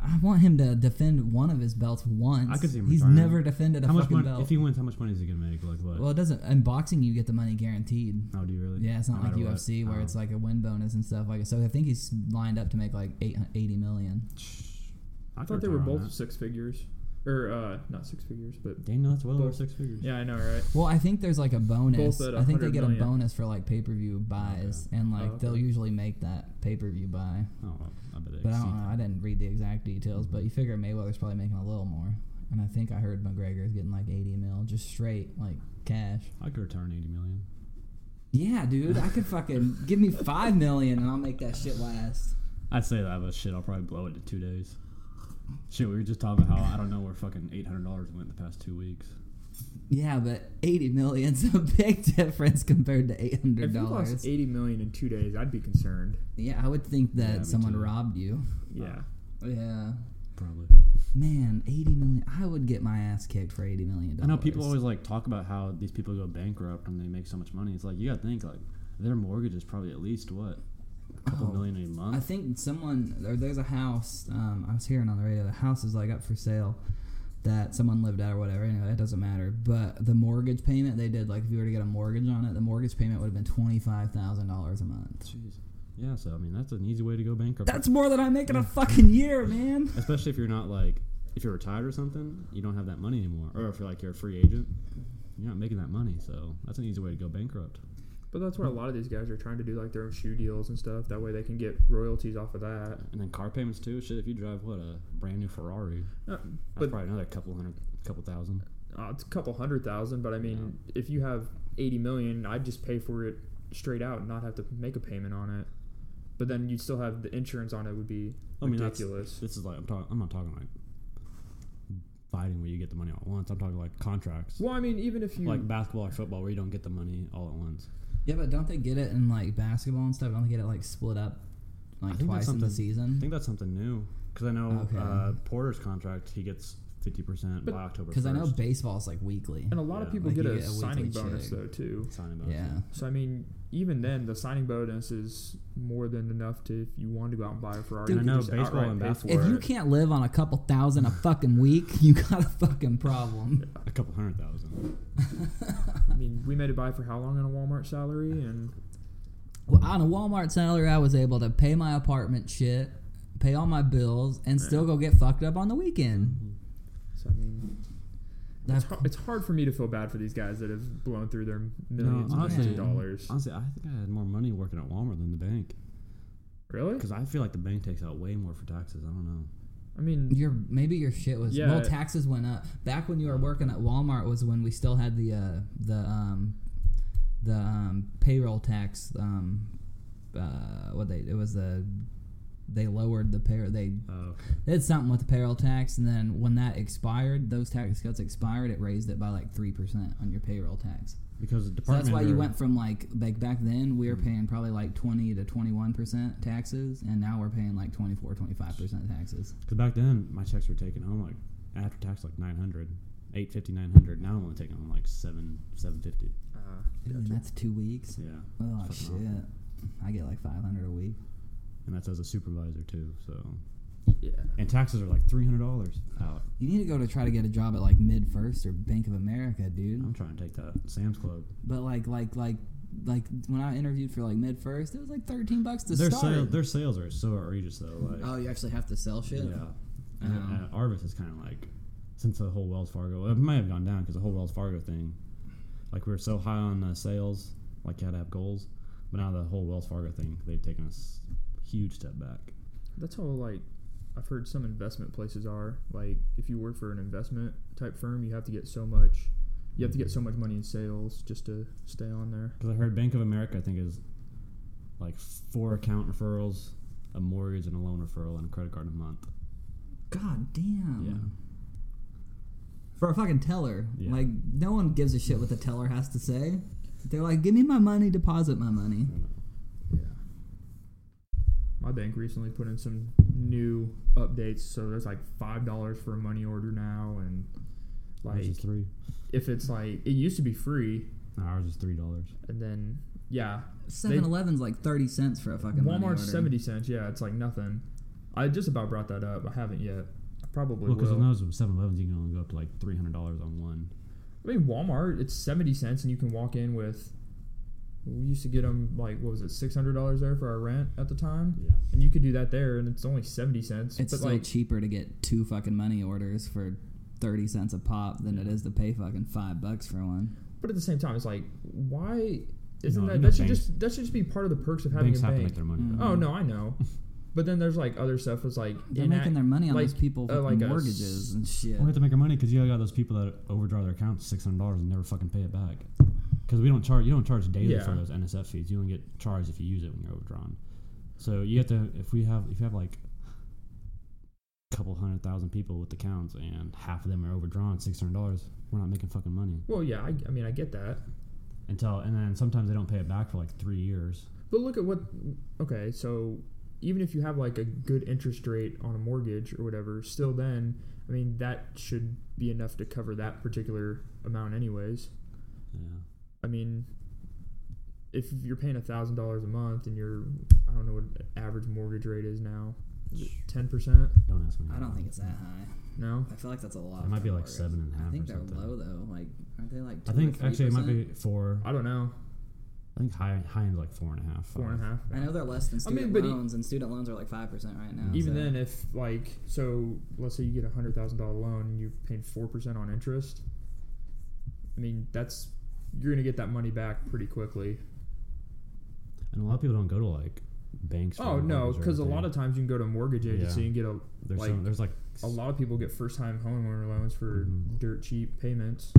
Speaker 1: I want him to defend one of his belts once.
Speaker 2: I could see him
Speaker 1: He's
Speaker 2: retiring.
Speaker 1: never defended a
Speaker 2: how much
Speaker 1: fucking
Speaker 2: money?
Speaker 1: belt.
Speaker 2: If he wins, how much money is he gonna make? Like what?
Speaker 1: well, it doesn't. In boxing, you get the money guaranteed.
Speaker 2: oh, do you really?
Speaker 1: Yeah, it's not
Speaker 2: No
Speaker 1: like
Speaker 2: matter what?
Speaker 1: UFC where
Speaker 2: Oh.
Speaker 1: it's like a win bonus and stuff like it. So I think he's lined up to make like eight hun- 80 million.
Speaker 2: I
Speaker 3: I thought they were both six figures, or uh, not six figures, but
Speaker 2: Daniel, that's well over
Speaker 3: Both.
Speaker 2: six figures.
Speaker 3: yeah, I know, right?
Speaker 1: Well, I think there's like a bonus.
Speaker 3: at
Speaker 1: I think they
Speaker 3: 100
Speaker 1: get
Speaker 3: million.
Speaker 1: a bonus for like pay per view buys, and like
Speaker 3: Oh, okay.
Speaker 1: they'll usually make that pay per view buy.
Speaker 2: Oh, well, I bet they
Speaker 1: But I
Speaker 2: exceed
Speaker 1: don't know. I didn't read the exact details, but you figure Mayweather's probably making a little more. And I think I heard McGregor's getting like 80 mil just straight like cash.
Speaker 2: I could return 80 million.
Speaker 1: Yeah, dude, I could fucking give me five million and I'll make that shit last.
Speaker 2: I'd say that, but shit, I'll probably blow it to two days. Shit, we were just talking about how I don't know where fucking eight hundred dollars went the past two weeks.
Speaker 1: Yeah, but eighty million's a big difference compared to eight hundred
Speaker 3: If you lost
Speaker 1: dollars.
Speaker 3: eighty million in two days, I'd be concerned.
Speaker 1: Yeah, I would think that
Speaker 2: Yeah, me
Speaker 1: someone
Speaker 2: too.
Speaker 1: robbed you.
Speaker 3: Yeah,
Speaker 1: Yeah.
Speaker 2: Probably.
Speaker 1: man, eighty million. I would get my ass kicked for eighty million
Speaker 2: I
Speaker 1: dollars.
Speaker 2: know people always like talk about how these people go bankrupt and they make so much money. It's like you gotta think like their mortgage is probably at least what a couple
Speaker 1: Oh,
Speaker 2: million a month.
Speaker 1: I think someone or there's a house. Um, I was hearing on the radio the house is like up for sale that someone lived at or whatever. Anyway, that doesn't matter. But the mortgage payment they did, like if you were to get a mortgage on it, the mortgage payment would have been twenty five thousand dollars a month.
Speaker 2: Jeez. Yeah, so I mean that's an easy way to go bankrupt.
Speaker 1: That's more than I make in a fucking year, man.
Speaker 2: Especially if you're not like if you're retired or something, you don't have that money anymore. Or if you're like you're a free agent, you're not making that money. So that's an easy way to go bankrupt.
Speaker 3: But that's where a lot of these guys are trying to do like their own shoe deals and stuff. That way they can get royalties off of that.
Speaker 2: And then car payments too. Shit, if you drive what a brand new Ferrari,
Speaker 3: Uh,
Speaker 2: that's
Speaker 3: But-
Speaker 2: probably another couple hundred, couple thousand.
Speaker 3: Uh, it's a couple hundred thousand, but I mean, if you have eighty million, I'd just pay for it straight out and not have to make a payment on it. But then you'd still have the insurance on it would be
Speaker 2: I mean, that's-
Speaker 3: ridiculous.
Speaker 2: This is like I'm talking. I'm not talking like fighting where you get the money all at once. I'm talking like contracts,
Speaker 3: well, I mean, even if you
Speaker 2: like basketball or football, where you don't get the money all at once.
Speaker 1: Yeah, but don't they get it in like basketball and stuff? Don't they get it like split up
Speaker 2: I
Speaker 1: like
Speaker 2: think that's
Speaker 1: twice in the
Speaker 2: something- I
Speaker 1: season?
Speaker 2: think that's something new because I know
Speaker 1: Okay.
Speaker 2: uh, Porter's contract. He gets fifty percent by
Speaker 3: But-
Speaker 2: October.
Speaker 1: Because I know
Speaker 2: first.
Speaker 1: baseball's like weekly.
Speaker 3: and a lot of
Speaker 2: yeah,
Speaker 3: people
Speaker 1: like
Speaker 3: get,
Speaker 1: you
Speaker 3: a
Speaker 1: get a weekly
Speaker 3: signing bonus
Speaker 1: check.
Speaker 3: though too.
Speaker 2: signing bonus.
Speaker 1: Yeah.
Speaker 3: So I mean, even then, the signing bonus is more than enough to if you wanted to go out and buy a Ferrari.
Speaker 1: Dude,
Speaker 3: you
Speaker 1: I
Speaker 3: could
Speaker 2: know
Speaker 3: just
Speaker 2: baseball
Speaker 3: outright
Speaker 2: and
Speaker 3: pay
Speaker 2: basketball-
Speaker 3: for
Speaker 1: If you
Speaker 3: it.
Speaker 1: can't live on a couple thousand a fucking week, you got a fucking problem.
Speaker 2: a couple hundred thousand.
Speaker 3: I mean, we made it buy for how long on a Walmart salary, and
Speaker 1: Well, on a Walmart salary, I was able to pay my apartment shit, pay all my bills, and still go get fucked up on the weekend.
Speaker 3: so I mean,
Speaker 1: That's
Speaker 3: it's, har- it's hard for me to feel bad for these guys that have blown through their millions and
Speaker 2: honestly-
Speaker 3: millions of dollars.
Speaker 2: Honestly, I think I had more money working at Walmart than the bank
Speaker 3: Really?
Speaker 2: because I feel like the bank takes out way more for taxes. I don't know.
Speaker 3: I mean,
Speaker 1: your maybe your shit was
Speaker 3: Yeah.
Speaker 1: well taxes went up back when you were working at Walmart was when we still had the uh, the um, the um, payroll tax um, uh, what they it was the they lowered the payroll they
Speaker 2: Uh,
Speaker 1: They did something with the payroll tax, and then when that expired, those tax cuts expired. It raised it by like three percent on your payroll tax.
Speaker 2: because the
Speaker 1: So
Speaker 2: department.
Speaker 1: that's why you
Speaker 2: or-
Speaker 1: went from like like back then we were paying probably like twenty to twenty one percent taxes, and now we're paying like 24, 25 percent taxes.
Speaker 2: Because back then, my checks were taken home like after tax, like 900, 850, 900. Now I'm only taking home like seven, seven fifty.
Speaker 3: uh,
Speaker 1: Dude, and that's two weeks.
Speaker 2: Yeah,
Speaker 1: Oh
Speaker 2: Fucking
Speaker 1: shit!
Speaker 2: awful.
Speaker 1: I get like five hundred a week.
Speaker 2: and that's as a supervisor too. So,
Speaker 3: yeah.
Speaker 2: and taxes are like three hundred dollars out.
Speaker 1: You need to go to try to get a job at like Mid First or Bank of America, dude.
Speaker 2: I'm trying to take that Sam's Club.
Speaker 1: But like like like like when I interviewed for like Mid First, it was like thirteen bucks to
Speaker 2: Their
Speaker 1: start.
Speaker 2: sales, their sales are so outrageous though. Like,
Speaker 1: oh, you actually have to sell shit.
Speaker 2: yeah, and,
Speaker 1: Oh.
Speaker 2: and Arvis is kind of like since the whole Wells Fargo, it might have gone down because the whole Wells Fargo thing. Like we were so high on uh, sales, like you had to have goals, but now the whole Wells Fargo thing, they've taken us huge step back.
Speaker 3: That's how like I've heard some investment places are. Like if you work for an investment type firm, you have to get so much. You have to get so much money in sales just to stay on there.
Speaker 2: Because I heard Bank of America, I think, is like four account referrals, a mortgage, and a loan referral, and a credit card a month.
Speaker 1: God damn.
Speaker 2: Yeah.
Speaker 1: For a fucking teller.
Speaker 2: Yeah.
Speaker 1: Like, no one gives a shit what the teller has to say. They're like, give me my money, deposit my money.
Speaker 3: Yeah. My bank recently put in some new updates, so there's like five dollars for a money order now, and
Speaker 2: Ours
Speaker 3: like
Speaker 2: is three.
Speaker 3: if it's like it used to be free,
Speaker 2: No, ours is three dollars.
Speaker 3: and then yeah,
Speaker 1: 7 Eleven's like 30 cents for a fucking money order.
Speaker 3: Walmart's seventy cents. Yeah, it's like nothing. I just about brought that up. I haven't yet. I probably
Speaker 2: Well, because
Speaker 3: will.
Speaker 2: on those Seven Elevens, you can only go up to like three hundred dollars on one.
Speaker 3: I mean, Walmart, it's 70 cents, and you can walk in with. We used to get them, like, what was it, $600 there for our rent at the time?
Speaker 2: Yeah.
Speaker 3: And you could do that there, and it's only 70 cents.
Speaker 1: It's
Speaker 3: but,
Speaker 1: still
Speaker 3: like,
Speaker 1: cheaper to get two fucking money orders for 30 cents a pop than it is to pay fucking five bucks for one.
Speaker 3: but at the same time, it's like, why isn't
Speaker 2: know-
Speaker 3: that.
Speaker 2: you know
Speaker 3: that, should
Speaker 2: banks-
Speaker 3: just, that should just be part of the perks of having
Speaker 2: Banks
Speaker 3: a
Speaker 2: have to
Speaker 3: bank.
Speaker 2: make their money.
Speaker 1: Mm.
Speaker 2: though.
Speaker 3: Oh, no, I know. but then there's, like, other stuff that's like.
Speaker 1: They're
Speaker 3: inac-
Speaker 1: making their money on
Speaker 3: like-
Speaker 1: those people with
Speaker 3: uh, like a
Speaker 1: mortgages
Speaker 3: s-
Speaker 1: and shit.
Speaker 2: We have to make our money because you got those people that overdraw their accounts six hundred dollars and never fucking pay it back. Because we don't charge. You don't charge daily for
Speaker 3: Yeah.
Speaker 2: those NSF fees. You only get charged if you use it when you're overdrawn. So you have to. If we have, if you have like a couple hundred thousand people with accounts and half of them are overdrawn six hundred dollars, we're not making fucking money
Speaker 3: Well, yeah, I, I mean, I get that.
Speaker 2: until. And then sometimes they don't pay it back for like three years.
Speaker 3: But look at what. Okay, so even if you have like a good interest rate on a mortgage or whatever, still then, I mean, that should be enough to cover that particular amount, anyways.
Speaker 2: Yeah.
Speaker 3: I mean, if you're paying a thousand dollars a month and you're, I don't know what the average mortgage rate is now, ten percent.
Speaker 2: Don't ask me.
Speaker 1: I don't think it's that high.
Speaker 3: No,
Speaker 1: I feel like that's a lot.
Speaker 2: It might
Speaker 1: for
Speaker 2: be like
Speaker 1: mortgage.
Speaker 2: seven and a half
Speaker 1: I think
Speaker 2: or
Speaker 1: they're
Speaker 2: something.
Speaker 1: low though. Like, aren't they like? Two
Speaker 2: I
Speaker 1: or
Speaker 2: think actually it might
Speaker 1: 3%?
Speaker 2: be four.
Speaker 3: I don't know,
Speaker 2: I think high high end like four and a half.
Speaker 3: four and a half.
Speaker 1: I know they're less than
Speaker 3: I mean,
Speaker 1: student
Speaker 3: but e-
Speaker 1: loans, and student loans are like five percent right now.
Speaker 3: Even
Speaker 1: so-
Speaker 3: then, if like, so let's say you get a hundred thousand dollar loan and you're paying four percent on interest. I mean, that's you're gonna get that money back pretty quickly.
Speaker 2: And a lot of people don't go to like banks. for
Speaker 3: Oh
Speaker 2: their
Speaker 3: no,
Speaker 2: mortgage or
Speaker 3: because a lot
Speaker 2: anything.
Speaker 3: of times you can go to a mortgage agency
Speaker 2: Yeah.
Speaker 3: and get a.
Speaker 2: there's
Speaker 3: like,
Speaker 2: some, there's like
Speaker 3: A lot of people get first time homeowner loans for
Speaker 2: Mhm.
Speaker 3: dirt cheap payments.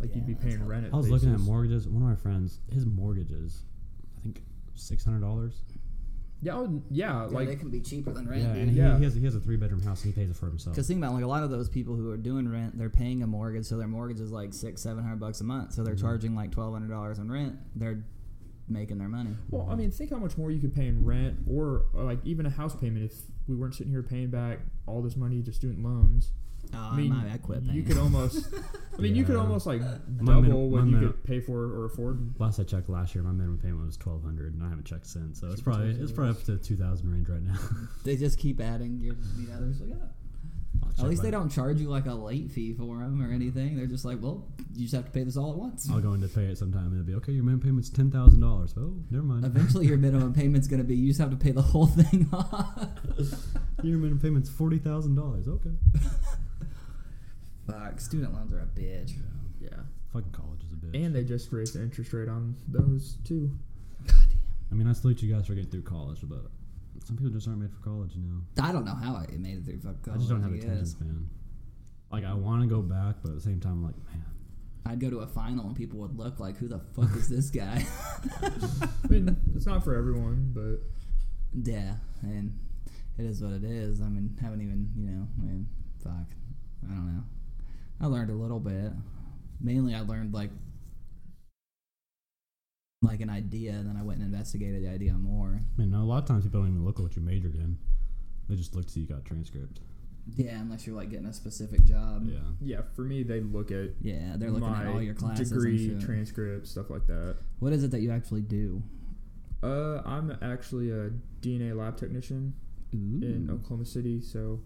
Speaker 3: Like
Speaker 1: Yeah,
Speaker 3: you'd be
Speaker 1: that's
Speaker 3: paying
Speaker 1: how-
Speaker 3: rent. At
Speaker 2: I was looking at
Speaker 3: basis.
Speaker 2: mortgages. One of my friends, his mortgage is, I think, six hundred dollars.
Speaker 3: Yeah, I would- yeah,
Speaker 1: Yeah,
Speaker 3: like
Speaker 1: they can be cheaper than
Speaker 2: Yeah,
Speaker 1: rent.
Speaker 2: and
Speaker 1: dude.
Speaker 2: he,
Speaker 3: Yeah.
Speaker 2: he has he has a three bedroom house and he pays it for himself.
Speaker 1: Because think about it, like a lot of those people who are doing rent, they're paying a mortgage, so their mortgage is like six, seven hundred bucks a month. So they're
Speaker 2: Mhm.
Speaker 1: charging like twelve hundred dollars in rent. They're making their money.
Speaker 3: Well, I mean, think how much more you could pay in rent or, or like even a house payment if we weren't sitting here paying back all this money to student loans.
Speaker 1: Oh,
Speaker 3: I mean,
Speaker 1: might- I quit
Speaker 3: you
Speaker 1: paying.
Speaker 3: could almost, I mean, you could
Speaker 2: Yeah.
Speaker 3: almost like
Speaker 2: My
Speaker 3: double
Speaker 2: min-
Speaker 3: what
Speaker 2: my
Speaker 3: you
Speaker 2: min-
Speaker 3: could pay for or afford.
Speaker 2: Last I checked last year, my minimum payment was twelve hundred, and I haven't checked since. So it's probably it's probably up to two thousand range right now.
Speaker 1: they just keep adding your, the others. Like, "Oh."
Speaker 2: I'll
Speaker 1: At
Speaker 2: check
Speaker 1: least they
Speaker 2: later.
Speaker 1: don't charge you like a late fee for them or anything. They're just like, well, you just have to pay this all at once.
Speaker 2: I'll go in to pay it sometime, and it'll be okay. Your minimum payment's ten thousand dollars. Oh, never mind.
Speaker 1: Eventually, your minimum payment's going to be you just have to pay the whole thing off.
Speaker 2: your minimum payment's forty thousand dollars. Okay.
Speaker 1: Fuck, student loans are a bitch.
Speaker 3: Yeah.
Speaker 2: Fucking college is a bitch.
Speaker 3: And they just raised the interest rate on those too.
Speaker 2: I mean, I salute you guys for getting through college, but some people just aren't made for college, you know.
Speaker 1: I don't know how I made it through fuck college.
Speaker 2: I just don't have attention
Speaker 1: guess.
Speaker 2: span. Like, I want to go back, but at the same time, I'm like, man,
Speaker 1: I'd go to a final and people would look like, who the fuck is this guy?
Speaker 3: I mean, it's not for everyone, but
Speaker 1: yeah, and it is what it is. I mean, haven't even, you know, I mean, fuck. I don't know. I learned a little bit. Mainly, I learned like like an idea, and then I went and investigated the idea more.
Speaker 2: man, no, a lot of times people don't even look at what you majored in. They just look to see you got a transcript.
Speaker 1: Yeah, unless you're like getting a specific job.
Speaker 2: Yeah.
Speaker 3: yeah, for me, they look at
Speaker 1: Yeah, they're looking
Speaker 3: my
Speaker 1: at all your classes
Speaker 3: degree,
Speaker 1: and shit.
Speaker 3: transcripts, stuff like that.
Speaker 1: what is it that you actually do?
Speaker 3: Uh, I'm actually a DNA lab technician.
Speaker 1: Ooh.
Speaker 3: in Oklahoma City. So,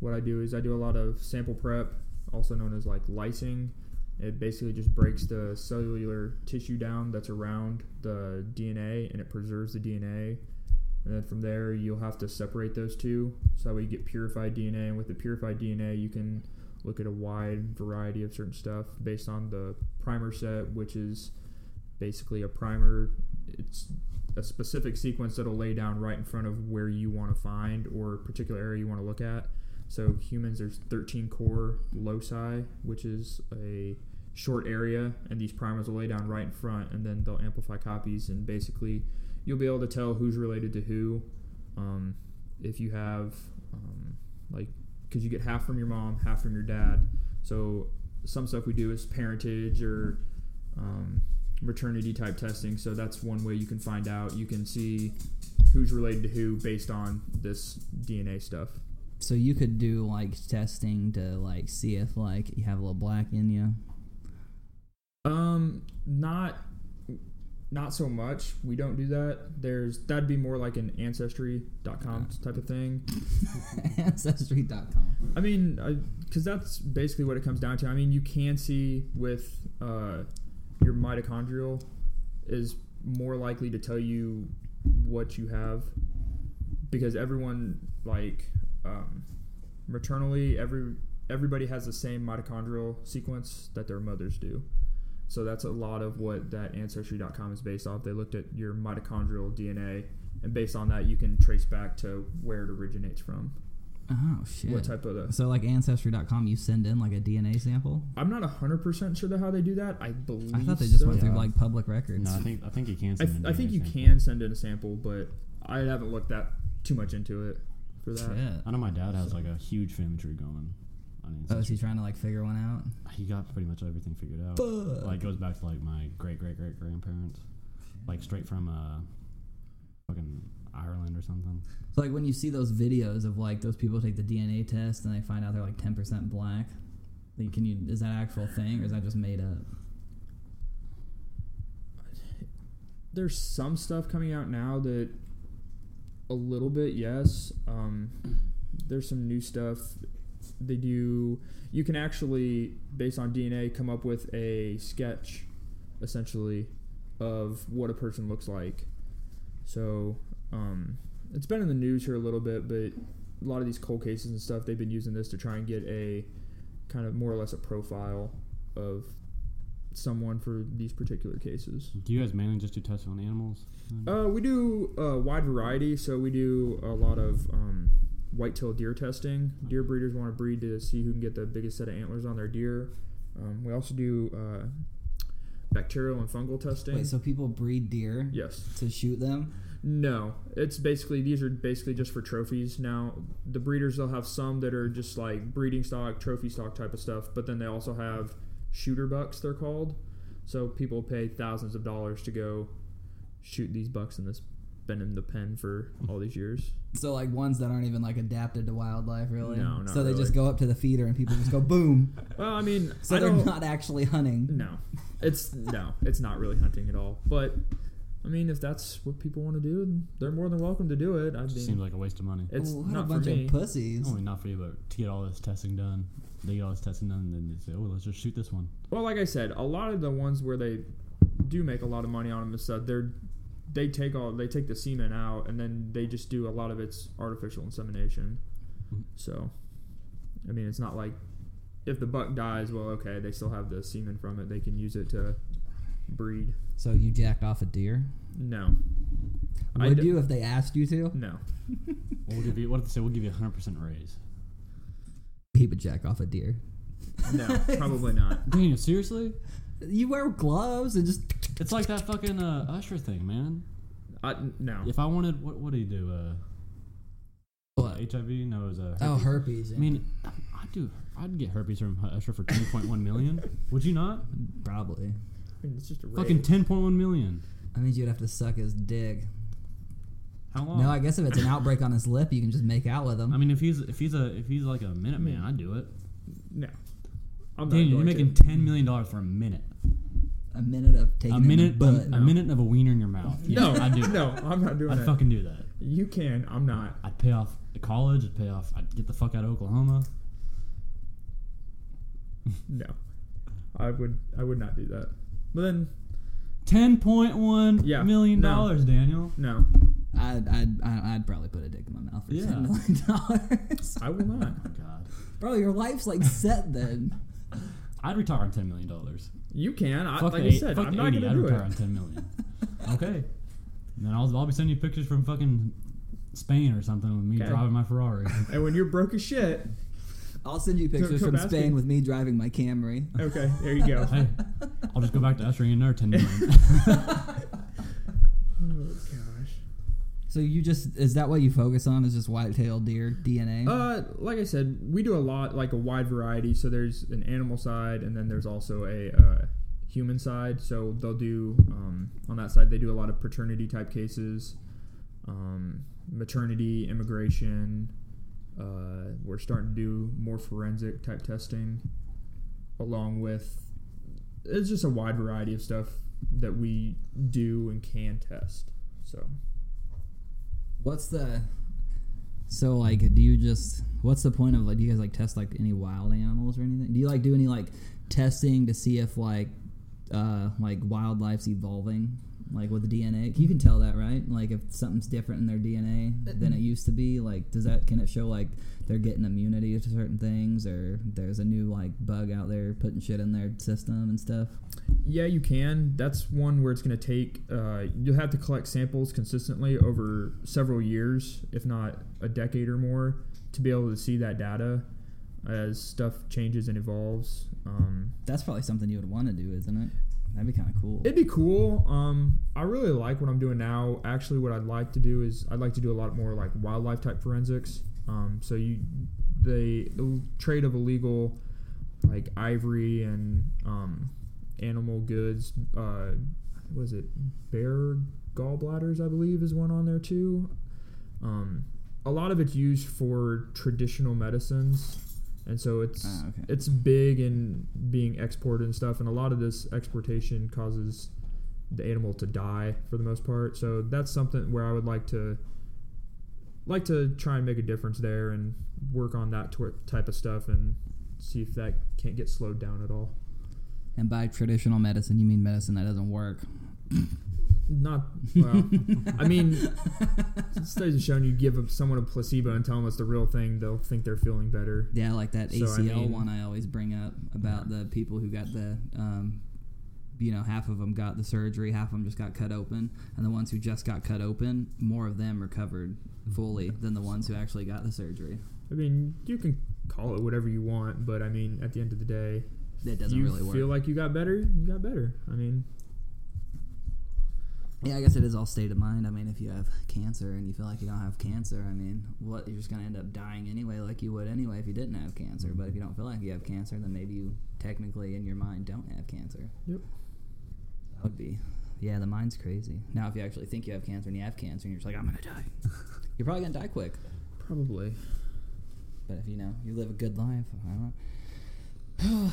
Speaker 3: what I do is I do a lot of sample prep, also known as like lysing. It basically just breaks the cellular tissue down that's around the DNA and it preserves the DNA. And then from there, you'll have to separate those two so that way you get purified DNA. And with the purified DNA, you can look at a wide variety of certain stuff based on the primer set, which is basically a primer. It's a specific sequence that'll lay down right in front of where you want to find or a particular area you want to look at. So humans, there's 13 core loci, which is a short area, and these primers will lay down right in front, and then they'll amplify copies, and basically you'll be able to tell who's related to who. Um, if you have um, like, because you get half from your mom, half from your dad. So some stuff we do is parentage or um, maternity type testing. So that's one way you can find out. You can see who's related to who based on this DNA stuff.
Speaker 1: So you could do like testing to like see if like you have a little black in you.
Speaker 3: Um, not not so much. We don't do that. There's that'd be more like an ancestry.com type of thing.
Speaker 1: Ancestry.com.
Speaker 3: I mean, because that's basically what it comes down to. I mean, you can see with uh, your mitochondrial is more likely to tell you what you have because everyone like um, maternally every everybody has the same mitochondrial sequence that their mothers do. So that's a lot of what that ancestry.com is based off. They looked at your mitochondrial DNA and based on that you can trace back to where it originates from.
Speaker 1: Oh shit.
Speaker 3: What type of the
Speaker 1: so like ancestry.com you send in like a DNA sample?
Speaker 3: I'm not hundred percent sure how they do that. I believe
Speaker 1: I thought they just
Speaker 3: so.
Speaker 1: went through
Speaker 2: Yeah.
Speaker 1: like public records.
Speaker 2: No, I think I think you can.
Speaker 3: I,
Speaker 2: send
Speaker 3: th-
Speaker 2: in
Speaker 3: I think
Speaker 2: DNA
Speaker 3: you
Speaker 2: sample.
Speaker 3: can send in a sample, but I haven't looked that too much into it for that.
Speaker 1: Shit.
Speaker 2: I know my dad has like a huge family tree going. I mean,
Speaker 1: Oh, is he trying to like figure one out?
Speaker 2: he got pretty much everything figured out.
Speaker 1: Fuck.
Speaker 2: Like goes back to like my great great great grandparents, like straight from uh, fucking Ireland or something.
Speaker 1: So like when you see those videos of like those people take the DNA test and they find out they're like ten percent black, like can you is that an actual thing or is that just made up?
Speaker 3: There's some stuff coming out now that a little bit, yes. Um, there's some new stuff. They do. You can actually, based on DNA, come up with a sketch, essentially, of what a person looks like. So um, it's been in the news here a little bit, but a lot of these cold cases and stuff, they've been using this to try and get a kind of more or less a profile of someone for these particular cases.
Speaker 2: Do you guys mainly just do tests on animals?
Speaker 3: Uh, we do a wide variety, so we do a lot of um, white-tailed deer testing. Deer breeders want to breed to see who can get the biggest set of antlers on their deer. Um, we also do uh, bacterial and fungal testing.
Speaker 1: Wait, so people breed deer
Speaker 3: yes.
Speaker 1: to shoot them?
Speaker 3: No, it's basically these are basically just for trophies. Now the breeders they'll have some that are just like breeding stock, trophy stock type of stuff, but then they also have shooter bucks they're called. So people pay thousands of dollars to go shoot these bucks and this been in the pen for all these years.
Speaker 1: So like ones that aren't even like adapted to wildlife really.
Speaker 3: No, not
Speaker 1: so they just
Speaker 3: really.
Speaker 1: go up to the feeder and people just go boom.
Speaker 3: Well, I mean,
Speaker 1: So
Speaker 3: I
Speaker 1: they're
Speaker 3: don't.
Speaker 1: not actually hunting.
Speaker 3: no, it's no, it's not really hunting at all. But I mean, if that's what people want to do, they're more than welcome to do it.
Speaker 2: It
Speaker 3: I
Speaker 2: just seems
Speaker 3: mean,
Speaker 2: like a waste of money.
Speaker 3: it's
Speaker 1: what
Speaker 3: not
Speaker 1: a bunch
Speaker 3: for me. Oh
Speaker 1: of pussies.
Speaker 2: Only not for you, but to get all this testing done, they get all this testing done, and then they say, "Oh, let's just shoot this one."
Speaker 3: Well, like I said, a lot of the ones where they do make a lot of money on them and stuff, they're they take all they take the semen out and then they just do a lot of its artificial insemination.
Speaker 2: Mhm.
Speaker 3: So, I mean, it's not like if the buck dies, well, okay, they still have the semen from it. They can use it to breed.
Speaker 1: So you jacked off a deer?
Speaker 3: No, I
Speaker 1: Would
Speaker 3: d-
Speaker 1: you if they asked you to?
Speaker 3: no,
Speaker 2: We'll give you. What if they say we'll give you a hundred percent raise?
Speaker 1: He would jack off a deer.
Speaker 3: no, probably not.
Speaker 2: Daniel, seriously?
Speaker 1: You wear gloves and just
Speaker 2: It's like that fucking uh, Usher thing, man.
Speaker 3: I, no.
Speaker 2: If I wanted, what what do you do? Uh,
Speaker 1: What?
Speaker 2: HIV? No, it was a.
Speaker 1: Oh, herpes.
Speaker 2: I mean, I do. I'd get herpes from Usher for ten point one million. Would you not?
Speaker 1: probably.
Speaker 3: I mean, it's just a
Speaker 2: Fucking
Speaker 3: raid.
Speaker 2: ten point one million.
Speaker 1: That means you'd have to suck his dick.
Speaker 2: How
Speaker 3: Oh.
Speaker 2: long?
Speaker 1: No, I guess if it's an outbreak on his lip, you can just make out with him.
Speaker 2: I mean, if he's if he's a if he's like a minute man, I'd do it.
Speaker 3: no. I'm not
Speaker 2: Daniel, you're
Speaker 3: going
Speaker 2: making
Speaker 3: to.
Speaker 2: ten million dollars for a minute.
Speaker 1: a minute of taking
Speaker 2: A
Speaker 1: it in
Speaker 2: minute,
Speaker 3: um,
Speaker 1: the
Speaker 2: a,
Speaker 1: butt.
Speaker 2: a minute of a wiener in your mouth. Yeah,
Speaker 3: no,
Speaker 2: I'd do it.
Speaker 3: no, I'm not doing
Speaker 2: I'd
Speaker 3: that.
Speaker 2: fucking do that.
Speaker 3: you can. I'm not.
Speaker 2: I'd pay off the college. I'd pay off. I'd get the fuck out of Oklahoma.
Speaker 3: No, I would. I would not do that. But then,
Speaker 2: Ten point one
Speaker 3: Yeah,
Speaker 2: million
Speaker 3: no.
Speaker 2: dollars, Daniel.
Speaker 3: no,
Speaker 1: I'd, I'd, I'd, I'd probably put a dick in my mouth for
Speaker 2: Yeah.
Speaker 1: ten million dollars.
Speaker 3: I will not.
Speaker 2: Oh, God,
Speaker 1: Bro, your life's like set then.
Speaker 2: I'd retire on ten million dollars.
Speaker 3: You can. I,
Speaker 2: Fuck
Speaker 3: like
Speaker 2: the
Speaker 3: I
Speaker 2: eight-
Speaker 3: said,
Speaker 2: fuck
Speaker 3: I'm
Speaker 2: the
Speaker 3: not
Speaker 2: 80,
Speaker 3: gonna
Speaker 2: I'd
Speaker 3: do
Speaker 2: retire
Speaker 3: it.
Speaker 2: on ten million. okay. And then I'll, I'll be sending you pictures from fucking Spain or something with me
Speaker 3: Okay.
Speaker 2: driving my Ferrari.
Speaker 3: And when you're broke as shit,
Speaker 1: I'll send you pictures
Speaker 3: come
Speaker 1: from
Speaker 3: ask
Speaker 1: Spain
Speaker 3: me.
Speaker 1: with me driving my Camry.
Speaker 3: okay, there you go.
Speaker 2: hey, I'll just go back to ushering in another ten million.
Speaker 3: Oh gosh.
Speaker 1: So you just is that what you focus on? Is just white-tailed deer DNA?
Speaker 3: Uh, like I said, we do a lot, like a wide variety. So there's an animal side, and then there's also a uh, human side. So they'll do um, on that side, they do a lot of paternity type cases, um, maternity, immigration. Uh, we're starting to do more forensic type testing, along with it's just a wide variety of stuff that we do and can test. So
Speaker 1: What's the so like? Do you just what's the point of like? Do you guys like test like any wild animals or anything? Do you like do any like testing to see if like uh like wildlife's evolving like with the DNA? You can tell that right? Like if something's different in their DNA than it used to be, like does that can it show like they're getting immunity to certain things or there's a new like bug out there putting shit in their system and stuff?
Speaker 3: Yeah, you can. That's one where it's going to take, uh, you'll have to collect samples consistently over several years, if not a decade or more, to be able to see that data as stuff changes and evolves. Um,
Speaker 1: That's probably something you would want to do, isn't it? That'd be kind of cool.
Speaker 3: it'd be cool. Um, I really like what I'm doing now. Actually, what I'd like to do is I'd like to do a lot more like wildlife type forensics. Um, so you, they, the trade of illegal like ivory and um, animal goods. Uh, was it bear gallbladders? I believe is one on there too. Um, a lot of it's used for traditional medicines, and so it's
Speaker 1: Ah, okay.
Speaker 3: it's big in being exported and stuff. And a lot of this exportation causes the animal to die for the most part. So that's something where I would like to like to try and make a difference there and work on that tw- type of stuff and see if that can't get slowed down at all.
Speaker 1: And by traditional medicine, you mean medicine that doesn't work.
Speaker 3: Not well. I mean, studies have shown you give a- someone a placebo and tell them it's the real thing, they'll think they're feeling better.
Speaker 1: Yeah, like that
Speaker 3: So,
Speaker 1: ACL
Speaker 3: I mean-
Speaker 1: one I always bring up about the people who got the, um, you know, half of them got the surgery, half of them just got cut open, and the ones who just got cut open, more of them recovered fully
Speaker 3: Mm-hmm.
Speaker 1: than the ones who actually got the surgery.
Speaker 3: I mean, you can call it whatever you want, but I mean, at the end of the day,
Speaker 1: That doesn't
Speaker 3: you
Speaker 1: really work.
Speaker 3: feel like you got better, you got better. I mean,
Speaker 1: yeah, I guess it is all state of mind. I mean, if you have cancer and you feel like you don't have cancer, I mean, what you're just gonna end up dying anyway, like you would anyway if you didn't have cancer.
Speaker 3: Mm-hmm.
Speaker 1: But if you don't feel like you have cancer, then maybe you technically in your mind don't have cancer.
Speaker 3: Yep.
Speaker 1: That would be. Yeah, the mind's crazy. Now, if you actually think you have cancer and you have cancer and you're just like, I'm gonna die, you're probably gonna die quick.
Speaker 3: probably.
Speaker 1: But if you know you live a good life, I don't.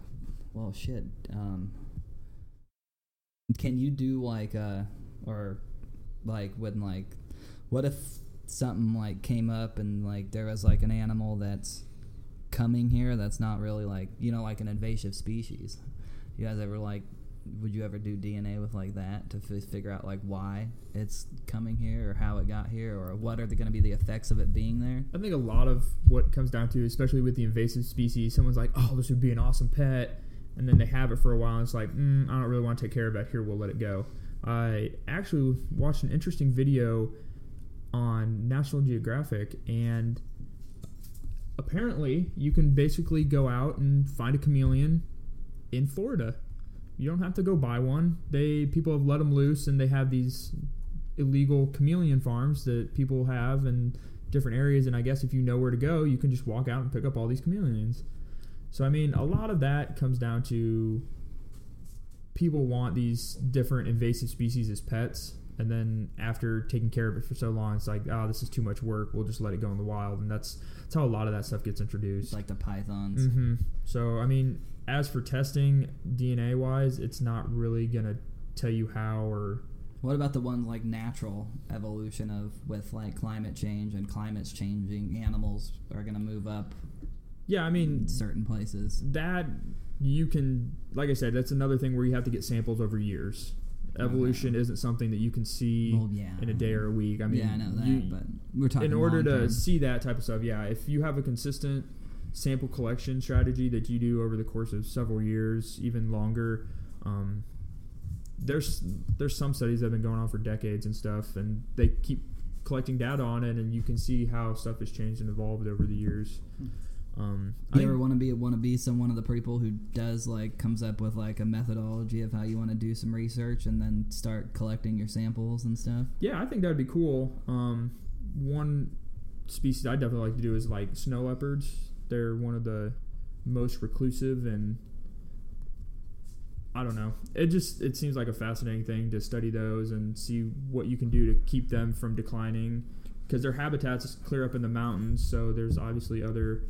Speaker 1: well, shit. Um, can you do like uh, or like when like, what if something like came up and like there was like an animal that's coming here that's not really like you know like an invasive species. You guys ever like? Would you ever do DNA with like that to f- figure out like why it's coming here or how it got here or what are going to be the effects of it being there?
Speaker 3: I think a lot of what comes down to, especially with the invasive species, someone's like, "Oh, this would be an awesome pet," and then they have it for a while, and it's like, mm, "I don't really want to take care of it. Here, we'll let it go." I actually watched an interesting video on National Geographic, and apparently, you can basically go out and find a chameleon in Florida. You don't have to go buy one. They people have let them loose, and they have these illegal chameleon farms that people have, and different areas and i guess if you know where to go you can just walk out and pick up all these chameleons so i mean a lot of that comes down to people want these different invasive species as pets and then after taking care of it for so long it's like oh this is too much work we'll just let it go in the wild and that's that's how a lot of that stuff gets introduced
Speaker 1: It's like the pythons.
Speaker 3: hmm So I mean, as for testing DNA wise, it's not really gonna tell you how or
Speaker 1: What about the ones like natural evolution of with like climate change and climates changing, animals are gonna move up
Speaker 3: yeah. I mean,
Speaker 1: in certain places.
Speaker 3: that you can like i said that's another thing where you have to get samples over years evolution isn't something that you can see
Speaker 1: Oh, Well, yeah.
Speaker 3: in a day or a week i mean
Speaker 1: yeah, I know that,
Speaker 3: you-
Speaker 1: but we're talking
Speaker 3: in order to
Speaker 1: long-term.
Speaker 3: see that type of stuff yeah if you have a consistent sample collection strategy that you do over the course of several years even longer um, there's there's some studies that have been going on for decades and stuff and they keep collecting data on it and you can see how stuff has changed and evolved over the years um, I
Speaker 1: you
Speaker 3: think-
Speaker 1: ever want to be want to be some one of the people who does like comes up with like a methodology of how you want to do some research and then start collecting your samples and stuff.
Speaker 3: Yeah, I think that would be cool. Um, one species I'd definitely like to do is like snow leopards. They're one of the most reclusive and I don't know. It just it seems like a fascinating thing to study those and see what you can do to keep them from declining because their habitats clear up in the mountains, so there's obviously other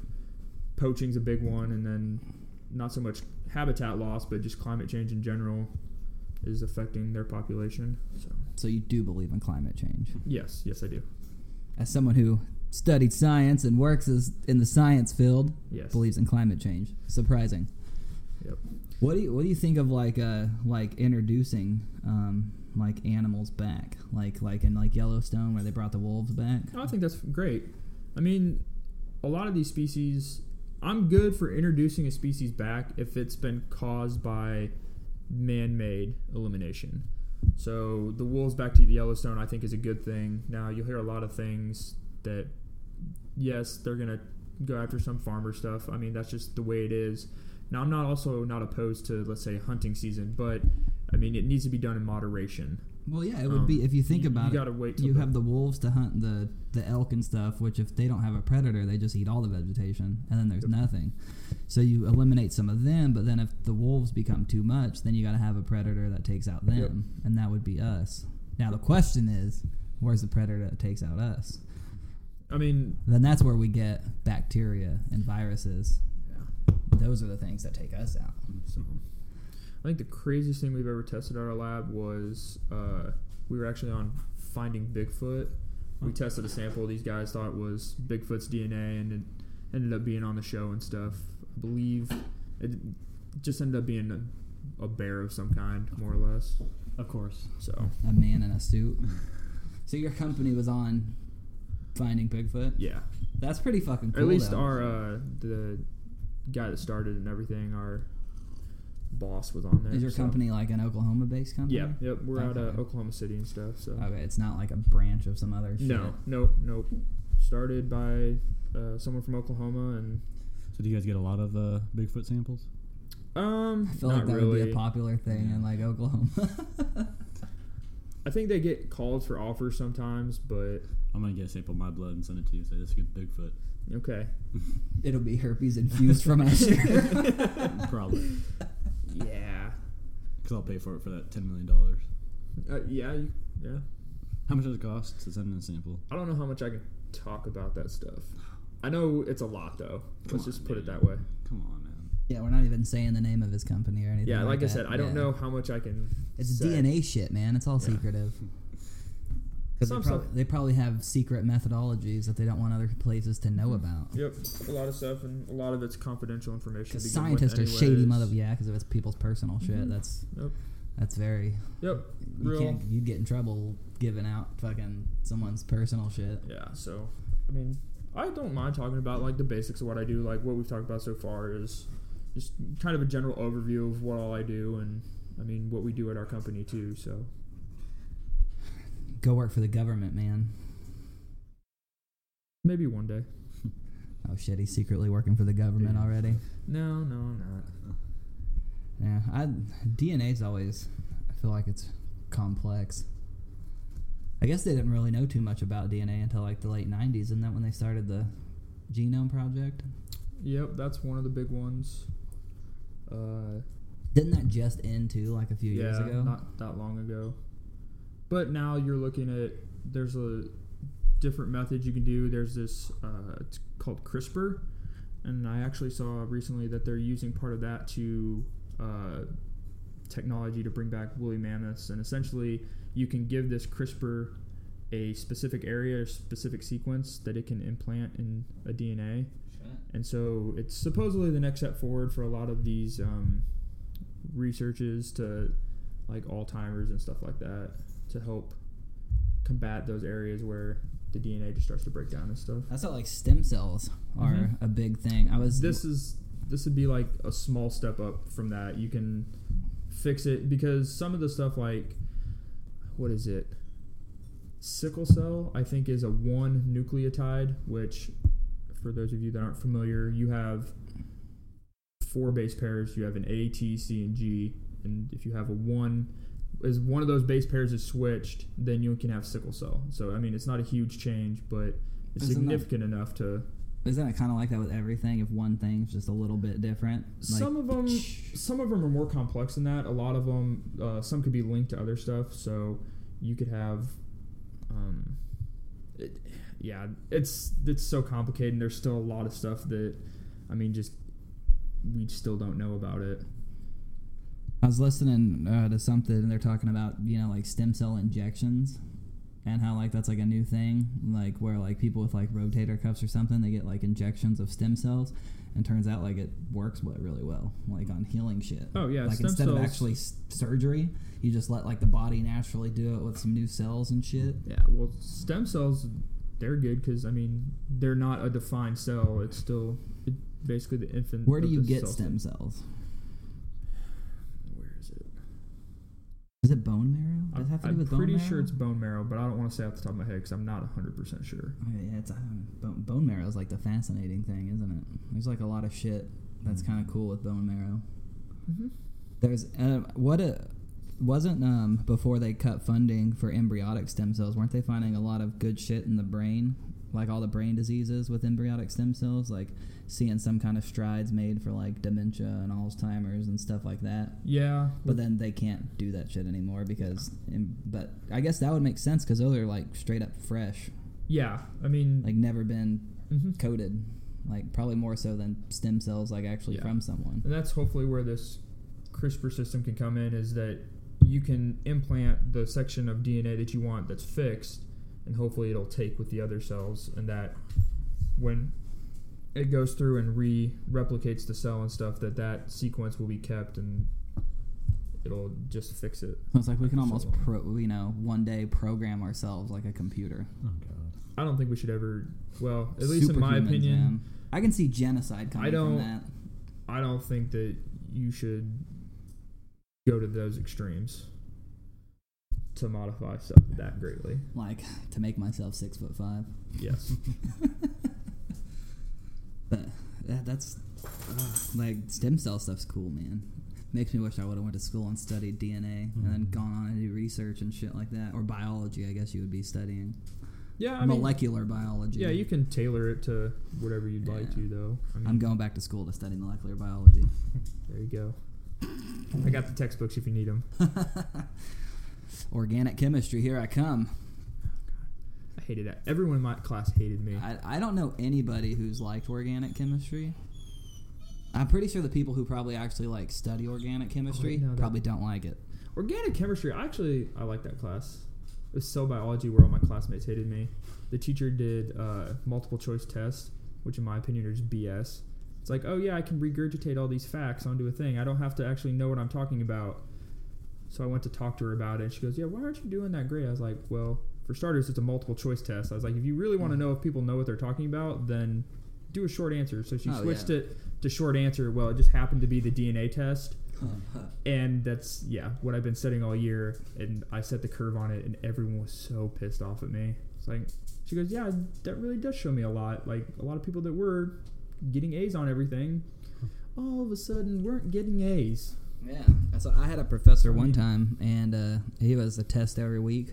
Speaker 3: poaching's a big one and then not so much habitat loss but just climate change in general is affecting their population. So
Speaker 1: So you do believe in climate change.
Speaker 3: yes, yes I do.
Speaker 1: As someone who studied science and works as, in the science field,
Speaker 3: Yes.
Speaker 1: believes in climate change. Surprising.
Speaker 3: Yep.
Speaker 1: What do you What do you think of like uh like introducing um like animals back like like in like Yellowstone where they brought the wolves back?
Speaker 3: I think that's great. I mean, a lot of these species, I'm good for introducing a species back if it's been caused by man made elimination. So the wolves back to the Yellowstone, I think, is a good thing. Now, you'll hear a lot of things that, yes, they're going to go after some farmer stuff. I mean, that's just the way it is. Now, I'm not also not opposed to, let's say, hunting season, but I mean, it needs to be done in moderation.
Speaker 1: Well, yeah, it would
Speaker 3: Um,
Speaker 1: be if you think
Speaker 3: you-
Speaker 1: about
Speaker 3: you
Speaker 1: it.
Speaker 3: gotta wait till
Speaker 1: You
Speaker 3: the-
Speaker 1: have the wolves to hunt the the elk and stuff, which if they don't have a predator, they just eat all the vegetation, and then there's nothing. So you eliminate some of them, but then if the wolves become too much, then you got to have a predator that takes out them, and that would be us. Now the question is,
Speaker 5: Where's the predator that takes out us?
Speaker 3: I mean,
Speaker 5: Then that's where we get bacteria and viruses. Those are the things that take us out.
Speaker 2: So,
Speaker 3: I think the craziest thing we've ever tested at our lab was uh, we were actually on Finding Bigfoot. We tested a sample these guys thought was Bigfoot's DNA, and it ended up being on the show and stuff. I believe it just ended up being a, a bear of some kind, more or less.
Speaker 2: of course.
Speaker 3: So
Speaker 1: A man in a suit. So your company was on Finding Bigfoot.
Speaker 3: yeah,
Speaker 1: That's pretty fucking
Speaker 3: Or
Speaker 1: cool.
Speaker 3: at least
Speaker 1: though.
Speaker 3: our uh, the guy that started and everything, our boss was on there.
Speaker 1: is your
Speaker 3: so-
Speaker 1: company like an Oklahoma-based company?
Speaker 3: Yeah, yep. We're out of
Speaker 1: Okay.
Speaker 3: Oklahoma City and stuff. So
Speaker 1: Okay, it's not like a branch of some other. Shit.
Speaker 3: No, nope, nope. Started by uh, someone from Oklahoma, and
Speaker 2: So do you guys get a lot of uh, Bigfoot samples?
Speaker 3: um,
Speaker 1: I feel
Speaker 3: not
Speaker 1: like that
Speaker 3: really.
Speaker 1: would be a popular thing in like Oklahoma.
Speaker 3: I think they get called for offers sometimes, but
Speaker 2: I'm gonna get a sample of my blood and send it to you. and Say this is good Bigfoot.
Speaker 3: okay,
Speaker 1: It'll be herpes infused from Asher.
Speaker 2: Probably
Speaker 3: yeah,
Speaker 2: because I'll pay for it for that ten million dollars.
Speaker 3: uh, yeah, you, yeah.
Speaker 2: How much does it cost to send in a sample?
Speaker 3: I don't know how much I can talk about that stuff. I know it's a lot though.
Speaker 2: Come
Speaker 3: Let's just
Speaker 2: on,
Speaker 3: put it
Speaker 2: dude.
Speaker 3: that way.
Speaker 2: Come on, man.
Speaker 1: yeah, we're not even saying the name of his company or anything.
Speaker 3: Yeah, like I
Speaker 1: that.
Speaker 3: said, I don't
Speaker 1: Yeah.
Speaker 3: know how much I can.
Speaker 1: It's
Speaker 3: say.
Speaker 1: DNA shit, man. It's all
Speaker 3: Yeah.
Speaker 1: secretive. 'Cause
Speaker 3: Some
Speaker 1: they, prob-
Speaker 3: stuff-
Speaker 1: they probably have secret methodologies that they don't want other places to
Speaker 3: Hmm.
Speaker 1: know about.
Speaker 3: Yep, a lot of stuff, and a lot of it's confidential information. to
Speaker 1: Because
Speaker 3: begin with
Speaker 1: scientists are shady
Speaker 3: anyways. Mm-hmm.
Speaker 1: mother yeah. Because if it's people's personal shit, that's
Speaker 3: Yep.
Speaker 1: that's very
Speaker 3: Yep,
Speaker 1: you
Speaker 3: real.
Speaker 1: can't you'd get in trouble giving out fucking someone's personal shit.
Speaker 3: Yeah, so I mean, I don't mind talking about like the basics of what I do. Like what we've talked about so far is just kind of a general overview of what all I do, and I mean what we do at our company too. So
Speaker 1: Go work for the government, man.
Speaker 3: maybe one day.
Speaker 1: Oh shit, he's secretly working for the government
Speaker 2: Yeah.
Speaker 1: already.
Speaker 3: No, no, I'm not.
Speaker 1: Yeah, I DNA's always I feel like it's complex. I guess they didn't really know too much about DNA until like the late '90s, isn't that when they started the genome project?
Speaker 3: Yep, that's one of the big ones. Uh,
Speaker 1: Didn't that just end too, like a few
Speaker 3: yeah,
Speaker 1: years ago?
Speaker 3: not that long ago. But now you're looking at there's a different method you can do. There's this uh, it's called CRISPR, and I actually saw recently that they're using part of that to uh, technology to bring back woolly mammoths. And essentially, you can give this CRISPR a specific area or specific sequence that it can implant in a DNA. And so it's supposedly the next step forward for a lot of these um, researches to like Alzheimer's and stuff like that to help combat those areas where the DNA just starts to break down and stuff.
Speaker 1: I saw like stem cells are
Speaker 3: Mhm.
Speaker 1: a big thing. I was
Speaker 3: This is this would be like a small step up from that. You can fix it because some of the stuff like what is it? Sickle cell, I think, is a one nucleotide, which for those of you that aren't familiar, you have four base pairs. You have an A, T, C, and G. And if you have a one, is one of those base pairs is switched, then you can have sickle cell. So I mean, it's not a huge change, but it's
Speaker 1: Isn't that-
Speaker 3: significant enough to
Speaker 1: Isn't it kind of like that with everything? If one thing's just a little bit different, like,
Speaker 3: some of them some of them are more complex than that a lot of them uh, some could be linked to other stuff so you could have um, it, yeah it's it's so complicated and there's still a lot of stuff that i mean just we still don't know about it
Speaker 1: I was listening uh, to something and they're talking about you know like stem cell injections and how like that's like a new thing like where like people with like rotator cuffs or something they get like injections of stem cells and turns out like it works what really well like on healing shit
Speaker 3: oh yeah
Speaker 1: like
Speaker 3: stem
Speaker 1: instead
Speaker 3: cells
Speaker 1: of actually s- surgery you just let like the body naturally do it with some new cells and shit
Speaker 3: yeah well stem cells they're good because i mean they're not a defined cell it's still it, basically the infant
Speaker 1: where do
Speaker 3: of
Speaker 1: you
Speaker 3: the
Speaker 1: get
Speaker 3: cell-
Speaker 1: stem cells
Speaker 3: where is it
Speaker 1: is it bone marrow does it have to do
Speaker 3: I'm
Speaker 1: with
Speaker 3: pretty
Speaker 1: bone marrow
Speaker 3: sure it's bone marrow, but I don't want to say off the top of my head because I'm not 100% sure.
Speaker 1: I mean, it's um, bone, bone marrow is like the fascinating thing isn't it there's like a lot of shit that's kind of cool with bone marrow Mm-hmm. There's uh, what a wasn't um, before they cut funding for embryonic stem cells, weren't they finding a lot of good shit in the brain like all the brain diseases with embryonic stem cells, like seeing some kind of strides made for like dementia and Alzheimer's and stuff like that.
Speaker 3: Yeah,
Speaker 1: But then they can't do that shit anymore because. em- But I guess that would make sense because those are like straight up fresh,
Speaker 3: yeah. I mean,
Speaker 1: like never been
Speaker 3: mhm.
Speaker 1: coated, like probably more so than stem cells, like actually
Speaker 3: Yeah.
Speaker 1: from someone.
Speaker 3: and that's hopefully where this CRISPR system can come in is that you can implant the section of DNA that you want that's fixed, and hopefully it'll take with the other cells, and that when it goes through and re replicates the cell and stuff, that that sequence will be kept and it'll just fix it.
Speaker 1: So it's like we can almost
Speaker 3: So-
Speaker 1: pro, you know, one day program ourselves like a computer.
Speaker 2: Oh god.
Speaker 3: I don't think we should ever. Well, at least in my
Speaker 1: Superhumans,
Speaker 3: opinion,
Speaker 1: man. I can see genocide coming
Speaker 3: I
Speaker 1: from
Speaker 3: don't-
Speaker 1: that.
Speaker 3: I don't think that you should go to those extremes to modify stuff that greatly.
Speaker 1: Like to make myself six foot five.
Speaker 3: Yes.
Speaker 1: But that, that's ugh, like stem cell stuff's cool, man. Makes me wish I would have went to school and studied DNA and then
Speaker 2: Mhm.
Speaker 1: gone on and do research and shit like that, or biology. I guess you would be studying
Speaker 3: Yeah, I mean,
Speaker 1: molecular biology.
Speaker 3: yeah, you can tailor it to whatever you'd like
Speaker 1: Yeah.
Speaker 3: to, though. I mean,
Speaker 1: I'm going back to school to study molecular biology.
Speaker 3: there you go. I got the textbooks if you need them.
Speaker 1: Organic chemistry, here I come.
Speaker 3: I hated that. Everyone in my class hated me.
Speaker 1: I, I don't know anybody who's liked organic chemistry. I'm pretty sure the people who probably actually like study organic chemistry
Speaker 3: Oh, no, that-
Speaker 1: probably don't like it.
Speaker 3: Organic chemistry, I actually, I like that class. It was cell biology where all my classmates hated me. The teacher did uh, multiple choice tests, which in my opinion are just BS. It's like, oh yeah, I can regurgitate all these facts onto a thing. I don't have to actually know what I'm talking about. So I went to talk to her about it. She goes, yeah, why aren't you doing that great? I was like, well, for starters, it's a multiple choice test. I was like, if you really want
Speaker 1: Mm.
Speaker 3: to know if people know what they're talking about, then do a short answer. So she
Speaker 1: Oh,
Speaker 3: switched
Speaker 1: yeah.
Speaker 3: it to short answer. Well, it just happened to be the DNA test Oh, and that's yeah what I've been studying all year. And I set the curve on it, and everyone was so pissed off at me. It's like she goes, yeah, that really does show me a lot. Like a lot of people that were getting A's on everything, all of a sudden weren't getting A's.
Speaker 1: Yeah, so I had a professor one time, and uh, he was a test every week,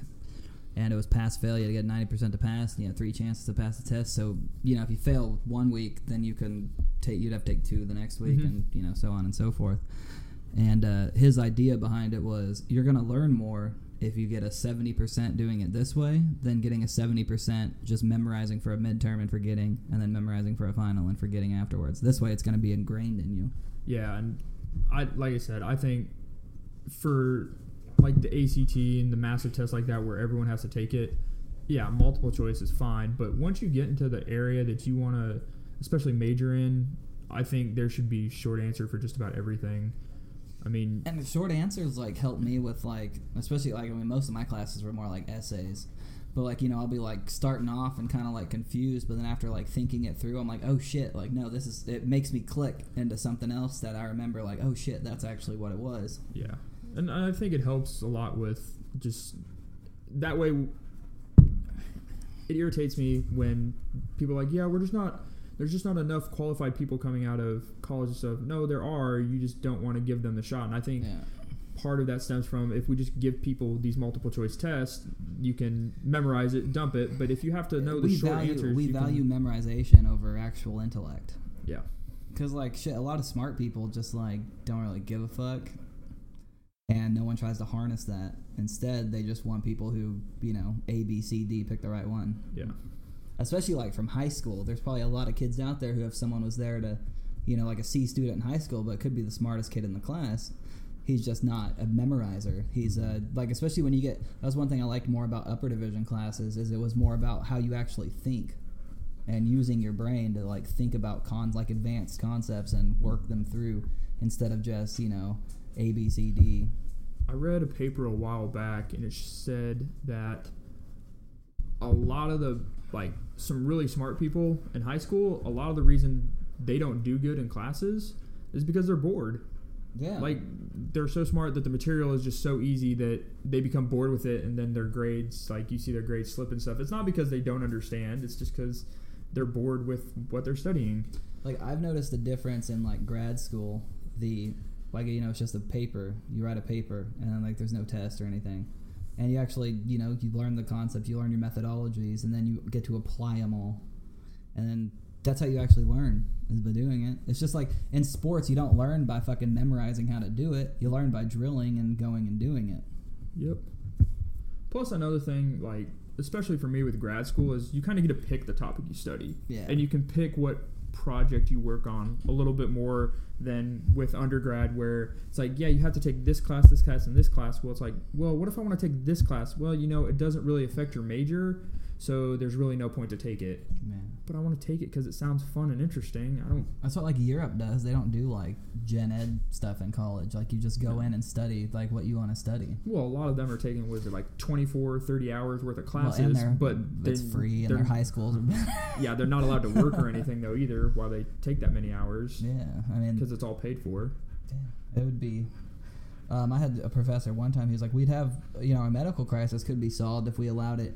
Speaker 1: and it was pass fail. You had to get ninety percent to pass. And you had three chances to pass the test. So you know, if you failed one week, then you can take you'd have to take two the next week,
Speaker 3: Mhm.
Speaker 1: and you know, so on and so forth. And uh, his idea behind it was you're going to learn more if you get a seventy percent doing it this way than getting a seventy percent just memorizing for a midterm and forgetting, and then memorizing for a final and forgetting afterwards. This way, it's going to be ingrained in you.
Speaker 3: Yeah, and I like I said, I think for like the ACT and the massive tests like that where everyone has to take it, yeah, multiple choice is fine. But once you get into the area that you want to, especially major in, I think there should be short answer for just about everything. I mean,
Speaker 1: And the short answers like help me with like especially like I mean most of my classes were more like essays. But like, you know, I'll be like starting off and kinda like confused, but then after like thinking it through, I'm like, oh shit, like no, this is it makes me click into something else that I remember like, oh shit, that's actually what it was.
Speaker 3: yeah, and I think it helps a lot with just that way. It irritates me when people are like, yeah, we're just not there's just not enough qualified people coming out of college and stuff. No, there are. You just don't want to give them the shot. And I think
Speaker 1: Yeah.
Speaker 3: part of that stems from if we just give people these multiple choice tests, you can memorize it, dump it. But if you have to know the
Speaker 1: we
Speaker 3: short
Speaker 1: value
Speaker 3: answers,
Speaker 1: we
Speaker 3: you can-
Speaker 1: value memorization over actual intellect.
Speaker 3: yeah,
Speaker 1: Cause like shit, a lot of smart people just like don't really give a fuck, and no one tries to harness that. Instead, they just want people who you know A B C D pick the right one.
Speaker 3: yeah,
Speaker 1: Especially like from high school, there's probably a lot of kids out there who if someone was there to, you know, like a C student in high school, but could be the smartest kid in the class. He's just not a memorizer. He's uh, like, especially when you get that's one thing I liked more about upper division classes is it was more about how you actually think and using your brain to like think about cons like advanced concepts and work them through instead of just you know a b c d
Speaker 3: I read a paper a while back, and it said that a lot of the like some really smart people in high school, a lot of the reason they don't do good in classes is because they're bored.
Speaker 1: yeah
Speaker 3: Like they're so smart that the material is just so easy that they become bored with it, and then their grades, like you see their grades slip and stuff. It's not because they don't understand; it's just because they're bored with what they're studying.
Speaker 1: like i've noticed the difference in like grad school the like you know it's just a paper you write a paper and then like there's no test or anything and you actually you know you learn the concepts, you learn your methodologies, and then you get to apply them all, and then that's how you actually learn is by doing it. It's just like in sports, you don't learn by fucking memorizing how to do it. You learn by drilling and going and doing it.
Speaker 3: Yep. Plus another thing, like especially for me with grad school, is you kind of get to pick the topic you study,
Speaker 1: Yeah.
Speaker 3: and you can pick what project you work on a little bit more than with undergrad, where it's like, yeah, you have to take this class, this class, and this class. Well, it's like, well, what if I want to take this class? Well, you know, it doesn't really affect your major, so there's really no point to take it.
Speaker 1: Man.
Speaker 3: But I want to take it because it sounds fun and interesting. I don't.
Speaker 1: That's what like Europe does. They don't do like gen ed stuff in college. Like you just go in and study like what you want to study.
Speaker 3: Well, a lot of them are taking was it like 24, 30 hours worth of
Speaker 1: well,
Speaker 3: classes,
Speaker 1: and they're,
Speaker 3: but
Speaker 1: it's
Speaker 3: then
Speaker 1: free, and
Speaker 3: they're-
Speaker 1: their high schools are
Speaker 3: yeah, they're not allowed to work or anything though either while they take that many hours
Speaker 1: yeah. I mean,
Speaker 3: because it's all paid for.
Speaker 1: Yeah, it would be. Um, I had a professor one time. He was like, "We'd have you know our medical crisis could be solved if we allowed it,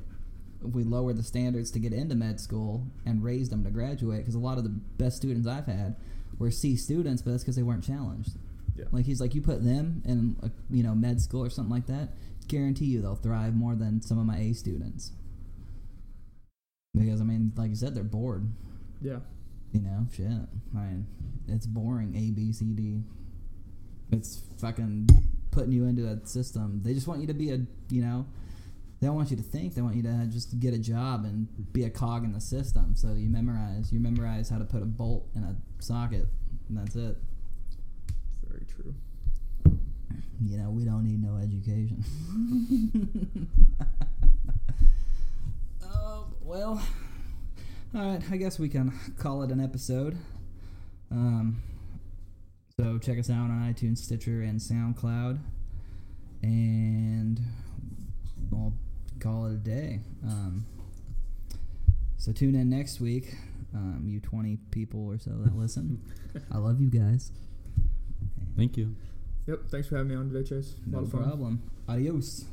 Speaker 1: if we lowered the standards to get into med school and raised them to graduate." Because a lot of the best students I've had were C students, but that's because they weren't challenged.
Speaker 3: Yeah.
Speaker 1: Like he's like, you put them in a, you know med school or something like that, guarantee you they'll thrive more than some of my A students. Because I mean, like you said, they're bored.
Speaker 3: Yeah.
Speaker 1: You know, shit. I mean, it's boring. A B C D. It's fucking putting you into a system. They just want you to be a, you know, they don't want you to think. They want you to just get a job and be a cog in the system. So you memorize. You memorize how to put a bolt in a socket, and that's it.
Speaker 3: Very true.
Speaker 1: You know, we don't need no education. oh, well, all right, I guess we can call it an episode. Um, so check us out on iTunes, Stitcher, and SoundCloud. And we'll call it a day. Um, so tune in next week, um, you 20 people or so that listen. I love you guys.
Speaker 2: Thank you.
Speaker 3: Yep. Thanks for having me on today, Chase. A lot
Speaker 1: No
Speaker 3: of fun.
Speaker 1: problem. Adios.